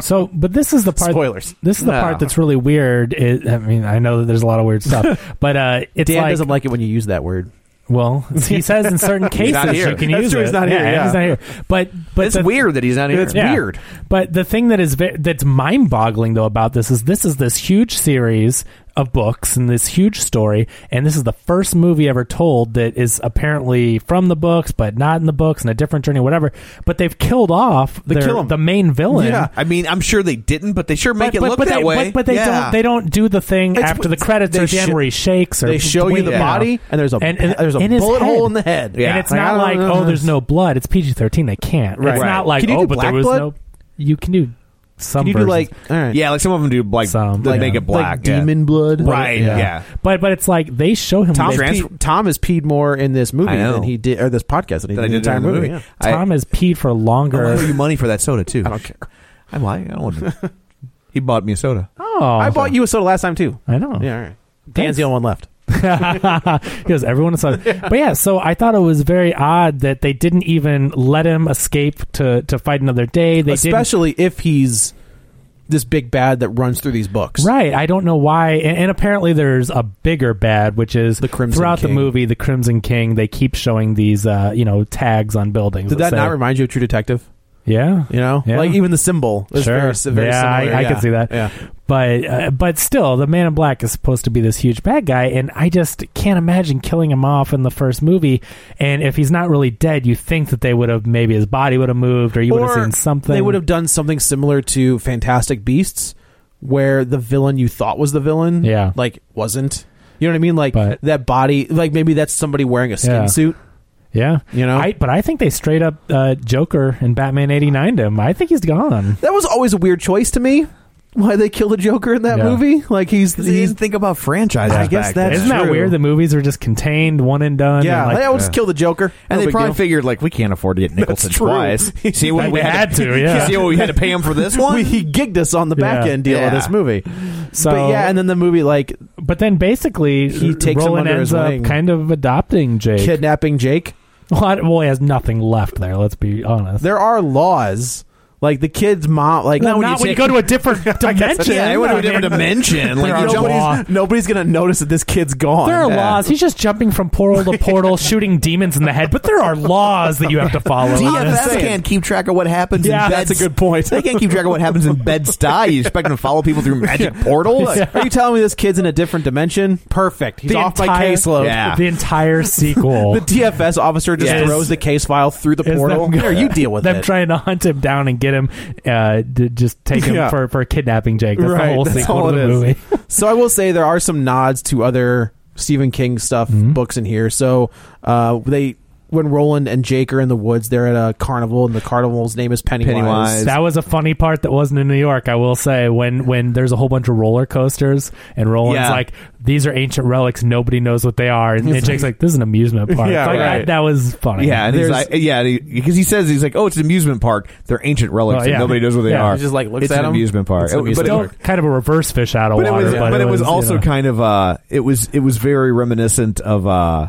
Speaker 4: So, but this is the part.
Speaker 3: Spoilers.
Speaker 4: This is the
Speaker 2: No.
Speaker 4: part that's really weird. It, I mean, I know that there's a lot of weird stuff, but uh, it's
Speaker 3: Dan
Speaker 4: like,
Speaker 3: doesn't like it when you use that word.
Speaker 4: well, he says in certain cases
Speaker 2: not here.
Speaker 4: you can
Speaker 2: That's
Speaker 4: use
Speaker 2: true,
Speaker 4: it.
Speaker 2: he's not here, yeah.
Speaker 4: he's not here. But but
Speaker 2: it's
Speaker 4: the-
Speaker 2: weird that he's not here.
Speaker 4: It's weird. But the thing that is ve- that's mind-boggling though about this is this is this huge series of books and this huge story, and this is the first movie ever told that is apparently from the books, but not in the books, and a different journey, whatever. But they've killed off their,
Speaker 2: kill 'em.
Speaker 4: the main villain.
Speaker 2: Yeah, I mean, I'm sure they didn't, but they sure make
Speaker 4: but,
Speaker 2: it
Speaker 4: but-
Speaker 2: look
Speaker 4: but
Speaker 2: that
Speaker 4: they,
Speaker 2: way.
Speaker 4: But, but they
Speaker 2: Yeah.
Speaker 4: don't. They don't do the thing
Speaker 3: It's-
Speaker 4: after the credits or
Speaker 3: they
Speaker 4: at the end
Speaker 3: sho-
Speaker 4: where he shakes. Or
Speaker 3: They show you
Speaker 4: when-
Speaker 3: the
Speaker 4: yeah.
Speaker 3: body, and there's a- there's a
Speaker 4: in his
Speaker 3: bullet
Speaker 4: head.
Speaker 3: hole in the head.
Speaker 2: Yeah.
Speaker 4: And it's
Speaker 3: Like, I
Speaker 4: not
Speaker 3: don't
Speaker 4: like
Speaker 3: know.
Speaker 4: oh, there's no blood. It's PG thirteen. They can't.
Speaker 3: Right.
Speaker 4: It's
Speaker 2: Right.
Speaker 4: not like
Speaker 3: Can you
Speaker 4: oh,
Speaker 3: do
Speaker 4: but
Speaker 3: black
Speaker 4: there was
Speaker 3: blood?
Speaker 4: no. You can do some.
Speaker 3: Can you do
Speaker 4: versions.
Speaker 3: like all right,
Speaker 2: Yeah, like some of them do like
Speaker 4: Some,
Speaker 2: like
Speaker 4: yeah.
Speaker 2: make it black,
Speaker 3: like
Speaker 2: yeah.
Speaker 3: demon blood,
Speaker 2: right? Yeah,
Speaker 4: But but it's like they show him.
Speaker 3: Tom,
Speaker 4: they-
Speaker 2: Trans-
Speaker 3: peed- Tom has peed more in this movie
Speaker 2: I know.
Speaker 3: than he did, or this podcast than he
Speaker 2: that I
Speaker 3: did
Speaker 2: did
Speaker 3: the entire movie. yeah.
Speaker 4: Tom has peed for
Speaker 2: I, I owe
Speaker 4: longer.
Speaker 2: you money for that soda too.
Speaker 3: I don't care.
Speaker 2: I'm lying. I don't want to. he bought me a soda.
Speaker 4: Oh,
Speaker 3: I bought you a soda last time too.
Speaker 4: I know.
Speaker 3: Yeah, all right. Dan's the only one left.
Speaker 4: because everyone saw it. But yeah, so I thought it was very odd that they didn't even let him escape to to fight another day. They didn't
Speaker 3: Especially if he's this big bad that runs through these books.
Speaker 4: Right. I don't know why. And, and apparently, there's a bigger bad, which is
Speaker 3: The Crimson
Speaker 4: throughout the
Speaker 3: King.
Speaker 4: movie, the Crimson King. They keep showing these, uh, you know, tags on buildings.
Speaker 3: Did that
Speaker 4: say-
Speaker 3: not remind you of True Detective?
Speaker 4: Yeah.
Speaker 3: You know,
Speaker 4: Yeah.
Speaker 3: like even the symbol is
Speaker 4: Sure.
Speaker 3: very, si- very
Speaker 4: Yeah, I-
Speaker 3: similar.
Speaker 4: I
Speaker 3: yeah.
Speaker 4: could see that.
Speaker 3: Yeah.
Speaker 4: But uh, but still, the Man in Black is supposed to be this huge bad guy, and I just can't imagine killing him off in the first movie. And if he's not really dead, you think that they would have maybe his body would have moved, or you would have
Speaker 3: Or
Speaker 4: seen something.
Speaker 3: They would have done something similar to Fantastic Beasts, where the villain you thought was the villain,
Speaker 4: Yeah.
Speaker 3: like wasn't. You know what I mean? Like
Speaker 4: But-
Speaker 3: that body, like maybe that's somebody wearing a skin
Speaker 4: Yeah.
Speaker 3: suit.
Speaker 4: yeah.
Speaker 3: You know?
Speaker 4: I, but I think they straight up uh, Joker and Batman eighty nine him. I think he's gone.
Speaker 3: That was always a weird choice to me. Why they killed the Joker in that
Speaker 4: Yeah.
Speaker 3: movie? Like he's
Speaker 2: He
Speaker 3: he's
Speaker 2: didn't think about franchises.
Speaker 3: I guess
Speaker 2: back
Speaker 3: that's
Speaker 2: then.
Speaker 4: Isn't that
Speaker 3: true.
Speaker 4: weird? The movies are just contained, one and done.
Speaker 3: yeah.
Speaker 4: and, like,
Speaker 3: I will just kill the Joker,
Speaker 2: And
Speaker 3: No
Speaker 2: they
Speaker 3: big
Speaker 2: probably
Speaker 3: deal.
Speaker 2: figured like we can't afford to get Nicholson
Speaker 3: true.
Speaker 2: twice. See
Speaker 4: They
Speaker 2: what we
Speaker 4: had to, yeah.
Speaker 2: See what we had to pay him for this
Speaker 3: We-
Speaker 2: one.
Speaker 3: he gigged us on the back
Speaker 4: Yeah.
Speaker 3: end deal of
Speaker 2: Yeah.
Speaker 3: this movie.
Speaker 4: so,
Speaker 3: but yeah, and then the movie like
Speaker 4: but then basically, uh,
Speaker 3: He takes him
Speaker 4: Roland
Speaker 3: under
Speaker 4: ends
Speaker 3: his
Speaker 4: up
Speaker 3: wing.
Speaker 4: kind of adopting Jake.
Speaker 3: kidnapping Jake.
Speaker 4: Well, I- well, he has nothing left there. Let's be honest.
Speaker 3: There are laws. Like the kid's mom, like
Speaker 4: Well, not when you go to a different dimension.
Speaker 2: yeah, it would have a
Speaker 4: I mean,
Speaker 2: different dimension.
Speaker 4: there
Speaker 2: Like
Speaker 4: are
Speaker 2: you jump-
Speaker 4: laws. law.
Speaker 3: nobody's, nobody's gonna notice that this kid's gone.
Speaker 4: There are
Speaker 3: Yeah.
Speaker 4: laws. He's just jumping from portal to portal, shooting demons in the head. But there are laws that you have to follow.
Speaker 2: DFS can't keep track of what happens.
Speaker 4: Yeah,
Speaker 2: in
Speaker 4: that's
Speaker 2: beds.
Speaker 4: a good point.
Speaker 2: They can't keep track of what happens in Bed Stuy. You expect them to follow people through magic portals?
Speaker 4: Yeah.
Speaker 3: Are you telling me this kid's in a different dimension? Perfect. He's
Speaker 4: The
Speaker 3: off my
Speaker 4: entire-
Speaker 3: caseload.
Speaker 2: Yeah.
Speaker 4: The entire sequel.
Speaker 3: The DFS officer just
Speaker 4: Yes.
Speaker 3: throws the case file through the
Speaker 4: is
Speaker 3: portal.
Speaker 4: them-
Speaker 3: There, you deal with
Speaker 4: them
Speaker 3: it.
Speaker 4: trying to hunt him down and get him uh, to just take him
Speaker 3: Yeah.
Speaker 4: for, for kidnapping Jake. That's
Speaker 3: Right,
Speaker 4: the whole
Speaker 3: that's
Speaker 4: sequel to
Speaker 3: all it
Speaker 4: the
Speaker 3: is.
Speaker 4: movie.
Speaker 3: so I will say there are some nods to other Stephen King stuff books in here. So uh, they when Roland and Jake are in the woods, they're at a carnival, and the carnival's name is Pennywise.
Speaker 2: Pennywise.
Speaker 4: That was a funny part that wasn't in New York, I will say. When when there's a whole bunch of roller coasters and Roland's
Speaker 2: Yeah.
Speaker 4: like, these are ancient relics, nobody knows what they are, and, then Jake's like, this is an amusement park.
Speaker 3: Yeah,
Speaker 4: Like, I-
Speaker 3: right.
Speaker 4: that was funny.
Speaker 2: Yeah, and he's
Speaker 4: There's-
Speaker 2: like, yeah, because he, says he's like, oh, it's an amusement park. They're ancient relics,
Speaker 4: Oh,
Speaker 2: and
Speaker 4: yeah.
Speaker 2: nobody knows where they
Speaker 4: Yeah,
Speaker 2: are.
Speaker 4: he
Speaker 3: just, like, looks
Speaker 2: it's
Speaker 3: at
Speaker 2: an
Speaker 3: 'em.
Speaker 2: amusement park.
Speaker 3: It's an
Speaker 2: It- but
Speaker 3: amusement
Speaker 2: it-
Speaker 4: still
Speaker 3: park.
Speaker 4: kind of a reverse fish out of
Speaker 2: But it
Speaker 4: water.
Speaker 2: was,
Speaker 4: but,
Speaker 2: but it was
Speaker 4: you
Speaker 2: also
Speaker 4: know.
Speaker 2: kind of uh, it was it was very reminiscent of uh,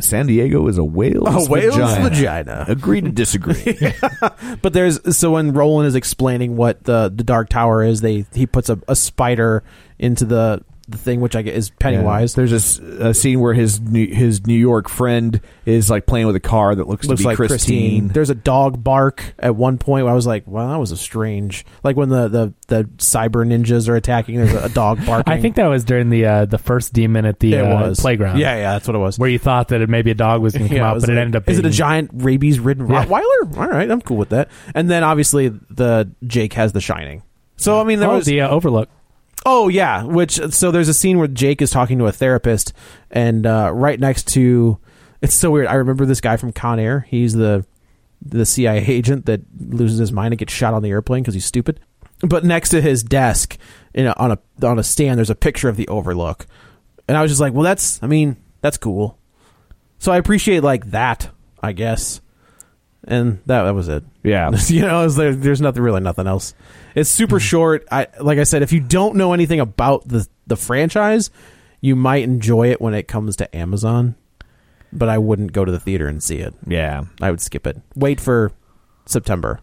Speaker 2: San Diego is a whale's
Speaker 3: A whale's
Speaker 2: vagina.
Speaker 3: vagina.
Speaker 2: Agree to disagree.
Speaker 3: But there's so when Roland is explaining what the the Dark Tower is, they he puts a, a spider into the the thing, which I get is Pennywise.
Speaker 2: There's this a scene where his new, his New York friend is like playing with a car that looks,
Speaker 3: Looks
Speaker 2: to be
Speaker 3: like Christine.
Speaker 2: Christine.
Speaker 3: There's a dog bark at one point where I was like, "Wow, that was a strange." Like when the the, the cyber ninjas are attacking, there's a, a dog barking.
Speaker 4: I think that was during the uh, the first demon at the
Speaker 3: it
Speaker 4: uh,
Speaker 3: was
Speaker 4: playground.
Speaker 3: Yeah, yeah, that's what it was.
Speaker 4: where you thought that it, maybe a dog was going to come
Speaker 3: Yeah,
Speaker 4: out,
Speaker 3: was
Speaker 4: but it
Speaker 3: like,
Speaker 4: ended up.
Speaker 3: Is it a
Speaker 4: being-
Speaker 3: giant rabies-ridden
Speaker 4: Yeah.
Speaker 3: Rottweiler? All right, I'm cool with that. And then obviously the Jake has the Shining. So I mean, there
Speaker 4: Oh,
Speaker 3: was
Speaker 4: the uh, Overlook.
Speaker 3: Oh yeah, which so there's a scene where Jake is talking to a therapist, and uh, right next to it's so weird. I remember this guy from Con Air. He's the the CIA agent that loses his mind and gets shot on the airplane because he's stupid. But next to his desk, you know, on a on a stand, there's a picture of the Overlook, and I was just like, well, that's I mean, that's cool. So I appreciate like that, I guess. And that that was it
Speaker 2: yeah,
Speaker 3: you know, it's there, there's nothing really nothing else. It's super short. I like I said, if you don't know anything about the the franchise, you might enjoy it when it comes to Amazon. But I wouldn't go to the theater and see it.
Speaker 2: yeah.
Speaker 3: I would skip it. Wait for September,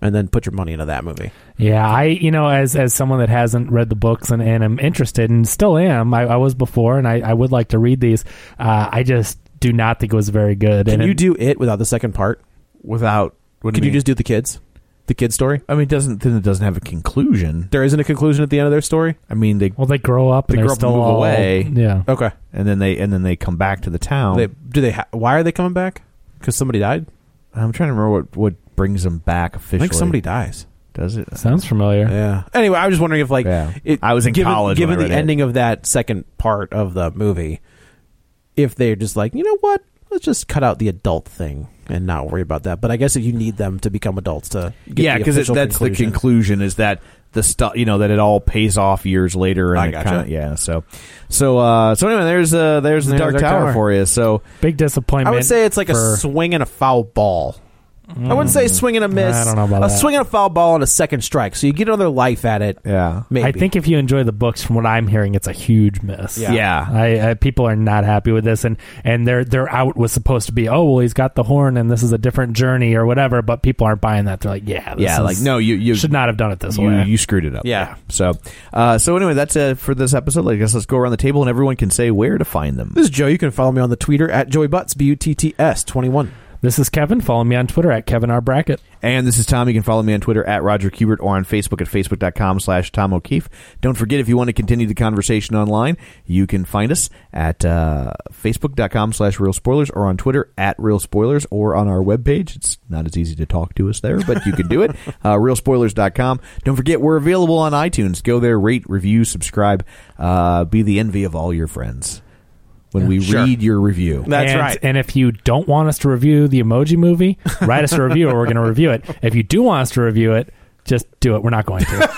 Speaker 3: and then put your money into that movie.
Speaker 4: Yeah, I you know as as someone that hasn't read the books and, and am interested and still am, I, I was before, and I, I would like to read these. Uh, I just do not think it was very good.
Speaker 3: Can
Speaker 4: and
Speaker 3: you
Speaker 4: it-
Speaker 3: do it without the second part?
Speaker 2: Without, what do
Speaker 3: Could you
Speaker 2: mean?
Speaker 3: just do the kids, the kids story?
Speaker 2: I mean, it doesn't then it doesn't have a conclusion.
Speaker 3: There isn't a conclusion at the end of their story.
Speaker 2: I mean, they
Speaker 4: Well, they grow up and
Speaker 2: They
Speaker 4: are
Speaker 2: grow up and
Speaker 4: still
Speaker 2: move
Speaker 4: all-
Speaker 2: away.
Speaker 4: Yeah,
Speaker 3: Okay.
Speaker 2: and then they and then they come back to the town.
Speaker 3: They, do they? Ha- why are they coming back? Because somebody died.
Speaker 2: I'm trying to remember what what brings them back
Speaker 3: I
Speaker 2: officially.
Speaker 3: think somebody dies.
Speaker 2: does it.
Speaker 4: sounds familiar.
Speaker 3: Yeah. Anyway, I was just wondering if like
Speaker 2: Yeah. I was in
Speaker 3: given,
Speaker 2: college when
Speaker 3: Given
Speaker 2: I
Speaker 3: the
Speaker 2: read it.
Speaker 3: ending of that second part of the movie, if they're just like, you know what, let's just cut out the adult thing and not worry about that. But I guess if you need them to become adults to get
Speaker 2: yeah,
Speaker 3: the
Speaker 2: because that's
Speaker 3: official
Speaker 2: the
Speaker 3: conclusion.
Speaker 2: conclusion is that the stuff you know that it all pays off years later. And
Speaker 3: I
Speaker 2: it
Speaker 3: gotcha.
Speaker 2: kinda- yeah. So so uh, so anyway, there's uh, there's the
Speaker 3: There's
Speaker 2: Dark,
Speaker 3: Dark
Speaker 2: Tower,
Speaker 3: Tower.
Speaker 2: for you. So
Speaker 4: Big disappointment.
Speaker 3: I would say it's like
Speaker 4: for-
Speaker 3: a swing and a foul ball. I
Speaker 2: Mm.
Speaker 3: wouldn't say swing and a miss.
Speaker 4: I don't know about
Speaker 3: a
Speaker 4: that.
Speaker 3: swing and a foul ball and a second strike. So you get another life at it.
Speaker 2: yeah,
Speaker 3: Maybe.
Speaker 4: I think if you enjoy the books, from what I'm hearing, it's a huge miss.
Speaker 2: Yeah. Yeah.
Speaker 4: I, I, people are not happy with this, and and their their out was supposed to be, oh well, he's got the horn, and this is a different journey or whatever. But people aren't buying that. They're like, yeah, this
Speaker 2: yeah.
Speaker 4: is-
Speaker 2: Like no, you you
Speaker 4: should not have done it this
Speaker 2: you,
Speaker 4: way.
Speaker 2: you screwed it up.
Speaker 3: Yeah.
Speaker 2: So uh, so anyway, that's it for this episode. I guess let's go around the table and everyone can say where to find them.
Speaker 3: this is Joe. You can follow me on the Twitter at Joey Butts B U T T S twenty one.
Speaker 4: this is Kevin. Follow me on Twitter at Kevin R Brackett.
Speaker 2: And this is Tom. You can follow me on Twitter at Roger Kubert or on Facebook at Facebook.com slash Tom O'Keefe. Don't forget, if you want to continue the conversation online, you can find us at uh, Facebook.com slash Real Spoilers or on Twitter at Real Spoilers or on our webpage. It's not as easy to talk to us there, but you can do it. Uh, RealSpoilers.com. Don't forget, we're available on iTunes. Go there, rate, review, subscribe. Uh, be the envy of all your friends when we
Speaker 3: Sure.
Speaker 2: read your review.
Speaker 3: That's
Speaker 4: and,
Speaker 3: right.
Speaker 4: And if you don't want us to review the Emoji Movie, write us a review, or we're going to review it. If you do want us to review it, just do it. We're not going to.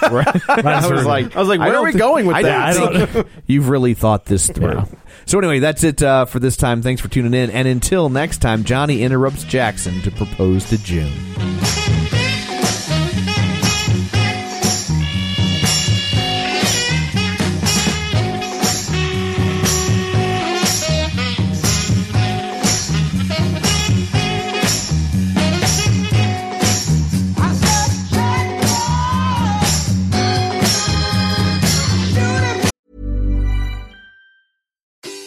Speaker 2: I was like, I was like, where are we going with
Speaker 4: that? I
Speaker 2: you've really thought this through. So anyway, that's it uh, for this time. Thanks for tuning in, and until next time, Johnny interrupts Jackson to propose to June.